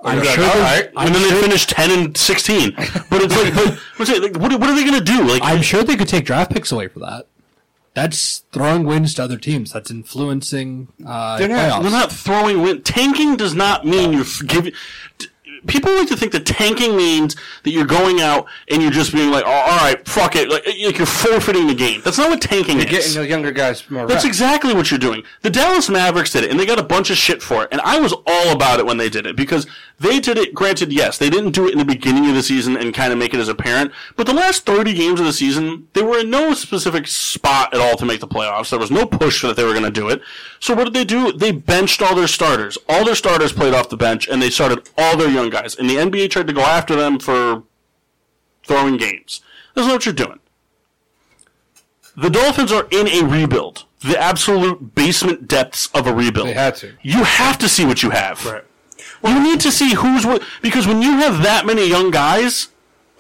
Speaker 3: I'm
Speaker 1: Like,
Speaker 3: sure
Speaker 1: all
Speaker 3: there's-
Speaker 1: right.
Speaker 3: I'm
Speaker 1: and then
Speaker 3: sure-
Speaker 1: they finish ten and sixteen. But it's like, but, what's it, like what, what are they going to do? Like,
Speaker 3: I'm sure they could take draft picks away for that. That's throwing wins to other teams. That's influencing uh,
Speaker 2: They're not-
Speaker 3: playoffs.
Speaker 1: They're not throwing win. Tanking does not mean you're f- giving. t- People like to think that tanking means that you're going out and you're just being like, oh, all right, fuck it, like, like you're forfeiting the game. That's not what tanking
Speaker 2: getting
Speaker 1: is.
Speaker 2: the younger guys more
Speaker 1: That's
Speaker 2: reps.
Speaker 1: exactly what you're doing. The Dallas Mavericks did it, and they got a bunch of shit for it. And I was all about it when they did it because they did it. Granted, yes, they didn't do it in the beginning of the season and kind of make it as apparent. But the last 30 games of the season, they were in no specific spot at all to make the playoffs. There was no push that they were going to do it. So what did they do? They benched all their starters. All their starters played off the bench, and they started all their young guys. And the NBA tried to go after them for throwing games. That's not what you're doing. The Dolphins are in a rebuild, the absolute basement depths of a rebuild.
Speaker 2: They had to.
Speaker 1: You have to see what you have. Right. you need to see who's what because when you have that many young guys,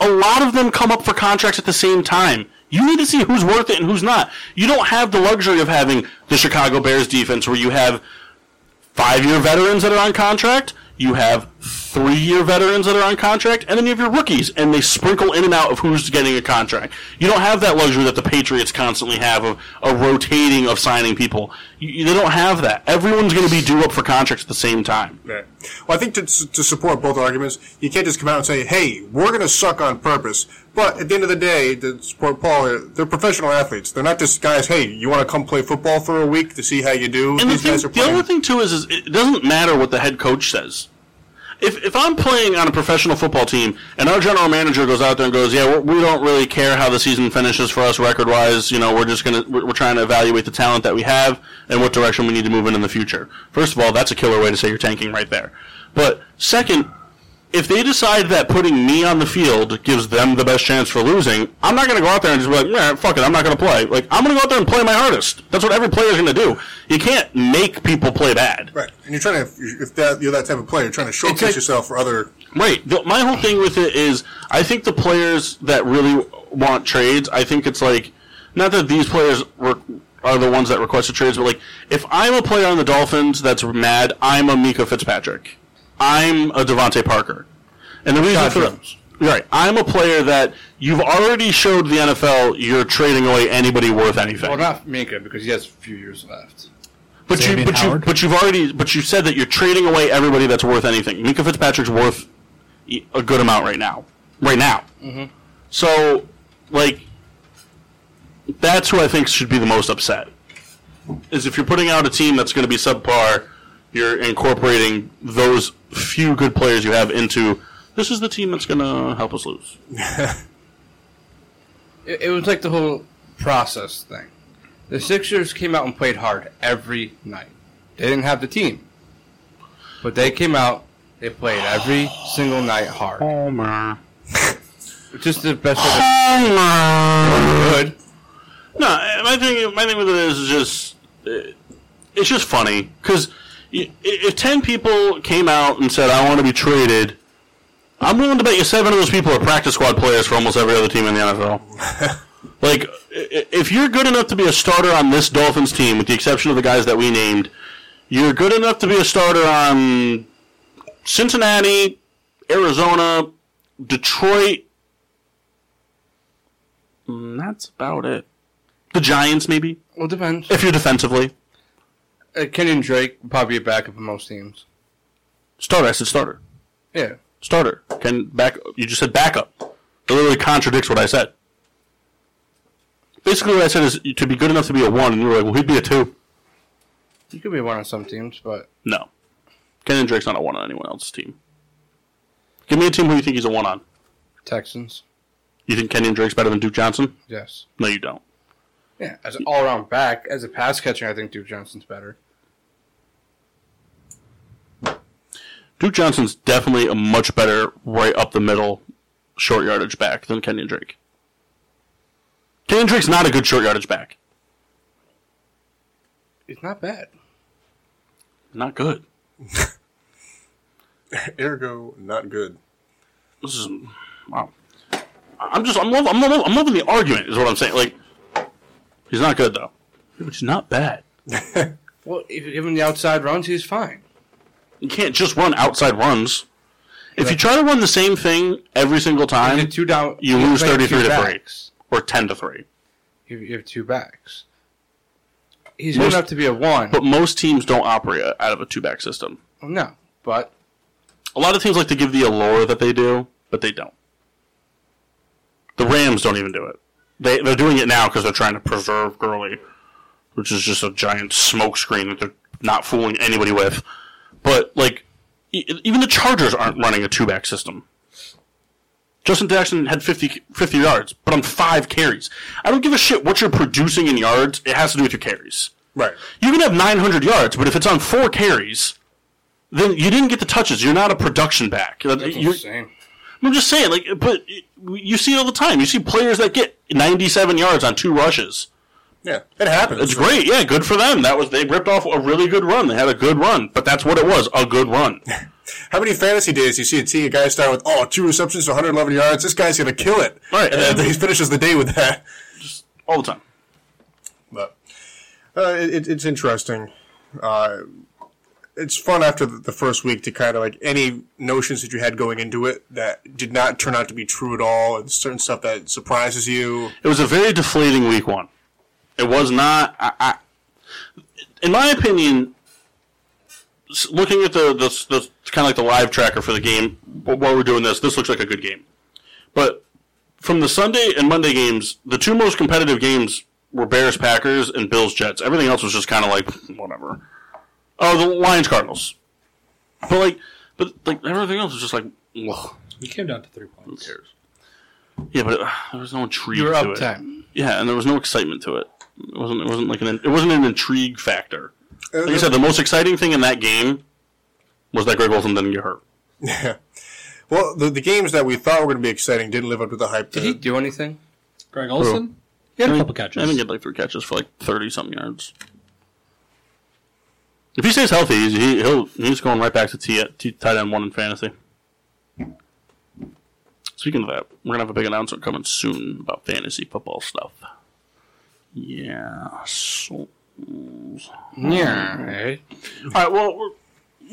Speaker 1: a lot of them come up for contracts at the same time. You need to see who's worth it and who's not. You don't have the luxury of having the Chicago Bears defense where you have five year veterans that are on contract, you have three year veterans that are on contract, and then you have your rookies, and they sprinkle in and out of who's getting a contract. You don't have that luxury that the Patriots constantly have of a rotating of signing people. You, you- they don't have that. Everyone's going to be due up for contracts at the same time.
Speaker 4: Right. Well, I think to, to support both arguments, you can't just come out and say, "Hey, we're going to suck on purpose." But at the end of the day, to support Paul, here, they're professional athletes. They're not just guys. Hey, you want to come play football for a week to see how you do?
Speaker 1: And the,
Speaker 4: These
Speaker 1: thing,
Speaker 4: guys are
Speaker 1: the
Speaker 4: playing.
Speaker 1: other thing too is, is it doesn't matter what the head coach says. If, if I'm playing on a professional football team and our general manager goes out there and goes, yeah, we're, we don't really care how the season finishes for us record wise. You know, we're just gonna we're, we're trying to evaluate the talent that we have and what direction we need to move in in the future. First of all, that's a killer way to say you're tanking right there. But second, if they decide that putting me on the field gives them the best chance for losing, I'm not going to go out there and just be like, nah, fuck it, I'm not going to play. Like, I'm going to go out there and play my hardest. That's what every player's going to do. You can't make people play bad.
Speaker 4: Right. And you're trying to, if that you're that type of player, you're trying to showcase
Speaker 1: like-
Speaker 4: yourself for other.
Speaker 1: Right. The, my whole thing with it is, I think the players that really want trades, I think it's like, not that these players were, are the ones that requested trades, but like, if I'm a player on the Dolphins that's mad, I'm a Mika Fitzpatrick. I'm a Devontae Parker. And the reason for that, right, I'm a player that you've already showed the NFL you're trading away anybody worth anything.
Speaker 2: Well, not Minka because he has a few years left.
Speaker 1: But you,
Speaker 3: Xavier
Speaker 1: but you,
Speaker 3: Howard?
Speaker 1: but you've already, but you said that you're trading away everybody that's worth anything. Minka Fitzpatrick's worth e- a good amount right now, right now.
Speaker 3: Mm-hmm.
Speaker 1: So, like, that's who I think should be the most upset. Is if you're putting out a team that's going to be subpar, you're incorporating those few good players you have into. This is the team that's going to help us lose.
Speaker 2: It, it was like the whole process thing. The Sixers came out and played hard every night. They didn't have the team, but they came out. They played every single night hard.
Speaker 1: Homer.
Speaker 2: Just the best. Way to-
Speaker 1: Good. No, I- my thing, my thing with it is just, uh, it's just funny because if ten people came out and said, "I want to be traded," I'm willing to bet you seven of those people are practice squad players for almost every other team in the NFL. like, i- i- if you're good enough to be a starter on this Dolphins team, with the exception of the guys that we named, you're good enough to be a starter on Cincinnati, Arizona, Detroit. Mm, That's about it. The Giants, maybe
Speaker 2: well, depends.
Speaker 1: if you're defensively
Speaker 2: Uh, Kenyon Drake would probably be a backup in most teams.
Speaker 1: starter. I said starter.
Speaker 2: Yeah,
Speaker 1: Starter can back. You just said backup. That literally contradicts what I said. Basically, what I said is to be good enough to be a one, and you were like, "Well, he'd be a two.
Speaker 2: he could be one on some teams, but
Speaker 1: No, Kenan Drake's not a one on anyone else's team. Give me a team who you think he's a one on.
Speaker 2: Texans,
Speaker 1: You think Kenyon Drake's better than Duke Johnson?
Speaker 2: yes.
Speaker 1: No, you don't.
Speaker 2: Yeah, as an all-around back, as a pass catcher, I think Duke Johnson's better.
Speaker 1: Duke Johnson's definitely a much better right up the middle short yardage back than Kenyon Drake. Kenyon Drake's not a good short yardage back.
Speaker 2: It's not bad.
Speaker 1: Not good.
Speaker 4: Ergo, not good.
Speaker 1: This is wow. I'm just I'm loving I'm loving, I'm loving the argument is what I'm saying. Like he's not good though, which is not bad.
Speaker 2: Well, if you give him the outside runs, he's fine.
Speaker 1: You can't just run outside runs. If you try to run the same thing every single
Speaker 2: You
Speaker 1: time,
Speaker 2: get two down.
Speaker 1: you
Speaker 2: you're
Speaker 1: lose
Speaker 2: playing two
Speaker 1: 33 to three.
Speaker 2: backs.
Speaker 1: or ten to three.
Speaker 2: You you have two backs. He's
Speaker 1: Most-
Speaker 2: good enough to be a one.
Speaker 1: But most teams don't operate out of a two back system.
Speaker 2: no, but
Speaker 1: A lot of teams like to give the allure that they do, but they don't. The Rams don't even do it. They they're doing it now because they're trying to preserve Gurley, which is just a giant smokescreen that they're not fooling anybody with. But like, e- even the Chargers aren't running a two back system. Justin Jackson had 50, 50 yards, but on five carries. I don't give a shit what you're producing in yards. It has to do with your carries.
Speaker 4: Right.
Speaker 1: You can have 900 yards, but if it's on four carries, then you didn't get the touches. You're not a production back.
Speaker 2: that's
Speaker 1: You're-
Speaker 2: insane.
Speaker 1: I'm just saying, like, but you see it all the time. You see players that get 97 yards on two rushes.
Speaker 4: Yeah, it happens.
Speaker 1: It's great, yeah, good for them. That was they ripped off a really good run. They had a good run, but that's what it was, a good run.
Speaker 4: How many fantasy days you see a team a guy start with oh two receptions, 111 yards? This guy's gonna kill it.
Speaker 1: Right.
Speaker 4: and then he finishes the day with that.
Speaker 1: all the time.
Speaker 4: But uh, it, it's interesting. Uh, it's fun after the the first week to kind of like any notions that you had going into it that did not turn out to be true at all, and certain stuff that surprises you.
Speaker 1: It was a very deflating week one. It was not. I, I, in my opinion, s- looking at the the, the kind of like the live tracker for the game wh- while we're doing this, this looks like a good game. But from the Sunday and Monday games, the two most competitive games were Bears Packers and Bills Jets. Everything else was just kind of like whatever. Oh, the Lions Cardinals. But like, but like everything else was just like, ugh,
Speaker 3: We came down to three
Speaker 1: who
Speaker 3: points.
Speaker 1: cares? Yeah, but uh, there was no intrigue.
Speaker 2: You're
Speaker 1: to
Speaker 2: up
Speaker 1: it.
Speaker 2: ten.
Speaker 1: Yeah, and there was no excitement to it. It wasn't. It wasn't like an. It wasn't an intrigue factor. Like I said, the most exciting thing in that game was that Greg Olson didn't get hurt.
Speaker 4: Well, the, the games that we thought were going to be exciting didn't live up to the hype.
Speaker 2: Did
Speaker 4: that-
Speaker 2: he do anything?
Speaker 3: Greg Olson? He had a couple
Speaker 1: I think he
Speaker 3: catches.
Speaker 1: had like three catches for like thirty something yards. If he stays healthy, he's, he, he'll he's going right back to t, t tight end one in fantasy. Speaking of that, we're gonna have a big announcement coming soon about fantasy football stuff. Yeah. So
Speaker 2: Yeah. Right.
Speaker 1: All right. Well, we're,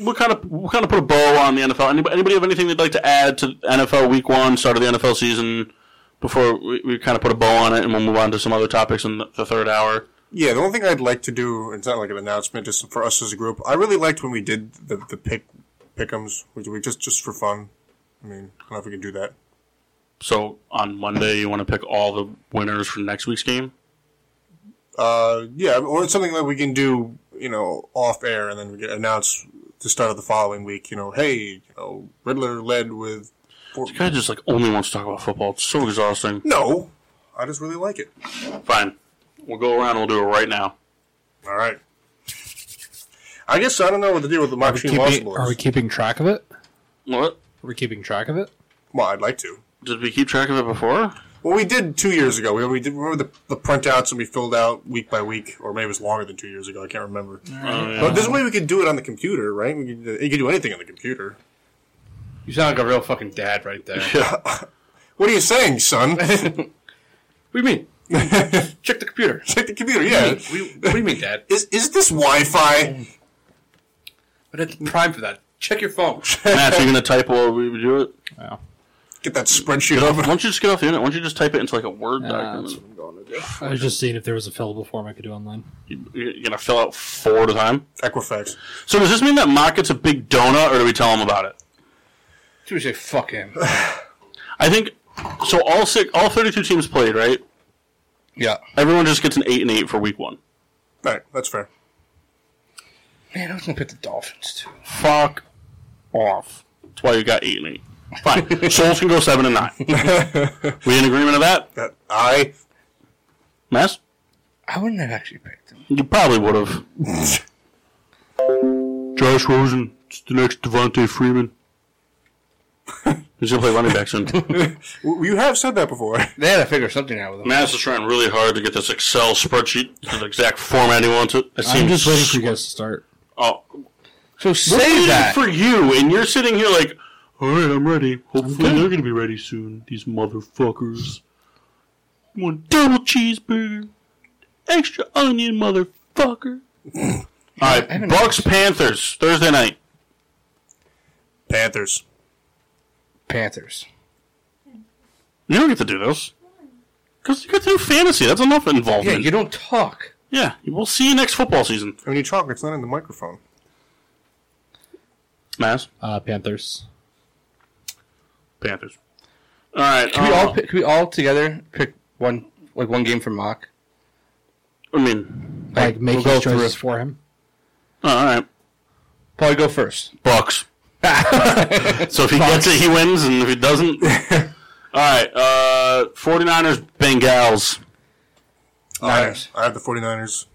Speaker 1: we'll kind of we'll kind of put a bow on the NFL. Anybody, anybody have anything they'd like to add to NFL Week One, start of the NFL season, before we, we kind of put a bow on it, and we'll move on to some other topics in the, the third hour.
Speaker 4: Yeah, the only thing I'd like to do, it's not like an announcement, just for us as a group. I really liked when we did the, the pick pickums, which we just just for fun. I mean, I don't know if we can do that.
Speaker 1: So on Monday, you want to pick all the winners for next week's game.
Speaker 4: Uh, yeah, or it's something that we can do, you know, off air, and then we can announce the start of the following week. You know, hey, you know, Riddler led with. Four-
Speaker 1: Guy just like only wants to talk about football. It's so exhausting.
Speaker 4: no, I just really like it.
Speaker 1: Fine, we'll go around. and We'll do it right now.
Speaker 4: All right. I guess I don't know what to do with the
Speaker 3: Are we,
Speaker 4: Moxie
Speaker 3: keeping,
Speaker 4: Lossibles.
Speaker 3: are we keeping track of it?
Speaker 1: What
Speaker 3: Are we keeping track of it?
Speaker 4: well, I'd like to.
Speaker 1: did we keep track of it before?
Speaker 4: Well, we did two years ago. We, we did remember the, the printouts and we filled out week by week, or maybe it was longer than two years ago. I can't remember.
Speaker 1: Oh, yeah.
Speaker 4: But there's a way we could do it on the computer, right? We could, uh, you could do anything on the computer.
Speaker 2: You sound like a real fucking dad right there.
Speaker 4: What are you saying, son?
Speaker 2: What do you mean? Check the computer.
Speaker 4: Check the computer. Yeah.
Speaker 2: What do you- what do you mean, Dad?
Speaker 4: Is is this Wi-Fi?
Speaker 2: But it's prime for that. Check your phone.
Speaker 1: Matt, are you gonna type while we do it?
Speaker 4: Get that spreadsheet
Speaker 1: Why
Speaker 4: over.
Speaker 1: don't you just get off the internet? Why don't you just type it into like a Word document?
Speaker 3: I was just seeing if there was a fillable form I could do online.
Speaker 1: You- You're gonna fill out four at a time.
Speaker 4: Equifax.
Speaker 1: So does this mean that Mock gets a big donut, or do we tell him about it?
Speaker 2: Dude, we say fuck him.
Speaker 1: I think so. All six, all thirty-two teams played, right?
Speaker 2: Yeah.
Speaker 1: Everyone just gets an eight and eight for week one.
Speaker 4: All right, that's fair.
Speaker 2: Man, I was gonna pick the Dolphins too.
Speaker 1: Fuck off. That's why you got eight and eight. Fine. Souls can go seven and nine. we in agreement of that,
Speaker 4: That I.
Speaker 1: Mass?
Speaker 2: I wouldn't have actually picked him.
Speaker 1: You probably would have. Josh Rosen, It's the next Devontae Freeman. He's gonna play running back soon.
Speaker 4: W- You have said that before.
Speaker 2: They had to figure something out with him.
Speaker 1: Mass is trying really hard to get this Excel spreadsheet in the exact format he wants it. It
Speaker 3: I'm
Speaker 1: seems
Speaker 3: just waiting for you guys to start.
Speaker 1: Oh,
Speaker 2: So
Speaker 1: waiting
Speaker 2: say that.
Speaker 1: for you, and you're sitting here like, all right, I'm ready. Hopefully they're gonna be ready soon. These motherfuckers. You want double cheeseburger, extra onion, motherfucker. all right, Bucks Panthers Thursday night.
Speaker 4: Panthers.
Speaker 2: Panthers.
Speaker 1: You don't get to do this. Because you got to do fantasy. That's enough
Speaker 2: Yeah,
Speaker 1: involvement.
Speaker 2: you don't talk.
Speaker 1: yeah, we'll see you next football season.
Speaker 4: When you talk, it's not in the microphone.
Speaker 1: Mass.
Speaker 3: Uh, Panthers.
Speaker 1: Panthers. All right.
Speaker 2: Can we
Speaker 1: uh,
Speaker 2: all pick, can we all together pick one like one game from mock?
Speaker 1: I mean,
Speaker 3: Like,
Speaker 2: Like,
Speaker 3: make
Speaker 2: we'll
Speaker 3: his
Speaker 2: go
Speaker 3: choices
Speaker 2: through.
Speaker 3: for him.
Speaker 1: all right.
Speaker 2: Probably go first.
Speaker 1: Bucks. so if he gets it, he wins, and if he doesn't, all right. Uh, 49ers, Bengals.
Speaker 2: Niners.
Speaker 4: I, I have the 49ers.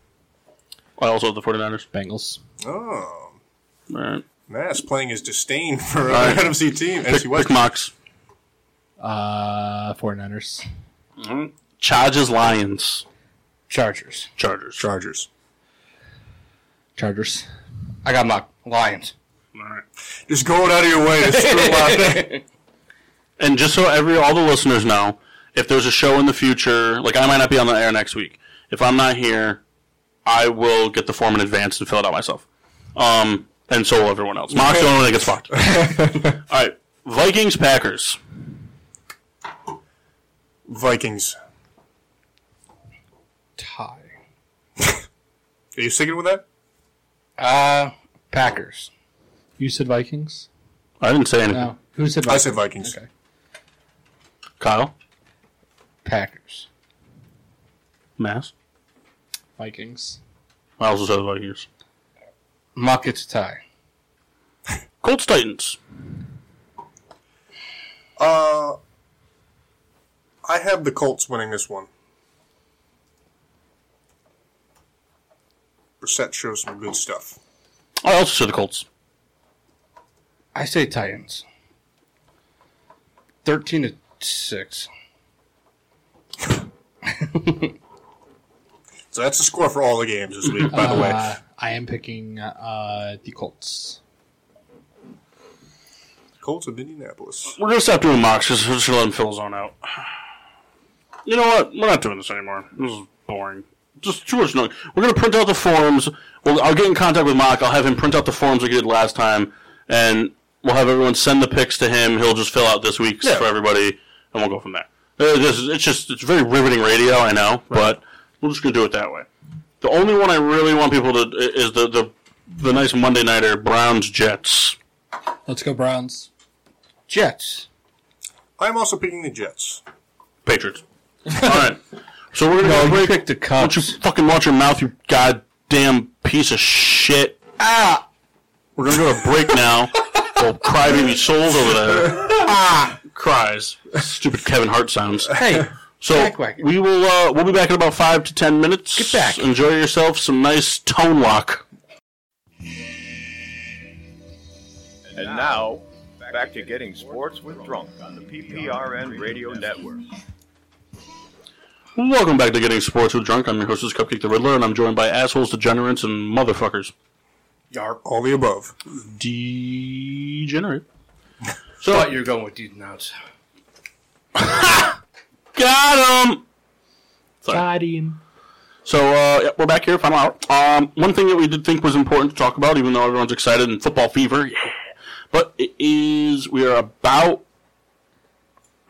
Speaker 1: I also have the 49ers.
Speaker 3: Bengals.
Speaker 4: Oh.
Speaker 1: All right.
Speaker 4: Mass playing his disdain for
Speaker 1: All
Speaker 4: uh,
Speaker 1: right.
Speaker 4: NFC team.
Speaker 1: Pick,
Speaker 4: NFC
Speaker 1: pick
Speaker 4: West.
Speaker 1: mocks.
Speaker 3: Uh, 49ers.
Speaker 1: Chargers, Lions,
Speaker 2: Chargers.
Speaker 1: Chargers.
Speaker 4: Chargers.
Speaker 3: Chargers.
Speaker 2: I got mock. Lions.
Speaker 1: All right.
Speaker 4: Just going out of your way to screw up.
Speaker 1: And just so every all the listeners know, if there's a show in the future, like I might not be on the air next week. If I'm not here, I will get the form in advance and fill it out myself. Um, and so will everyone else. Mock's the only one that gets fucked. all right, Vikings Packers.
Speaker 4: Vikings.
Speaker 2: Tie.
Speaker 4: Are you sticking with that?
Speaker 2: Uh Packers.
Speaker 3: You said Vikings?
Speaker 1: I didn't say anything.
Speaker 3: No. Who said
Speaker 4: I
Speaker 3: Vikings?
Speaker 4: said Vikings.
Speaker 2: Okay.
Speaker 1: Kyle,
Speaker 2: Packers.
Speaker 1: Mass.
Speaker 3: Vikings.
Speaker 1: I also said Vikings.
Speaker 2: Mock gets a tie.
Speaker 1: Colts Titans.
Speaker 4: Uh, I have the Colts winning this one. Brissett shows some good stuff.
Speaker 1: I also said the Colts.
Speaker 2: I say Titans. Thirteen to six.
Speaker 4: So that's the score for all the games this week, by the way.
Speaker 3: Uh, I am picking uh, the Colts.
Speaker 4: Colts of Indianapolis.
Speaker 1: We're gonna stop doing mocks. Just, just let him fill his own out. You know what? We're not doing this anymore. This is boring. Just too much noise. We're gonna print out the forms. Well, I'll get in contact with Mock. I'll have him print out the forms like he did last time, and we'll have everyone send the pics to him. He'll just fill out this week's for everybody, and we'll go from there. Uh, This is, it's just it's very riveting radio. I know, but we're just gonna do it that way. The only one I really want people to is the the, the nice Monday nighter Browns Jets.
Speaker 3: Let's go Browns.
Speaker 2: Jets.
Speaker 4: I'm also picking the Jets.
Speaker 1: Patriots. All right. So we're gonna
Speaker 2: No,
Speaker 1: go
Speaker 2: you
Speaker 1: break.
Speaker 2: picked the
Speaker 1: Don't
Speaker 2: Cubs.
Speaker 1: Oh, you fucking watch your mouth, you goddamn piece of shit. Ah! We're gonna go to break now. Old crybaby souls over there. Ah! Cries. Stupid Kevin Hart sounds.
Speaker 2: hey,
Speaker 1: So
Speaker 2: Backwagon.
Speaker 1: we will uh, we'll be back in about five to ten minutes.
Speaker 2: Get back.
Speaker 1: Enjoy yourself some nice tone lock.
Speaker 10: And now, back to getting sports with drunk on the PPRN Radio Network.
Speaker 1: Welcome back to Getting Sports with Drunk. I'm your hostess Cupcake the Riddler, and I'm joined by assholes, degenerates, and motherfuckers.
Speaker 4: All the above.
Speaker 1: Degenerate.
Speaker 2: so what you're going with these nuts.
Speaker 1: Got him. So uh, yeah, we're back here, final hour. Um, one thing that we did think was important to talk about, even though everyone's excited and football fever, yeah. But it is we are about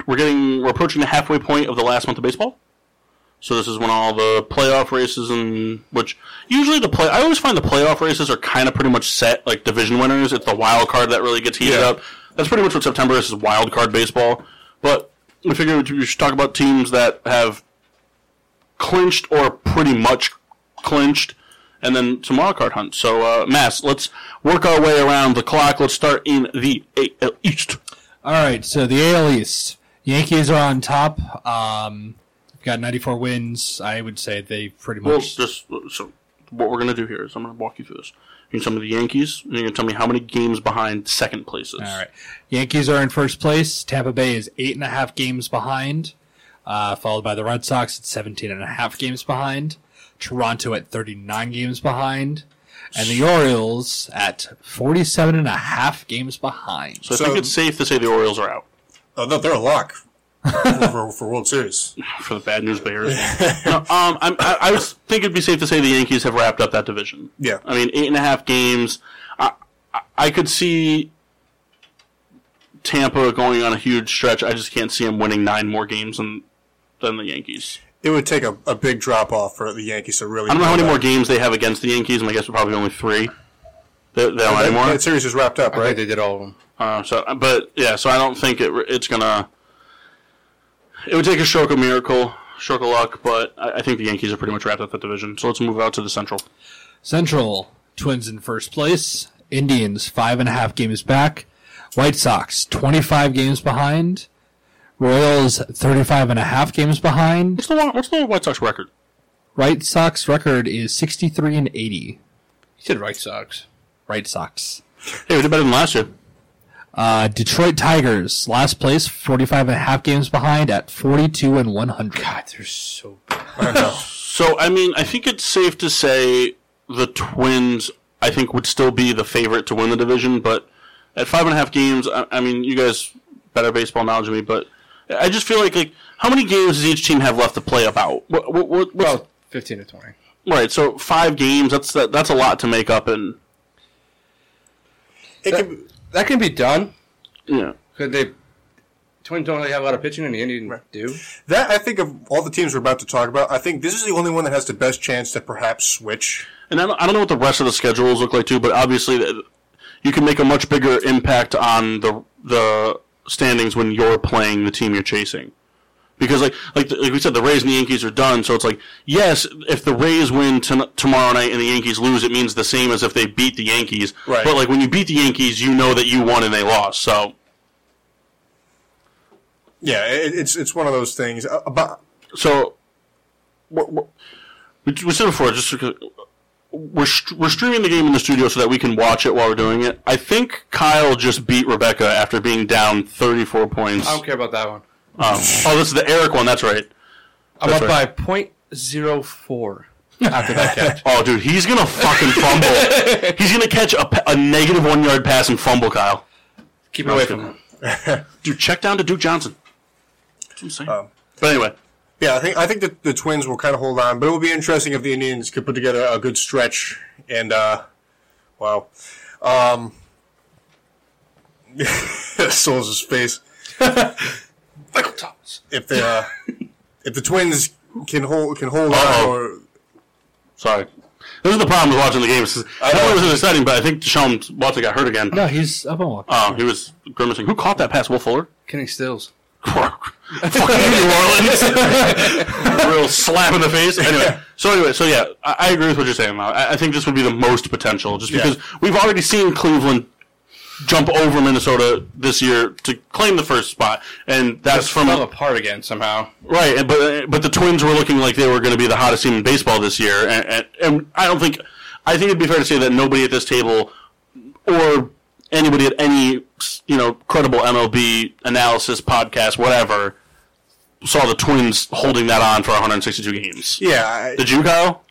Speaker 1: we're getting we're approaching the halfway point of the last month of baseball. So this is when all the playoff races and which usually the play I always find the playoff races are kind of pretty much set like division winners. It's the wild card that really gets heated up. That's pretty much what September is, is wild card baseball. But we figured we should talk about teams that have clinched or pretty much clinched, and then some wild card hunts. So, uh, Mass, let's work our way around the clock. Let's start in the AL East.
Speaker 3: All right, so the AL East. Yankees are on top. Um, they've got 94 wins. I would say they pretty
Speaker 1: Well,
Speaker 3: much.
Speaker 1: just so what we're gonna do here is I'm gonna walk you through this. You can tell me the Yankees, and you're going to tell me how many games behind second place is.
Speaker 3: All right. Yankees are in first place. Tampa Bay is eight and a half games behind, uh, followed by the Red Sox at 17 and a half games behind, Toronto at 39 games behind, and the Orioles at 47 and a half games behind.
Speaker 1: So I
Speaker 4: So-
Speaker 1: think it's safe to say the Orioles are out
Speaker 4: Oh, no, they're a lock for, for, for World Series.
Speaker 1: for the bad news bears. no, um, I'm, I, I was think it'd be safe to say the Yankees have wrapped up that division.
Speaker 4: Yeah.
Speaker 1: I mean, eight and a half games. I, I, I could see Tampa going on a huge stretch. I just can't see them winning nine more games than than the Yankees.
Speaker 4: It would take a, a big drop off for the Yankees to really.
Speaker 1: I don't know how many more games they have against the Yankees. My guess would probably be only three. They, they don't have any more.
Speaker 4: That series is wrapped up,
Speaker 2: I think
Speaker 4: right?
Speaker 2: they did all of them.
Speaker 1: Uh, so, but yeah, so I don't think it, it's gonna. It would take a stroke of miracle, stroke of luck, but I, I think the Yankees are pretty much wrapped up that division. So let's move out to the Central.
Speaker 3: Central, Twins in first place, Indians five and a half games back, White Sox 25 games behind, Royals 35 and a half games behind,
Speaker 1: What's the Wa- what's the White Sox record?
Speaker 3: Right Sox record is 63 and 80.
Speaker 2: He said White Sox.
Speaker 3: Right Sox.
Speaker 1: Hey, we did better than last year.
Speaker 3: Uh, Detroit Tigers, last place, 45 and a half games behind at 42 and 100.
Speaker 2: God, they're so good.
Speaker 1: So I mean, I think it's safe to say the Twins. I think would still be the favorite to win the division, but at five and a half games, I, I mean, you guys better baseball knowledge than me, but I just feel like like how many games does each team have left to play about? What, what, what, what's-
Speaker 2: Well, fifteen to twenty.
Speaker 1: Right, so five games, that's that, that's a lot to make up in
Speaker 4: It can,
Speaker 2: That can be done.
Speaker 1: yeah.
Speaker 2: Could they? Twins don't really have a lot of pitching, and the Indians do.
Speaker 4: that I think of all the teams we're about to talk about. I think this is the only one that has the best chance to perhaps switch.
Speaker 1: And I don't, I don't know what the rest of the schedules look like too, but obviously th- you can make a much bigger impact on the the standings when you're playing the team you're chasing. Because like like the, like we said, the Rays and the Yankees are done. So it's like yes, if the Rays win ton tomorrow night and the Yankees lose, it means the same as if they beat the Yankees.
Speaker 4: Right.
Speaker 1: But like when you beat the Yankees, you know that you won and they lost. So
Speaker 4: Yeah, it, it's it's one of those things. Uh, About
Speaker 1: so we're, we're, we we said before just because we're, st- we're streaming the game in the studio so that we can watch it while we're doing it i think kyle just beat rebecca after being down 34 points
Speaker 2: I don't care about that one.
Speaker 1: Um, oh this is the eric one that's right
Speaker 2: I'm
Speaker 1: That's
Speaker 2: up
Speaker 1: right.
Speaker 2: by point zero four after that catch.
Speaker 1: oh dude he's gonna fucking fumble he's gonna catch a, pa- a negative one yard pass and fumble kyle
Speaker 2: Keep it away from him.
Speaker 1: dude check down to duke johnson that's what i'm saying but anyway
Speaker 4: yeah, I think I think that the Twins will kind of hold on, but it will be interesting if the Indians could put together a good stretch. And uh, wow, um, Souls' face.
Speaker 2: Michael Thomas.
Speaker 4: If the uh, if the Twins can hold can hold on,
Speaker 1: Uh-oh.
Speaker 4: or
Speaker 1: sorry this is the problem with watching the game. It's just- Not only was it exciting, but I think Deshaun Watson got hurt again.
Speaker 3: No, he's up on one.
Speaker 1: Oh, he was grimacing. Who caught that pass? Will Fuller?
Speaker 2: Kenny Stills.
Speaker 1: Fuck you, New Orleans. Real slap in the face. Anyway, so anyway, so yeah, I, I agree with what you're saying. Mal. I, I think this would be the most potential, just because we've already seen Cleveland jump over Minnesota this year to claim the first spot, and that's from
Speaker 2: Fell apart again somehow.
Speaker 1: Right, and- but but the Twins were looking like they were going to be the hottest team in baseball this year, and, and, and I don't think I think it'd be fair to say that nobody at this table or anybody at any you know credible MLB analysis podcast whatever saw the Twins holding that on for 162 games.
Speaker 4: yeah, I,
Speaker 1: Did you, Kyle?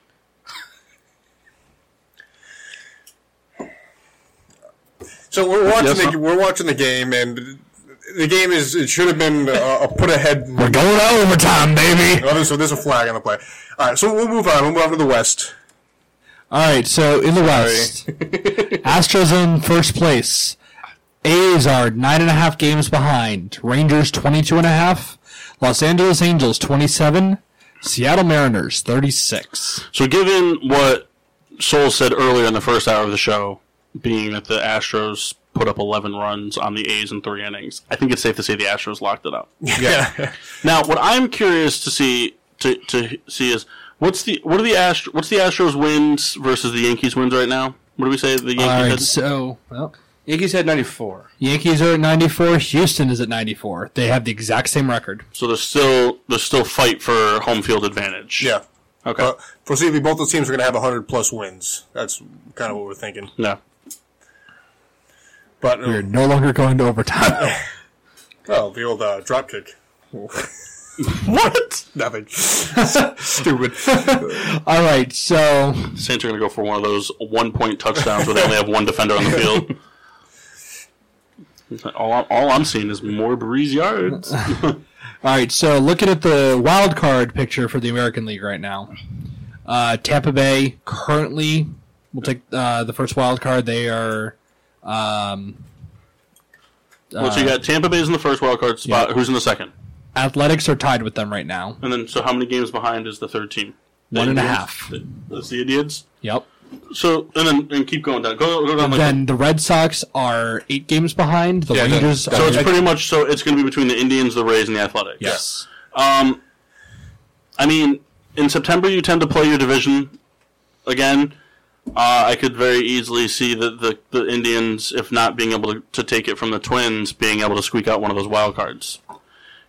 Speaker 4: So we're watching
Speaker 1: Yes,
Speaker 4: the
Speaker 1: huh?
Speaker 4: we're watching the game, and the game is it should have been uh, put ahead.
Speaker 3: We're going to overtime, baby.
Speaker 4: Oh, there's, so there's a flag on the play. All right, so we'll move on. We'll move on to the West.
Speaker 3: All right, so in the West, Astros in first place. A's are nine and a half games behind. Rangers 22 and a half. Los Angeles Angels 27. Seattle Mariners 36.
Speaker 1: So, given what Soul said earlier in the first hour of the show, being that the Astros put up 11 runs on the A's in three innings, I think it's safe to say the Astros locked it up.
Speaker 4: Yeah,
Speaker 1: Now, what I'm curious to see to, to see is what's the what are the Astro, what's the Astros wins versus the Yankees wins right now? What do we say the Yankees?
Speaker 3: All
Speaker 1: had-
Speaker 3: right, so well,
Speaker 2: Yankees had ninety four.
Speaker 3: Yankees are at 94. Houston is at 94. They have the exact same record.
Speaker 1: So there's still there's still fight for home field advantage.
Speaker 4: yeah.
Speaker 1: Okay.
Speaker 4: But foreseeably, both those teams are going to have 100 plus wins. That's kind of what we're thinking.
Speaker 1: no.
Speaker 4: But uh,
Speaker 3: We're no longer going to overtime.
Speaker 4: oh, the old uh, drop kick.
Speaker 3: what?
Speaker 4: Nothing.
Speaker 3: Stupid. All right, so
Speaker 1: Saints are going to go for one of those one point touchdowns where they only have one defender on the field. It's like, All, I'm- all I'm seeing is more breeze yards.
Speaker 3: Uh, All right, so looking at the wild card picture for the American League right now, uh, Tampa Bay currently will take uh, the first wild card. They are
Speaker 1: well, so you got Tampa Bay's in the first wild card spot. Who's in the second?
Speaker 3: Athletics are tied with them right now.
Speaker 1: And then, so how many games behind is the third team? The
Speaker 3: One and a
Speaker 1: Indians?
Speaker 3: half.
Speaker 1: The- That's the Indians.
Speaker 3: Yep.
Speaker 1: So and then and keep going down. Go, go down like
Speaker 3: then the Red Sox are eight games behind. The
Speaker 2: Yeah, that-
Speaker 3: Rangers
Speaker 1: So
Speaker 3: are
Speaker 1: it's pretty much so it's going to be between the Indians, the Rays, and the Athletics.
Speaker 3: yes.
Speaker 1: Um, I mean, in September you tend to play your division again. Uh, I could very easily see the, the, the Indians, if not being able to, to take it from the Twins, being able to squeak out one of those wild cards.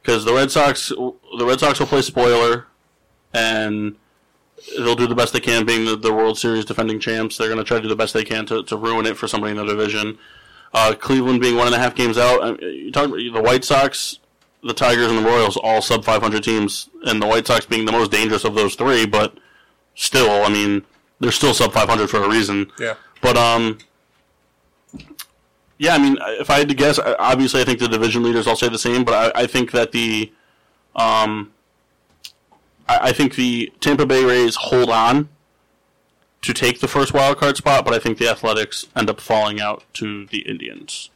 Speaker 1: Because the Red Sox, the Red Sox will play spoiler, and they'll do the best they can, being the, the World Series defending champs. They're going to try to do the best they can to, to ruin it for somebody in the division. Uh, Cleveland being one and a half games out. I mean, You talk about the White Sox, the Tigers, and the Royals, all sub 500 teams, and the White Sox being the most dangerous of those three. But still, I mean, they're still sub 500 for a reason.
Speaker 4: Yeah.
Speaker 1: But um, yeah, I mean, I- if I had to guess, I- obviously, I think the division leaders all say the same, but I, I think that the um, I, I think the Tampa Bay Rays hold on to take the first wild card spot, but I think the Athletics end up falling out to the Indians.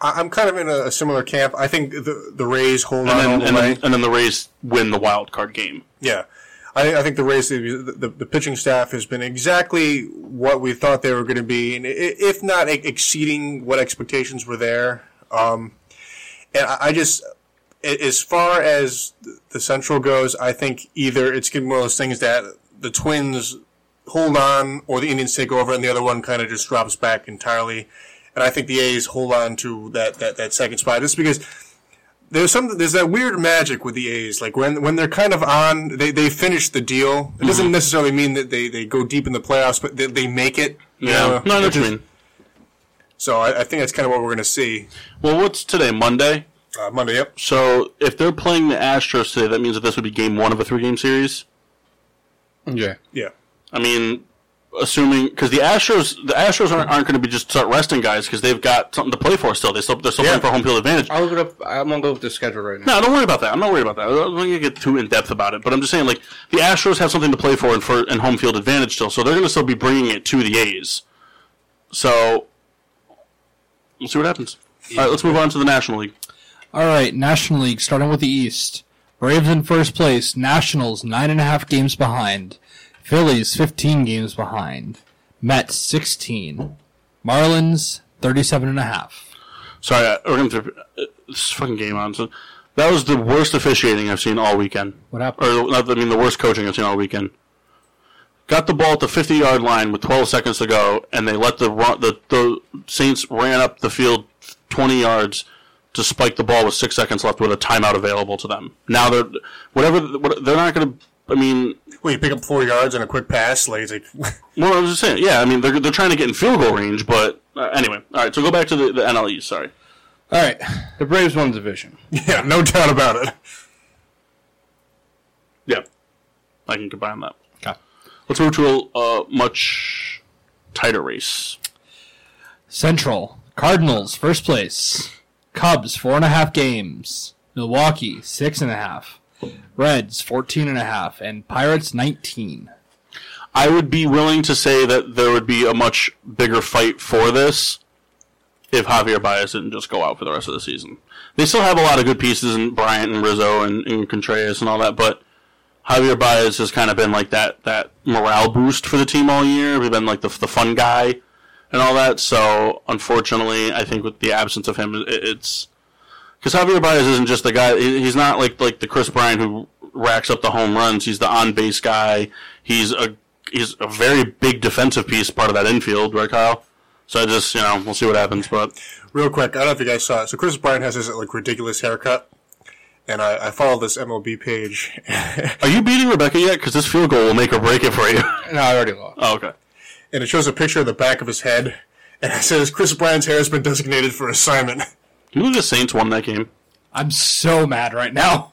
Speaker 4: I- I'm kind of in a, a similar camp. I think the the Rays hold
Speaker 1: And
Speaker 4: on all
Speaker 1: then,
Speaker 4: the
Speaker 1: and,
Speaker 4: way.
Speaker 1: then, and then the Rays win the wild card game.
Speaker 4: Yeah, I, I think the Rays, the, the, the pitching staff has been exactly what we thought they were going to be, and i- if not e- exceeding what expectations were there. Um, and I, I just, a- as far as the Central goes, I think either it's going to be one of those things that the Twins hold on, or the Indians take over, and the other one kind of just drops back entirely. And I think the A's hold on to that, that, that second spot just because there's some there's that weird magic with the A's. Like when when they're kind of on, they, they finish the deal. It
Speaker 1: Mm-hmm.
Speaker 4: doesn't necessarily mean that they, they go deep in the playoffs, but they, they make it. you know?
Speaker 1: no, I know what you
Speaker 4: Just-
Speaker 1: mean.
Speaker 4: So I, I think that's kind of what we're going to see
Speaker 1: Well, what's today? Monday.
Speaker 4: uh, Monday. Yep.
Speaker 1: So if they're playing the Astros today, that means that this would be game one of a three game series.
Speaker 2: Yeah.
Speaker 4: Yeah.
Speaker 1: I mean, assuming because the Astros, the Astros aren't, aren't going to be just start resting guys because they've got something to play for still. They still they're still
Speaker 4: Yeah.
Speaker 1: playing for home field advantage.
Speaker 2: I'll look it up. I'm gonna go with the schedule right now.
Speaker 1: No, don't worry about that. I'm not worried about that. I'm not going to get too in depth about it. But I'm just saying, like the Astros have something to play for and for and home field advantage still, so they're going to still be bringing it to the A's. So we'll see what happens. All right, let's move on to the National League.
Speaker 3: All right, National League starting with the East. Braves in first place. Nationals nine and a half games behind. Phillies fifteen games behind. Mets sixteen. Marlins thirty-seven and a half.
Speaker 1: Sorry, I- we're going to uh, this fucking game on. So that was the worst officiating I've seen all weekend.
Speaker 3: What happened?
Speaker 1: Or not, I mean, the worst coaching I've seen all weekend. Got the ball at the 50 yard line with 12 seconds to go, and they let the run, the, the Saints ran up the field 20 yards to spike the ball with six seconds left with a timeout available to them. Now they're whatever what, they're not going to. I mean,
Speaker 4: Well, you pick up four yards on a quick pass. Like, it's like
Speaker 1: well, I was just saying, yeah. I mean, they're, they're trying to get in field goal range, but uh, anyway. All right, so go back to the, the NLE. Sorry.
Speaker 3: All right,
Speaker 2: The Braves won the division.
Speaker 4: yeah, no doubt about it.
Speaker 1: Yeah, I can combine that.
Speaker 3: Okay.
Speaker 1: Let's move to a uh, much tighter race.
Speaker 3: Central Cardinals first place. Cubs four and a half games. Milwaukee six and a half. Reds fourteen and a half, and Pirates nineteen.
Speaker 1: I would be willing to say that there would be a much bigger fight for this if Javier Baez didn't just go out for the rest of the season. They still have a lot of good pieces in Bryant and Rizzo and, and Contreras and all that, but Javier Baez has kind of been like that, that morale boost for the team all year. We've been like the, the fun guy and all that. So unfortunately, I think with the absence of him, it, it's because Javier Baez isn't just the guy. he- He's not like like the Chris Bryant who racks up the home runs. He's the on base guy. He's a he's a very big defensive piece part of that infield, right, Kyle? So I just you know we'll see what happens, but
Speaker 4: Real quick, I don't know if you guys saw it. So Chris Bryant has this like ridiculous haircut, and I, I follow this MLB page. and
Speaker 1: Are you beating Rebecca yet? Because this field goal will make or break it for you.
Speaker 2: No, I already lost.
Speaker 1: oh, okay.
Speaker 4: it shows a picture of the back of his head, and it says Chris Bryant's hair has been designated for assignment.
Speaker 1: You believe the Saints won that game?
Speaker 3: I'm so mad right now.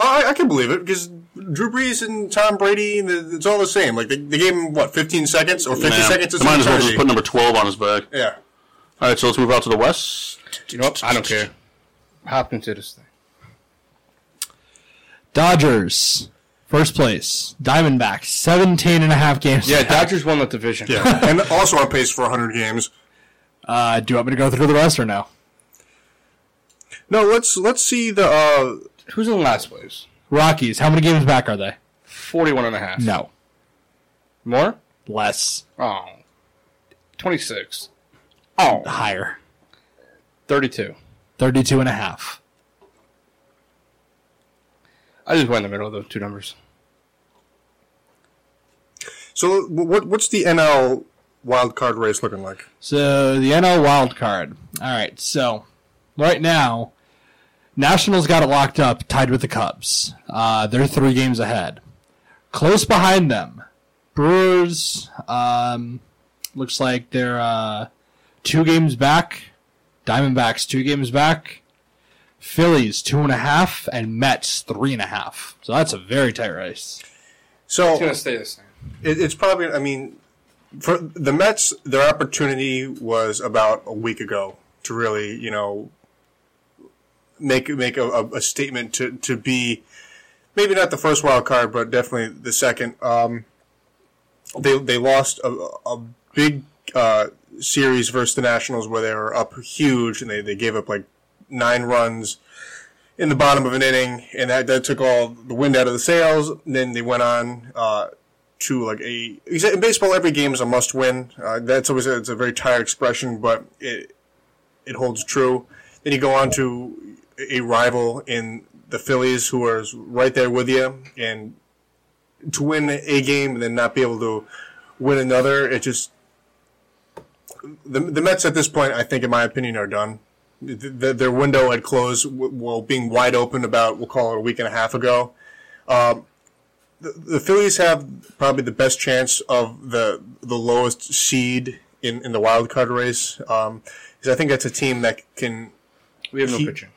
Speaker 4: I, I can believe it because Drew Brees and Tom Brady, the- it's all the same. Like they, they gave him what 15 seconds or 50
Speaker 1: Nah,
Speaker 4: seconds. It's
Speaker 1: I might as well
Speaker 4: eternity.
Speaker 1: just put number 12 on his back.
Speaker 4: yeah.
Speaker 1: All right, so let's move out to the West.
Speaker 2: You know what? I don't care. Hop into this thing.
Speaker 3: Dodgers, first place. Diamondbacks, 17 and a half games.
Speaker 2: Yeah, Dodgers won the division.
Speaker 4: Yeah, and also on pace for 100 games.
Speaker 3: Uh, do you want me to go through the rest or no?
Speaker 4: No, let's let's see the uh,
Speaker 2: Who's in last place?
Speaker 3: Rockies, how many games back are they?
Speaker 2: 41 and a half.
Speaker 3: No.
Speaker 2: More?
Speaker 3: Less.
Speaker 2: Oh. 26.
Speaker 3: Oh. Higher.
Speaker 2: 32.
Speaker 3: 32 and a half.
Speaker 2: I just went in the middle of those two numbers.
Speaker 4: so what what's the NL wild card race looking like?
Speaker 3: So the NL wild card. All right. So right now, Nationals got it locked up, tied with the Cubs. Uh, they're three games ahead. Close behind them, Brewers. Um, looks like they're uh, two games back. Diamondbacks two games back. Phillies two and a half, and Mets three and a half. So that's a very tight race.
Speaker 4: So
Speaker 2: It's going to stay the same.
Speaker 4: It, it's probably. I mean, for the Mets, their opportunity was about a week ago to really, you know, make make a, a, a statement to to be maybe not the first wild card, but definitely the second. Um, they they lost a, a big uh, series versus the Nationals where they were up huge and they, they gave up like nine runs in the bottom of an inning, and that, that took all the wind out of the sails. And then they went on uh, to like a in baseball every game is a must win. Uh, that's always a, it's a very tired expression, but it it holds true. Then you go on to a rival in the Phillies, who are right there with you, and to win a game and then not be able to win another, it just the the Mets at this point, I think, in my opinion, are done. Th th their window had closed w- while being wide open about we'll call it a week and a half ago. Um, the, the Phillies have probably the best chance of the the lowest seed in, in the wild card race. Um, 'cause I think that's a team that can
Speaker 2: We have no
Speaker 4: He-
Speaker 2: pitching.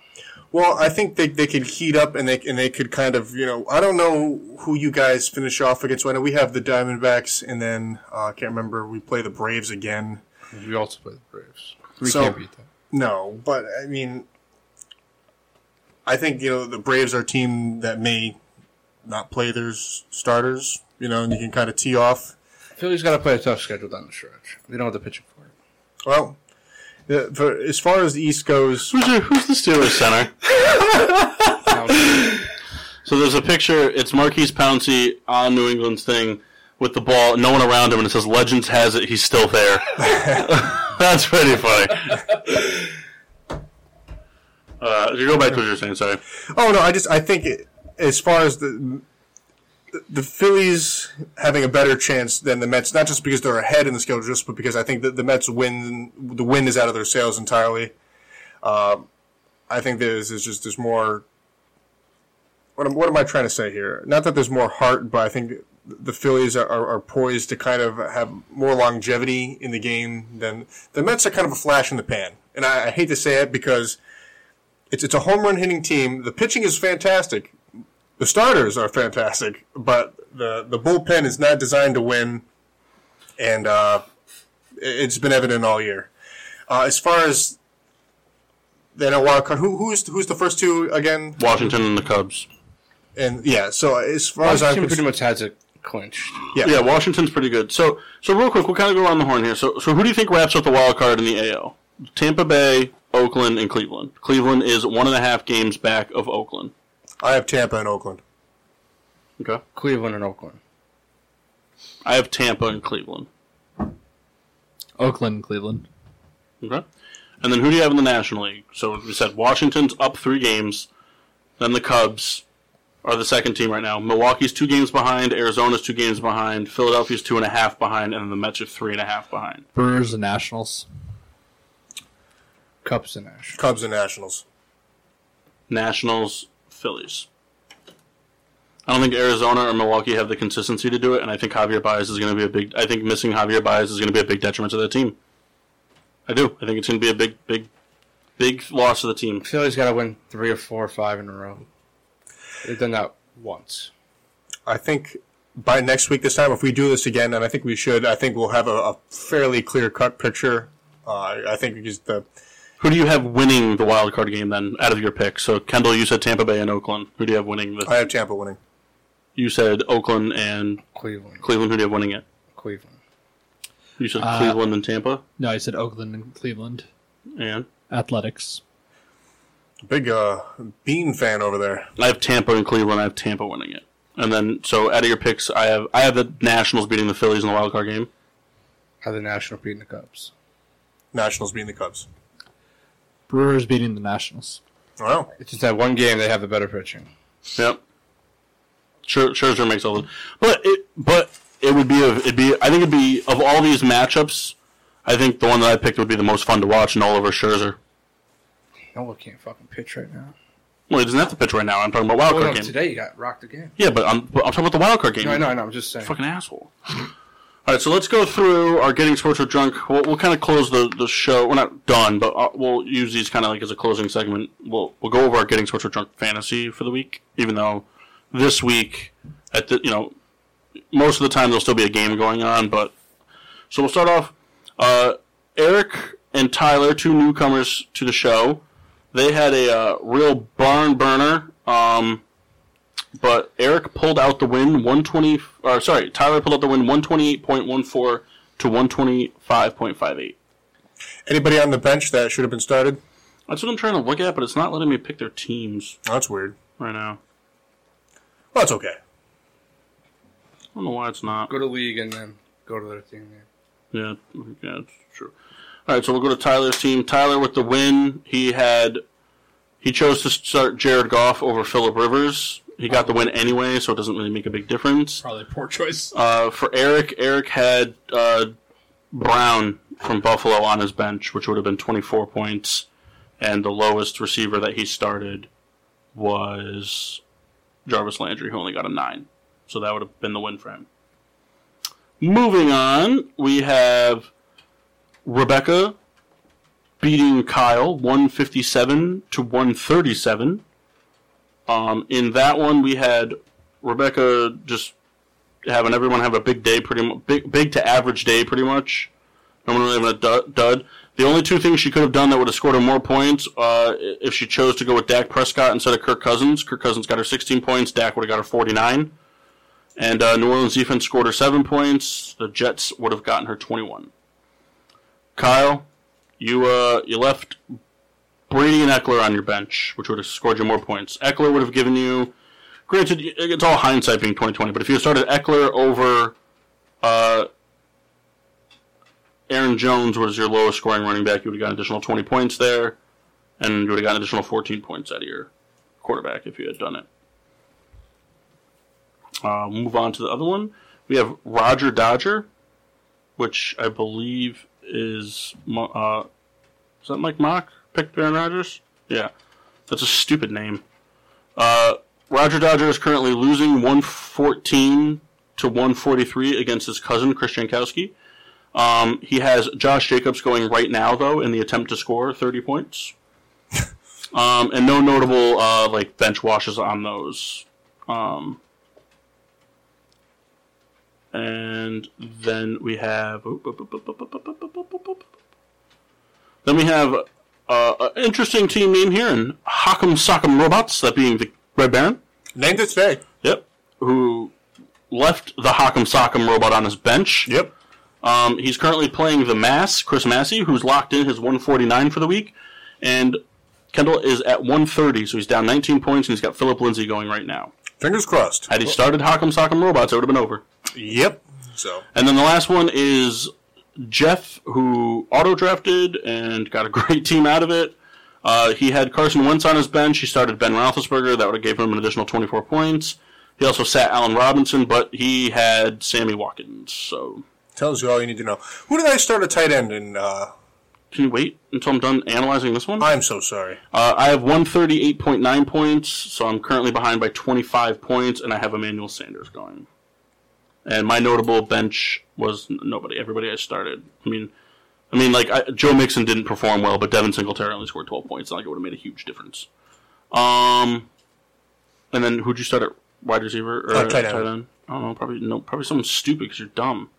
Speaker 4: well, I think they, they could heat up and they and they could kind of you know I don't know who you guys finish off against. I know we have the Diamondbacks and then uh, I can't remember we play the Braves again.
Speaker 2: We also play the Braves. We
Speaker 4: So-
Speaker 2: can't beat them.
Speaker 4: No, but I mean, I think you know the Braves are a team that may not play their s- starters. You know, and you can kind of tee off.
Speaker 2: Philly's got to play a tough schedule down the stretch. They don't have the pitching for it.
Speaker 4: Well, the, for, as far as the East goes,
Speaker 1: Who's, your, who's the Steelers center? so there's a picture. It's Marquise Pouncey on New England's thing with the ball, no one around him, and it says "Legends has it, he's still there." That's pretty funny. Uh, you go back to what you're saying. Sorry.
Speaker 4: oh no, I just I think it, as far as the the Phillies having a better chance than the Mets, not just because they're ahead in the schedule, just but because I think that the Mets win, the wind is out of their sails entirely. Um I think there's, there's just there's more. What am, what am I trying to say here? Not that there's more heart, but I think the Phillies are, are, are poised to kind of have more longevity in the game than the Mets are kind of a flash in the pan. And I, I hate to say it because it's it's a home run hitting team. The pitching is fantastic the starters are fantastic, but the the bullpen is not designed to win, and uh, it- it's been evident all year. Uh, as far as the NL wild card, who who's who's the first two again?
Speaker 1: Washington and the Cubs.
Speaker 4: And yeah, so as far as I'm
Speaker 2: Washington
Speaker 4: concerned,
Speaker 2: pretty much has it clinched.
Speaker 1: Yeah, Washington's pretty good. So, so real quick, we'll kind of go around the horn here. So, so who do you think wraps up the wild card in the AL? Tampa Bay, Oakland, and Cleveland. Cleveland is one and a half games back of Oakland.
Speaker 4: I have Tampa and Oakland.
Speaker 1: Okay.
Speaker 2: Cleveland and Oakland.
Speaker 1: I have Tampa and Cleveland.
Speaker 3: Oakland, Cleveland.
Speaker 1: Okay. And then who do you have in the National League? So we said Washington's up three games. Then the Cubs are the second team right now. Milwaukee's two games behind. Arizona's two games behind. Philadelphia's two and a half behind. And then the Mets are three and a half behind.
Speaker 3: Brewers and Nationals.
Speaker 2: Cubs and Nash.
Speaker 4: Cubs and Nationals.
Speaker 1: Nationals, Phillies. I don't think Arizona or Milwaukee have the consistency to do it, and I think Javier Baez is going to be a big. I think missing Javier Baez is going to be a big detriment to that team. I do. I think it's going to be a big, big, big loss to the team.
Speaker 2: Philly's got to win three or four or five in a row. They've done that once.
Speaker 4: I think by next week this time, if we do this again, and I think we should, I think we'll have a, a fairly clear cut picture. Uh, I think because the
Speaker 1: Who do you have winning the wild card game then out of your pick? So Kendall, you said Tampa Bay and Oakland. Who do you have winning? The,
Speaker 4: I have Tampa winning.
Speaker 1: you said Oakland and
Speaker 2: Cleveland.
Speaker 1: Cleveland. Who do you have winning it?
Speaker 2: Cleveland.
Speaker 1: You said
Speaker 3: Uh,
Speaker 1: Cleveland and Tampa
Speaker 3: No, I said Oakland and Cleveland
Speaker 1: and.
Speaker 3: athletics.
Speaker 4: Big uh, Bean fan over there.
Speaker 1: I have Tampa and Cleveland. I have Tampa winning it. And then, so out of your picks, I have I have the Nationals beating the Phillies in the wild card game.
Speaker 2: How the National beating the Cubs.
Speaker 4: Nationals beating the Cubs.
Speaker 3: Brewers beating the Nationals.
Speaker 4: Wow.
Speaker 2: It's just that one game they have the better pitching.
Speaker 1: Yep. Sure, Scherzer makes all the, but it but it would be a, it'd be I think it'd be of all these matchups, I think the one that I picked would be the most fun to watch. Nola over Scherzer.
Speaker 2: Nola can't fucking pitch right now.
Speaker 1: Well, he doesn't have to pitch right now. I'm talking about wild
Speaker 2: Oh, no,
Speaker 1: card game.
Speaker 2: today you got rocked again.
Speaker 1: Yeah, but I'm but I'm talking about the wild card game.
Speaker 2: No, I know, I know. I'm just saying.
Speaker 1: fucking asshole. All right, so let's go through our getting sports or drunk. We'll, we'll kind of close the, the show. We're not done, but uh, we'll use these kind of like as a closing segment. We'll we'll go over our getting sports or drunk fantasy for the week. Even though this week, at the you know, most of the time there'll still be a game going on. But so we'll start off. Uh, Eric and Tyler, two newcomers to the show, they had a uh, real barn burner. Um, but Eric pulled out the win 120 or sorry, Tyler pulled out the win 128.14 to 125.58.
Speaker 4: Anybody on the bench that should have been started?
Speaker 1: That's what I'm trying to look at, but it's not letting me pick their teams
Speaker 4: Oh, that's weird.
Speaker 1: right now.
Speaker 4: Well, that's okay.
Speaker 1: I don't know why it's not.
Speaker 2: Go to league and then go to their team. Name.
Speaker 1: Yeah, yeah, that's true. All right, so we'll go to Tyler's team. Tyler with the win, he had he chose to start Jared Goff over Philip Rivers. He got the win anyway, so it doesn't really make a big difference.
Speaker 3: Probably poor choice.
Speaker 1: Uh, for Eric, Eric had uh, Brown from Buffalo on his bench, which would have been 24 points, and the lowest receiver that he started was Jarvis Landry, who only got a nine. So that would have been the win for him. Moving on, we have Rebecca beating Kyle 157 to 137. Um, in that one, we had Rebecca just having everyone have a big day, pretty mu big, big to average day, pretty much. No one really having a du- dud. The only two things she could have done that would have scored her more points, uh, i- if she chose to go with Dak Prescott instead of Kirk Cousins. Kirk Cousins got her 16 points. Dak would have got her 49. And uh, New Orleans defense scored her seven points. The Jets would have gotten her 21. Kyle, you uh, you left Brady and Eckler on your bench, which would have scored you more points. Eckler would have given you granted, it's all hindsight being 2020, but if you started Eckler over uh, Aaron Jones was your lowest scoring running back, you would have got an additional 20 points there, and you would have got an additional 14 points out of your quarterback if you had done it. Uh, move on to the other one. We have Roger Dodger, which I believe is. Mo- Uh, is that Mike Mock? Picked Aaron Rodgers? Yeah. That's a stupid name. Uh, Roger Dodger is currently losing 114 to 143 against his cousin, Chris Jankowski. Um, he has Josh Jacobs going right now, though, in the attempt to score 30 points. um, and no notable uh, like bench washes on those. Um, and then we have. Then we have uh, an interesting team name here in Hock'em Sock'em Robots, that being the Red Baron.
Speaker 4: Named it today.
Speaker 1: Yep. Who left the Hock'em Sock'em robot on his bench.
Speaker 4: Yep.
Speaker 1: Um, he's currently playing the Mass, Chris Massey, who's locked in his 149 for the week. And Kendall is at 130, so he's down 19 points, and he's got Philip Lindsay going right now.
Speaker 4: Fingers crossed.
Speaker 1: Had he started Hock'em Sock'em Robots, it would have been over.
Speaker 4: Yep. So
Speaker 1: And then the last one is Jeff, who auto drafted and got a great team out of it. Uh, he had Carson Wentz on his bench. He started Ben Roethlisberger. That would have gave him an additional 24 points. He also sat Allen Robinson, but he had Sammy Watkins. So
Speaker 4: tells you all you need to know. Who did I start a tight end in? Uh,
Speaker 1: Can you wait until I'm done analyzing this one?
Speaker 4: I'm so sorry.
Speaker 1: Uh, I have 138.9 points, so I'm currently behind by 25 points, and I have Emmanuel Sanders going. And my notable bench was n- nobody. Everybody I started. I mean, I mean, like I, Joe Mixon didn't perform well, but Devin Singletary only scored 12 points. and Like it would have made a huge difference. Um, and then who'd you start at wide receiver or
Speaker 4: Uh, tight end.
Speaker 1: I don't know. Probably no. Probably someone stupid because you're dumb.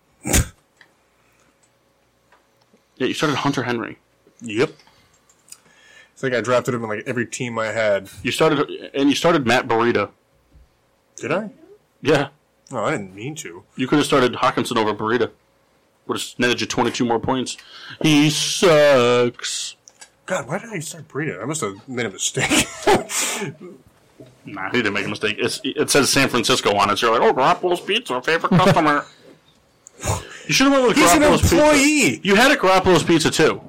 Speaker 1: yeah, you started Hunter Henry.
Speaker 4: Yep. It's like I drafted him in like every team I had.
Speaker 1: You started and you started Matt Burrito.
Speaker 4: Did I?
Speaker 1: Yeah.
Speaker 4: No, I didn't mean to.
Speaker 1: You could have started Hawkinson over Burrito. Would have netted you 22 more points. He sucks.
Speaker 4: God, why did I start Breida? I must have made a mistake.
Speaker 1: Nah, he didn't make a mistake. It's, it says San Francisco on it. So you're like, oh, Garoppolo's Pizza, favorite customer. you should have went with
Speaker 4: He's an
Speaker 1: Garoppolo's
Speaker 4: employee.
Speaker 1: Pizza. You had a Garoppolo's Pizza too,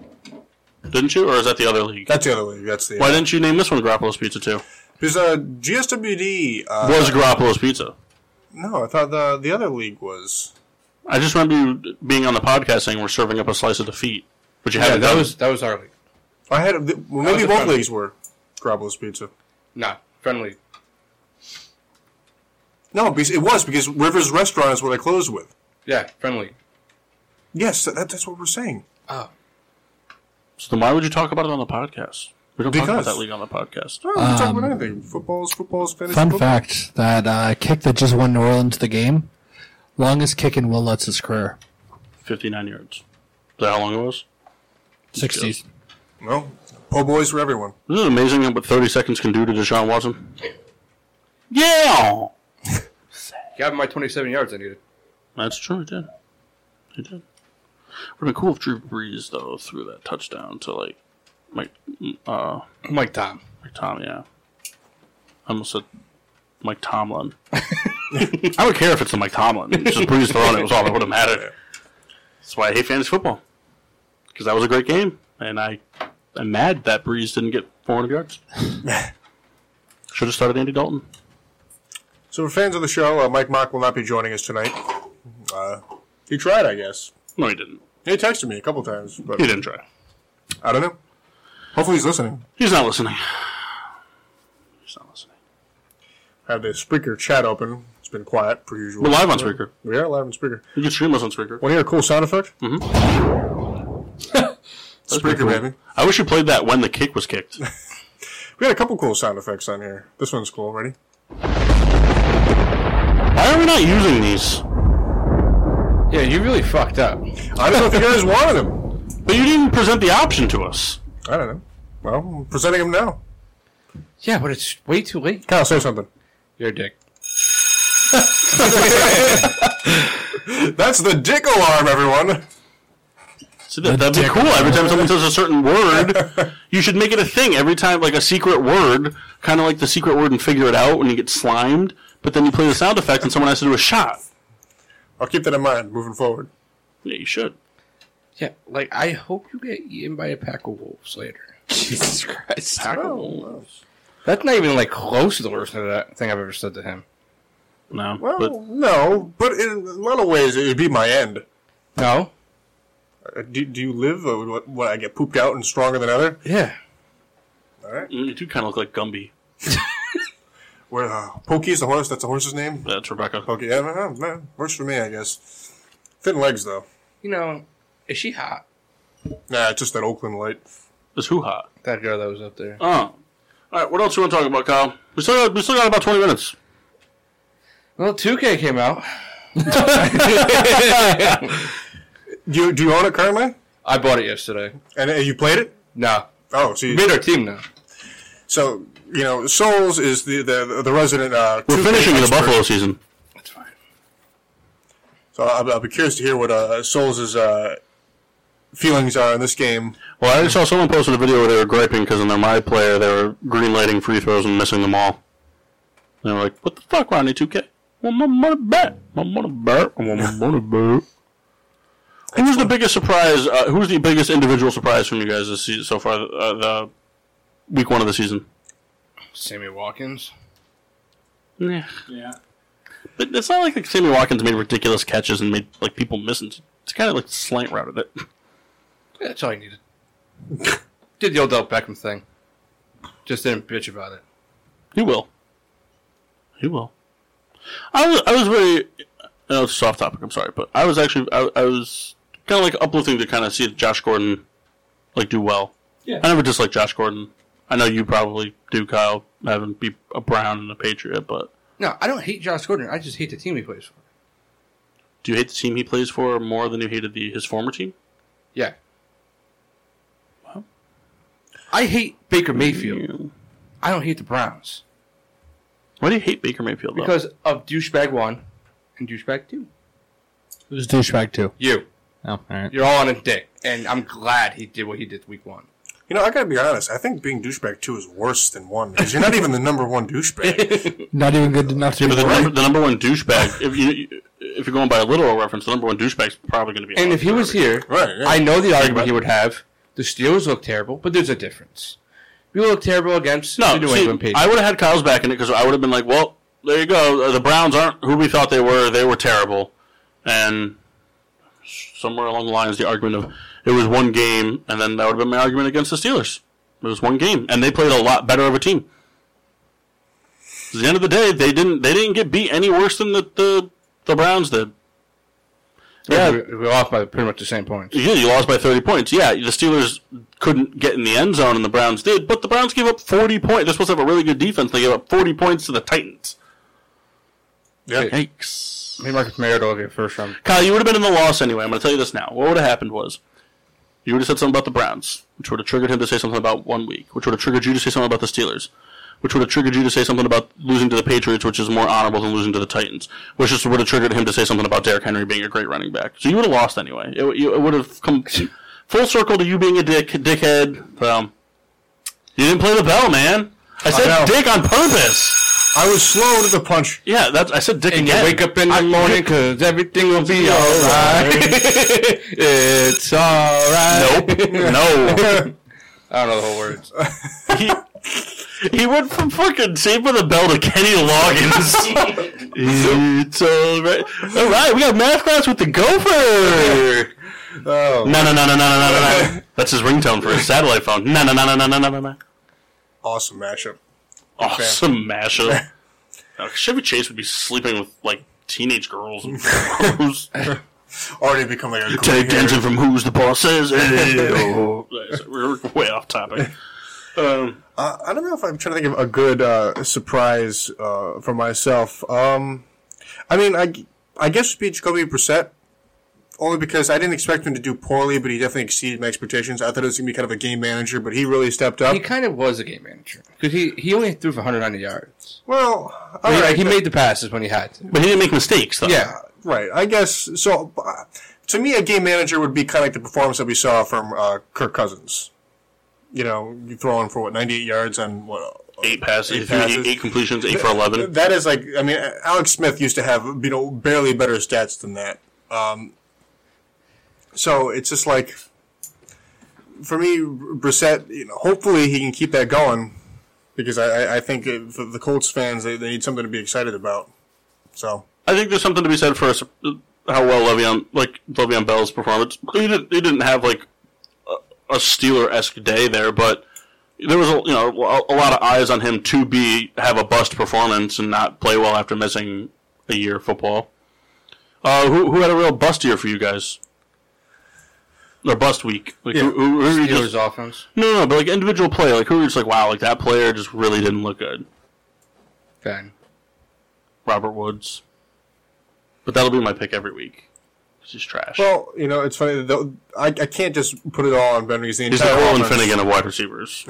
Speaker 1: didn't you? Or is that the other league?
Speaker 4: That's the other way. That's the.
Speaker 1: Why didn't you name this one Garoppolo's Pizza too?
Speaker 4: Because uh, GSWD. Uh,
Speaker 1: Was Garoppolo's Pizza?
Speaker 4: no, I thought the the other league was.
Speaker 1: I just remember you being on the podcast saying we're serving up a slice of defeat, but you
Speaker 2: Yeah,
Speaker 1: haven't.
Speaker 2: that
Speaker 1: done it.
Speaker 2: was that was our league.
Speaker 4: I had th- well, maybe
Speaker 2: a
Speaker 4: both
Speaker 2: friendly.
Speaker 4: leagues were Garoppolo's Pizza.
Speaker 2: Nah, friendly.
Speaker 4: No, because it was because Rivers Restaurant is what I closed with.
Speaker 2: Yeah, friendly.
Speaker 4: Yes, that, that's what we're saying.
Speaker 2: Oh,
Speaker 1: So then why would you talk about it on the podcast? We don't talk about
Speaker 4: Because-
Speaker 1: that league on the podcast.
Speaker 4: Oh, we can talk about
Speaker 1: Um,
Speaker 4: anything. Football's football's fantasy.
Speaker 3: Fun
Speaker 4: football.
Speaker 3: fact that uh, kick that just won New Orleans the game, longest kick in Will Lutz's career,
Speaker 1: 59 yards. Is that how long it was?
Speaker 3: sixties.
Speaker 4: No, po' boys for everyone.
Speaker 1: This is amazing what 30 seconds can do to Deshaun Watson. Yeah!
Speaker 2: got my 27 yards I needed.
Speaker 1: That's true, he did. He did. Would have been cool if Drew Brees, though, threw that touchdown to, like, Mike, uh,
Speaker 2: Mike Tom.
Speaker 1: Mike Tom, yeah. I almost said Mike Tomlin. I don't care if it's the Mike Tomlin. It's just Brees throwing it was all that would have mattered. That's why I hate fantasy football. Because that was a great game, and I, I'm mad that Brees didn't get 400 yards. Should have started Andy Dalton.
Speaker 4: So, for fans of the show, uh, Mike Mock will not be joining us tonight. Uh, he tried, I guess.
Speaker 1: No, he didn't.
Speaker 4: He texted me a couple times, but
Speaker 1: He didn't try.
Speaker 4: I don't know. Hopefully, he's listening.
Speaker 1: He's not listening. He's not listening.
Speaker 4: I have the Spreaker chat open. It's been quiet per usual.
Speaker 1: We're live on Spreaker.
Speaker 4: We are live on Spreaker.
Speaker 1: You can stream us on Spreaker.
Speaker 4: Want to hear a cool sound effect? Mm-hmm. Spreaker, baby.
Speaker 1: I wish you played that when the kick was kicked.
Speaker 4: We got a couple cool sound effects on here. This one's cool. Ready?
Speaker 1: Why are we not using these?
Speaker 2: Yeah, you really fucked up.
Speaker 4: I don't know if you guys wanted them.
Speaker 1: But you didn't present the option to us.
Speaker 4: I don't know. Well, I'm presenting them now.
Speaker 2: Yeah, but it's way too late.
Speaker 4: Kyle, say something.
Speaker 2: You're a dick.
Speaker 4: That's the dick alarm, everyone.
Speaker 1: See, that, that'd be cool. Every time someone says a certain word, you should make it a thing. Every time, like a secret word, kind of like the secret word and figure it out when you get slimed. But then you play the sound effect and someone has to do a shot.
Speaker 4: I'll keep that in mind moving forward.
Speaker 1: Yeah, you should.
Speaker 2: Yeah, like I hope you get eaten by a pack of wolves later.
Speaker 3: Jesus Christ!
Speaker 2: That's not even like close to the worst of that thing I've ever said to him.
Speaker 1: No,
Speaker 4: Well,
Speaker 1: but
Speaker 4: no, but in a lot of ways, it would be my end.
Speaker 2: No.
Speaker 4: Uh, Do, do you live? Or what, what, I get pooped out and stronger than other?
Speaker 2: Yeah.
Speaker 1: you do kind of look like Gumby.
Speaker 4: Where uh, Pokey's the horse? That's the horse's name.
Speaker 1: That's Rebecca.
Speaker 4: Pokey. Yeah, no, no, works for me, I guess. Thin legs, though.
Speaker 2: You know, is she hot?
Speaker 4: Nah, it's just that Oakland light.
Speaker 1: It's hoo hot.
Speaker 2: That girl that was up there.
Speaker 1: Oh. All right, what else you want to talk about, Kyle? We still got, we still got about 20 minutes.
Speaker 2: Well, 2K came out.
Speaker 4: Do you, do you own it currently?
Speaker 2: I bought it yesterday.
Speaker 4: And uh, you played it?
Speaker 2: No.
Speaker 4: Oh, so you,
Speaker 2: Made our team now.
Speaker 4: so you know, Souls is the the, the resident. Uh,
Speaker 1: We're
Speaker 4: 2K
Speaker 1: finishing the
Speaker 4: expert.
Speaker 1: Buffalo season.
Speaker 2: That's fine.
Speaker 4: So I'll, I'll be curious to hear what uh, Souls' uh, feelings are in this game.
Speaker 1: Well, I just saw someone posted a video where they were griping because in their My Player they were greenlighting free throws and missing them all. And they were like, "What the fuck, Ronnie 2K? Well, my money back. My money back. I want my money back." Who was the biggest surprise? Uh, who was the biggest individual surprise from you guys this season so far? Uh, the week one of the season.
Speaker 2: Sammy Watkins.
Speaker 1: Yeah. But it's not like, like Sammy Watkins made ridiculous catches and made like people miss. It's kind of like slant routed it.
Speaker 2: That's all I needed. Did the Odell Beckham thing. Just didn't bitch about it.
Speaker 1: He will. He will. I was, I was very. I know it's a soft topic. I'm sorry, but I was actually I, I was kind of like uplifting to kind of see Josh Gordon like do well.
Speaker 3: Yeah.
Speaker 1: I never disliked Josh Gordon. I know you probably do, Kyle. Having be a Brown and a Patriot, but
Speaker 2: No, I don't hate Josh Gordon. I just hate the team he plays for.
Speaker 1: do you hate the team he plays for more than you hated the, his former team?
Speaker 2: Yeah. I hate Baker Mayfield. I don't hate the Browns
Speaker 1: Why do you hate Baker Mayfield? Though?
Speaker 2: because of douchebag one and douchebag two.
Speaker 3: Who's douchebag too?
Speaker 2: You,
Speaker 3: Oh, all right.
Speaker 2: you're all on a dick, and I'm glad he did what he did week one.
Speaker 4: You know, I gotta be honest. I think being douchebag two is worse than one because you're not even the number one douchebag.
Speaker 3: Not even good enough to
Speaker 1: Yeah, but
Speaker 3: be
Speaker 1: the,
Speaker 3: right.
Speaker 1: number, the number one douchebag. if you if you're going by a literal reference, the number one douchebag's probably going to be.
Speaker 2: And if he was here,
Speaker 4: Right, yeah.
Speaker 2: I know the argument he would have. The Steelers look terrible, but there's a difference. We look terrible against
Speaker 1: no,
Speaker 2: the New
Speaker 1: see,
Speaker 2: England Patriots.
Speaker 1: I would have had Kyle's back in it because I would have been like, well, there you go. The Browns aren't who we thought they were. They were terrible, and somewhere along the lines, the argument of it was one game, and then that would have been my argument against the Steelers. It was one game, and they played a lot better of a team. At the end of the day, they didn't they didn't get beat any worse than the the, the Browns did.
Speaker 2: yeah, we, we lost by pretty much the same points.
Speaker 1: Yeah, you lost by 30 points. Yeah, the Steelers couldn't get in the end zone, and the Browns did, but the Browns gave up 40 points. They're supposed to have a really good defense. They gave up 40 points to the Titans.
Speaker 4: Yeah.
Speaker 1: Yikes.
Speaker 2: Me, and Marcus Mariota will get first round.
Speaker 1: Kyle, you would have been in the loss anyway. I'm going to tell you this now. What would have happened was you would have said something about the Browns, which would have triggered him to say something about one week, which would have triggered you to say something about the Steelers, which would have triggered you to say something about losing to the Patriots, which is more honorable than losing to the Titans, which just would have triggered him to say something about Derrick Henry being a great running back. So you would have lost anyway. It, you- it would have come full circle to you being a dick, dickhead. Um, you didn't play the bell, man. I said
Speaker 4: know.
Speaker 1: dick on purpose.
Speaker 4: I was slow to the punch.
Speaker 1: Yeah, that's I said dick
Speaker 2: And you
Speaker 1: again.
Speaker 2: wake up in the morning because everything will be alright. it's alright.
Speaker 1: Nope. no.
Speaker 2: I don't know the whole words.
Speaker 1: he, he went from fucking Saved by the Bell to Kenny Loggins. it's all right. All right, we got math class with the gopher.
Speaker 4: Oh,
Speaker 1: No, no, no, no, no, no, no, no. That's his ringtone for his satellite phone. No, no, no, no, no, no, no, no, no.
Speaker 4: awesome mashup.
Speaker 1: Awesome mashup. Now, Chevy Chase would be sleeping with like teenage girls and who's
Speaker 4: Already become like a
Speaker 1: Ted
Speaker 4: career.
Speaker 1: Denson from Who's the Boss says. Hey, oh. We're way off topic. Um,
Speaker 4: Uh, I don't know if I'm trying to think of a good uh, surprise uh, for myself. Um, I mean, I, I guess it'd be Jacoby Brissett, only because I didn't expect him to do poorly, but he definitely exceeded my expectations. I thought it was going to be kind of a game manager, but he really stepped up.
Speaker 2: He kind of was a game manager because he, he only threw for 190 yards.
Speaker 4: well, all
Speaker 2: He-
Speaker 4: right,
Speaker 2: he made the passes when he had to.
Speaker 1: but he didn't make mistakes, though.
Speaker 2: Yeah,
Speaker 4: uh, right. I guess so. uh, To me, a game manager would be kind of like the performance that we saw from uh, Kirk Cousins. You know, you throwing for what 98 yards on what
Speaker 1: Eight passes,
Speaker 4: Eight
Speaker 1: eight, passes.
Speaker 4: passes.
Speaker 1: eight completions, eight for 11.
Speaker 4: That is like, I mean, Alex Smith used to have you know barely better stats than that. Um, so it's just like, for me, Brissett. You know, hopefully he can keep that going because I, I- I think uh, for the Colts fans they, they need something to be excited about. So
Speaker 1: I think there's something to be said for us, uh, how well Le'Veon, like Le'Veon Bell's performance. He didn't, he didn't have like a, a Steeler esque day there, but there was a, you know a, a lot of eyes on him to be have a bust performance and not play well after missing a year of football. Uh, who who had a real bust year for you guys? Or bust week? Like who, who, who are you just,
Speaker 2: Steelers offense.
Speaker 1: no, no, but like individual play. Like who are you just like wow, like that player just really didn't look good.
Speaker 2: Ben.
Speaker 1: Robert Woods. But that'll be my pick every week. It's just trash.
Speaker 4: well, you know, it's funny. Though, I, I can't just put it all on Ben because the
Speaker 1: He's the
Speaker 4: entire
Speaker 1: Colin
Speaker 4: offense-
Speaker 1: Finnegan of wide receivers.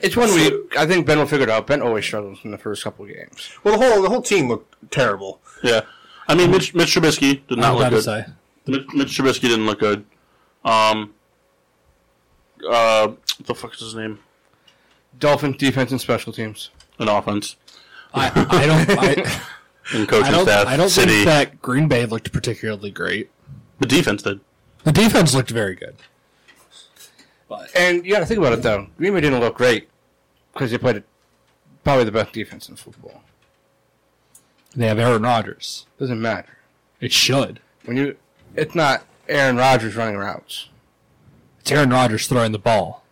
Speaker 2: It's one week. I think Ben will figure it out. Ben always struggles in the first couple of games.
Speaker 4: Well, the whole the whole team looked terrible.
Speaker 1: Yeah, I mean Mitch, Mitch Trubisky did
Speaker 3: I
Speaker 1: not look
Speaker 3: was about to
Speaker 1: good.
Speaker 3: say.
Speaker 1: Mitch, Mitch Trubisky didn't look good. Um, uh, what the fuck is his name?
Speaker 2: Dolphin defense and special teams.
Speaker 1: An offense
Speaker 3: I, I don't. I,
Speaker 1: and coaching
Speaker 3: I don't.
Speaker 1: staff.
Speaker 3: I don't
Speaker 1: City.
Speaker 3: think that Green Bay looked particularly great.
Speaker 1: the defense did.
Speaker 3: The defense looked very good.
Speaker 2: And you got to think about it though. Green Bay didn't look great because they played probably the best defense in football.
Speaker 3: They have Aaron Rodgers.
Speaker 2: Doesn't matter
Speaker 3: It should.
Speaker 2: when you. It's not Aaron Rodgers running routes.
Speaker 3: It's Aaron Rodgers throwing the ball.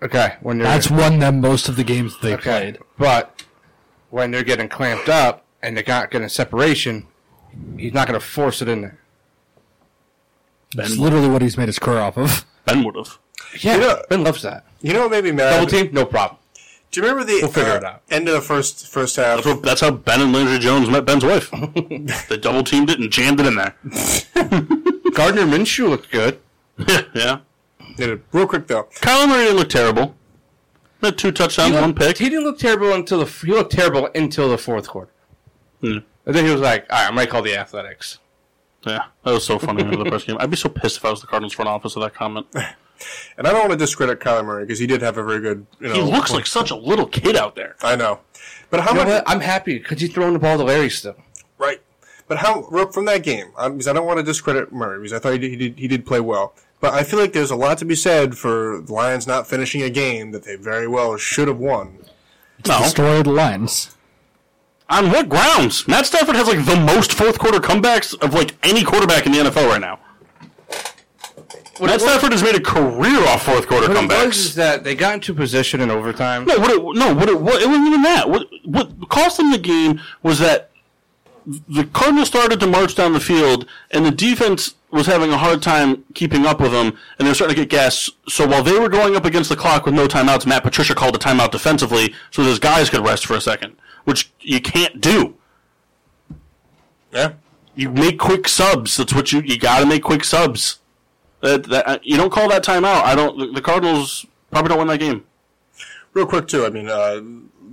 Speaker 2: Okay, when you're
Speaker 3: That's won them most of the games they played.
Speaker 2: But when they're getting clamped up and they're not getting separation, he's not going to force it in there.
Speaker 3: That's literally what he's made his career off of.
Speaker 1: Ben would have.
Speaker 2: Yeah,
Speaker 4: You know-
Speaker 2: Ben loves that.
Speaker 4: You know what made me
Speaker 2: Double
Speaker 4: mad?
Speaker 2: team, no problem.
Speaker 4: Do you remember the
Speaker 2: We'll figure it
Speaker 4: uh,
Speaker 2: out.
Speaker 4: end of the first first half?
Speaker 1: That's, what, that's how Ben and Landry Jones met Ben's wife. they double teamed it and jammed it in there.
Speaker 2: Gardner Minshew looked good.
Speaker 1: yeah.
Speaker 4: Did it Real quick though.
Speaker 1: Kyler Murray didn't look terrible. Had two touchdowns,
Speaker 2: He
Speaker 1: one
Speaker 2: looked-
Speaker 1: pick.
Speaker 2: He didn't look terrible until the he looked terrible until the fourth quarter.
Speaker 1: Yeah.
Speaker 2: And then he was like, "All right, I might call the Athletics."
Speaker 1: Yeah, that was so funny after the press game. I'd be so pissed if I was the Cardinals front office with that comment.
Speaker 4: And I don't want to discredit Kyler Murray because he did have a very good. You know,
Speaker 1: He looks like such a little kid out there.
Speaker 4: I know, but how
Speaker 2: You know
Speaker 4: much?
Speaker 2: what? I'm happy because he's throwing the ball to Larry still.
Speaker 4: Right. But how Rook, from that game? I, because I don't want to discredit Murray because I thought he did, he did he did play well. But I feel like there's a lot to be said for the Lions not finishing a game that they very well should have won.
Speaker 1: No,
Speaker 3: Story of the Lions.
Speaker 1: on what grounds? Matt Stafford has like the most fourth quarter comebacks of like any quarterback in the NFL right now. Matt Stafford has made a career off fourth quarter
Speaker 2: What it
Speaker 1: comebacks.
Speaker 2: was is that they got into position in overtime.
Speaker 1: No, what it, no, what it, what, it wasn't even that. What, what cost them the game was that the Cardinals started to march down the field, and the defense was having a hard time keeping up with them, and they were starting to get gas. So while they were going up against the clock with no timeouts, Matt Patricia called a timeout defensively so those guys could rest for a second, which you can't do.
Speaker 4: Yeah.
Speaker 1: You make quick subs. That's what you you got to make quick subs. That, that you don't call that timeout. I don't. the- The Cardinals probably don't win that game.
Speaker 4: Real quick too. I mean, uh,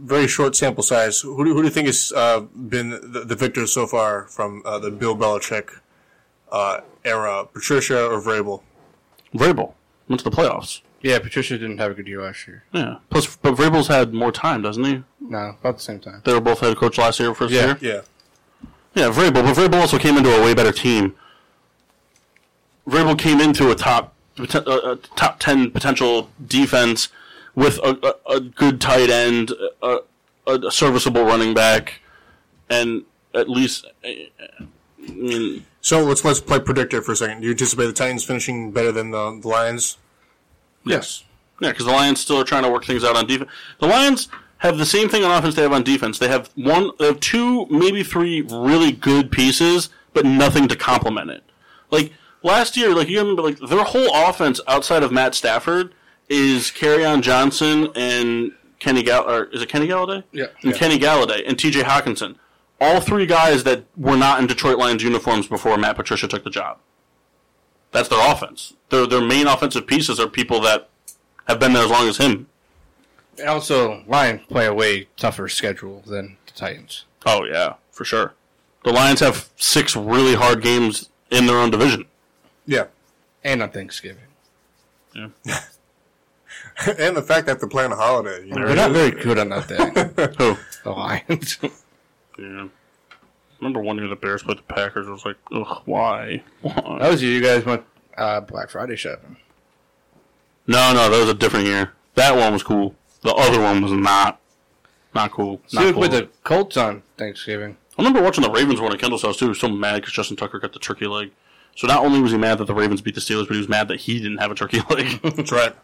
Speaker 4: very short sample size. Who do, who do you think has uh, been the, the victor so far from uh, the Bill Belichick uh, era? Patricia or Vrabel?
Speaker 1: Vrabel went to the playoffs.
Speaker 2: Yeah, Patricia didn't have a good year last year.
Speaker 1: Yeah. Plus, but Vrabel's had more time, doesn't he?
Speaker 2: No, about the same time.
Speaker 1: They were both head coach last year, first
Speaker 2: Yeah.
Speaker 1: year.
Speaker 4: Yeah.
Speaker 1: Yeah, Vrabel. But Vrabel also came into a way better team. Vrabel came into a top a, a top ten potential defense with a, a, a good tight end, a, a, a serviceable running back, and at least I mean,
Speaker 4: So let's let's play predictor for a second. Do you anticipate the Titans finishing better than the, the Lions?
Speaker 1: yes, yeah, because the Lions still are trying to work things out on defense. The Lions have the same thing on offense they have on defense. They have one, they have two, maybe three really good pieces, but nothing to complement it. Like last year, like you remember, like their whole offense outside of Matt Stafford is on Johnson and Kenny Gall or is it Kenny Galladay?
Speaker 2: Yeah.
Speaker 1: and
Speaker 2: Yeah.
Speaker 1: Kenny Galladay and T.J. Hawkinson, all three guys that were not in Detroit Lions uniforms before Matt Patricia took the job. That's their offense. Their their main offensive pieces are people that have been there as long as him.
Speaker 2: And also, Lions play a way tougher schedule than the Titans.
Speaker 1: Oh yeah, for sure. The Lions have six really hard games in their own division.
Speaker 4: Yeah.
Speaker 2: And on Thanksgiving.
Speaker 4: and the fact that they're playing a holiday. You know?
Speaker 2: They're not very good on that thing.
Speaker 1: Who?
Speaker 2: the Lions.
Speaker 1: Yeah. Remember one year the Bears played the Packers. I was like, ugh, why?
Speaker 2: that
Speaker 1: Why?
Speaker 2: was you. You guys went uh, Black Friday shopping.
Speaker 1: No, no, that was a different year. That one was cool. The other one was not. Not cool. Not
Speaker 2: Duke
Speaker 1: cool.
Speaker 2: with the Colts on Thanksgiving.
Speaker 1: I remember watching the Ravens one at Kendall's house too. He was so mad because Justin Tucker got the turkey leg. So not only was he mad that the Ravens beat the Steelers, but he was mad that he didn't have a turkey leg.
Speaker 4: That's right.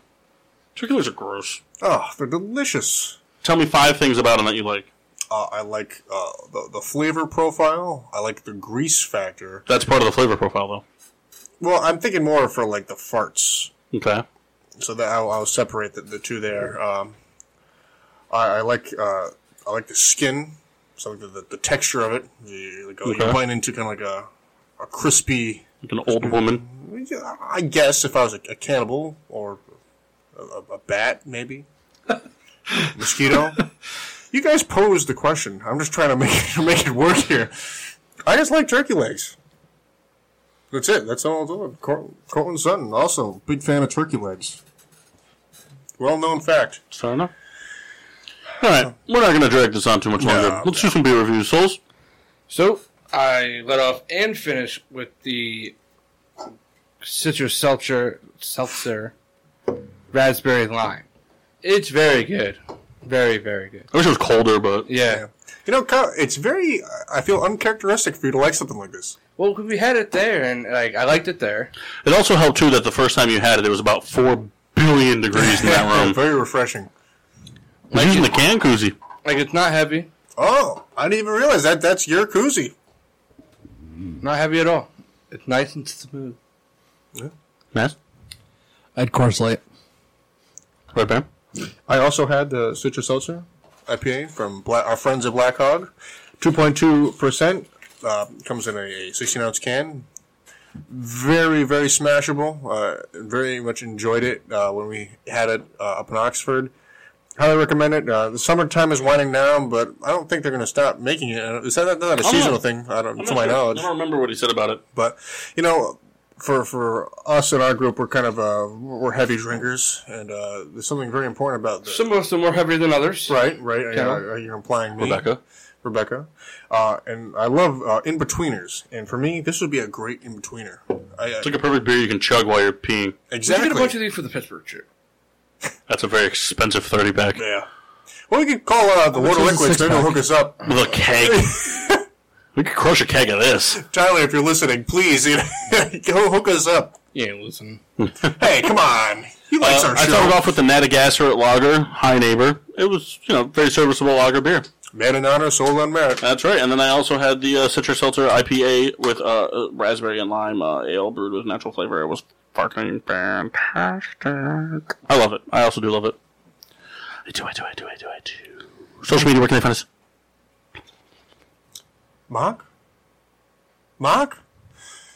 Speaker 1: turkey legs are gross.
Speaker 4: Oh, they're delicious.
Speaker 1: Tell me five things about them that you like.
Speaker 4: Uh, I like uh, the the flavor profile. I like the grease factor.
Speaker 1: That's part of the flavor profile,
Speaker 4: Well, I'm thinking more for like the farts.
Speaker 1: though. Okay.
Speaker 4: So that I'll, I'll separate the, the two there. Um, I, I like uh, I like the skin. So like the, the, the texture of it. You, like, You're
Speaker 1: Okay.
Speaker 4: biting into kind of like a a crispy.
Speaker 1: Like an
Speaker 4: Mm-hmm.
Speaker 1: old woman.
Speaker 4: I guess if I was a, a cannibal or a, a, a bat, maybe mosquito. You guys posed the question. I'm just trying to make it, make it work here. I just like turkey legs. That's it. That's all. I'll do. Cort- Cortland Sutton also big fan of turkey legs. Well known fact.
Speaker 1: Fair enough. All right, we're not going to drag this on too much longer.
Speaker 4: No,
Speaker 1: Let's do some beer reviews, souls.
Speaker 2: So I let off and finish with the citrus seltzer, seltzer, raspberry lime. It's very good, very very good.
Speaker 1: I wish it was colder, but
Speaker 2: Yeah,
Speaker 4: You know, Kyle, it's very. I feel uncharacteristic for you to like something like this.
Speaker 2: Well, we had it there, and like I liked it there.
Speaker 1: It also helped too that the first time you had it, it was about four billion degrees in that room.
Speaker 4: very refreshing.
Speaker 1: Like using the can koozie.
Speaker 2: Like it's not heavy,
Speaker 4: Oh, I didn't even realize that. That's your koozie.
Speaker 2: not heavy at all. It's nice and smooth.
Speaker 1: Matt,
Speaker 3: I'd course light.
Speaker 1: right there.
Speaker 4: I also had the citrus seltzer IPA from Bla- our friends at Black Hog, two point two percent. uh, Comes in a sixteen ounce can. Very very smashable. Uh, very much enjoyed it uh, when we had it uh, up in Oxford. Highly recommend it. Uh, the summertime is winding down, but I don't think they're going to stop making it. Uh, Is that not, not a seasonal thing? I don't, to my knowledge.
Speaker 1: I don't remember what he said about it.
Speaker 4: But you know, for for us in our group, we're kind of uh, we're heavy drinkers, and uh, there's something very important about this.
Speaker 2: Some of us are more heavy than others.
Speaker 4: Right, right.
Speaker 2: Yeah.
Speaker 4: Are, are you implying me?
Speaker 1: Rebecca.
Speaker 4: Rebecca. Uh, and I love uh, in betweeners, and for me, this would be a great in betweener. I, I,
Speaker 1: It's like a perfect beer you can chug while you're peeing.
Speaker 2: Did you
Speaker 4: exactly.
Speaker 2: get a bunch of these for the Pittsburgh trip?
Speaker 1: That's a very expensive thirty pack
Speaker 4: yeah. Well, we could call uh, the
Speaker 3: is
Speaker 4: water
Speaker 3: a
Speaker 4: liquids. Maybe they'll
Speaker 3: six-pack?
Speaker 4: hook us up.
Speaker 1: with a keg. we could crush a keg of this.
Speaker 4: Tyler, if you're listening, please, you know, go hook us up.
Speaker 2: Yeah, listen.
Speaker 4: Hey, come on. He likes
Speaker 1: Uh,
Speaker 4: our
Speaker 1: I
Speaker 4: show.
Speaker 1: started off with the Natagasser Lager, High Neighbor. It was, you know, very serviceable lager beer.
Speaker 4: Man in honor, soul on merit.
Speaker 1: That's right. And then I also had the uh, Citrus Seltzer IPA with uh, uh, raspberry and lime uh, ale brewed with natural flavor. It was fucking fantastic. I love it. I also do love it. I do, I do, I do, I do, I do. Social media, where can they find us?
Speaker 4: Mark? Mark?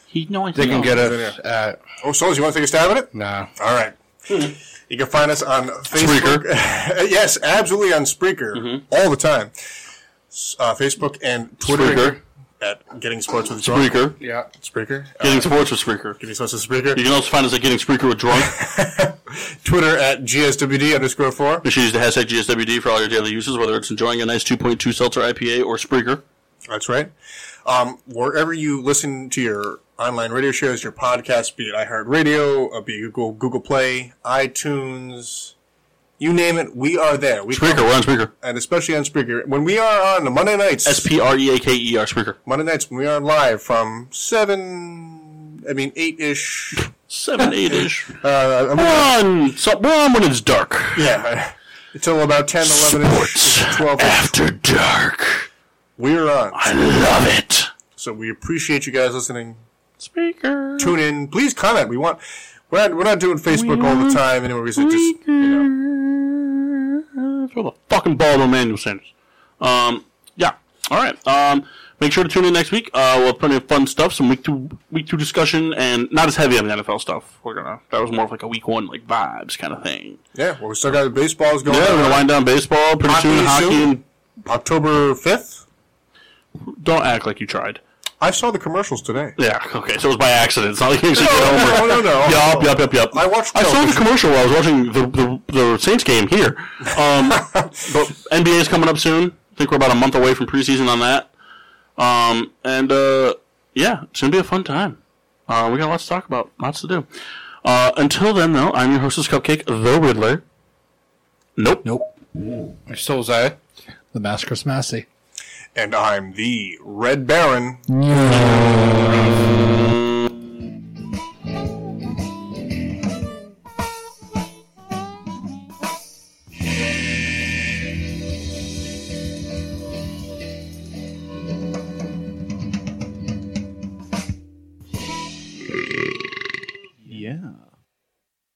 Speaker 1: He, no, I
Speaker 2: They can get us
Speaker 4: Yeah.
Speaker 2: at
Speaker 4: Oh, Souls, you want to take a stab at it?
Speaker 2: nah.
Speaker 4: All right. You can find us on Facebook. yes, absolutely on Spreaker all the time. S- Uh, Facebook and Twitter
Speaker 1: Spreaker.
Speaker 4: at Getting Sports with Drunk.
Speaker 1: Spreaker.
Speaker 2: Yeah.
Speaker 4: Spreaker. Uh,
Speaker 1: Getting Sports with Spreaker.
Speaker 4: Getting Sports with Spreaker.
Speaker 1: You can also find us at Getting Spreaker with Drunk.
Speaker 4: Twitter at GSWD underscore four.
Speaker 1: Make sure you use the hashtag GSWD for all your daily uses, whether it's enjoying a nice 2.2 seltzer IPA or Spreaker.
Speaker 4: That's right. Um, wherever you listen to your online radio shows, your podcasts, be it iHeartRadio, uh, be it Google, Google Play, iTunes, you name it, we are there. We
Speaker 1: Spreaker, we're on Spreaker.
Speaker 4: and especially on Spreaker. When we are on the Monday nights,
Speaker 1: S P R E A K E R Spreaker.
Speaker 4: Monday nights when we are live from seven, I mean eight ish.
Speaker 1: 7 8 ish.
Speaker 4: Uh, I mean,
Speaker 1: One, so, one when it's dark.
Speaker 4: yeah, until about 10, 11 ish,
Speaker 1: Sports
Speaker 4: 12 ish.
Speaker 1: After dark.
Speaker 4: We are on,
Speaker 1: Love it.
Speaker 4: so we appreciate you guys listening.
Speaker 1: Speaker.
Speaker 4: Tune in, please comment. We want we're not, we're not doing Facebook all the time anymore. Because it just you know,
Speaker 1: Throw the fucking ball to Emmanuel Sanders. Um, yeah. All right. Um, make sure to tune in next week. Uh, we'll have plenty of fun stuff, some week two week two discussion, and not as heavy on the NFL stuff. We're gonna that was more of like a week one like vibes kind of thing.
Speaker 4: yeah. Well, we still got the baseballs going.
Speaker 1: Yeah, we're
Speaker 4: on.
Speaker 1: gonna wind down baseball pretty
Speaker 4: Hockey
Speaker 1: soon. Hockey.
Speaker 4: soon. October fifth.
Speaker 1: And don't act like you tried.
Speaker 4: I saw the commercials today.
Speaker 1: Yeah. Okay. So it was by accident. It's not like you actually
Speaker 4: No,
Speaker 1: went over.
Speaker 4: no, no, no.
Speaker 1: Yup, yup, yup, yup.
Speaker 4: I watched
Speaker 1: I saw the
Speaker 4: television.
Speaker 1: commercial while I was watching the the, the Saints game here. Um, but NBA's coming up soon. I think we're about a month away from preseason on that. Um, and uh, yeah, it's gonna be a fun time. Uh, we got lots to talk about, lots to do. Uh, until then, though, I'm your hostess, Cupcake, the Riddler. Nope.
Speaker 3: Nope.
Speaker 2: So was I.
Speaker 3: The eh? Mask Chris Massey.
Speaker 4: And I'm the Red Baron.
Speaker 3: No.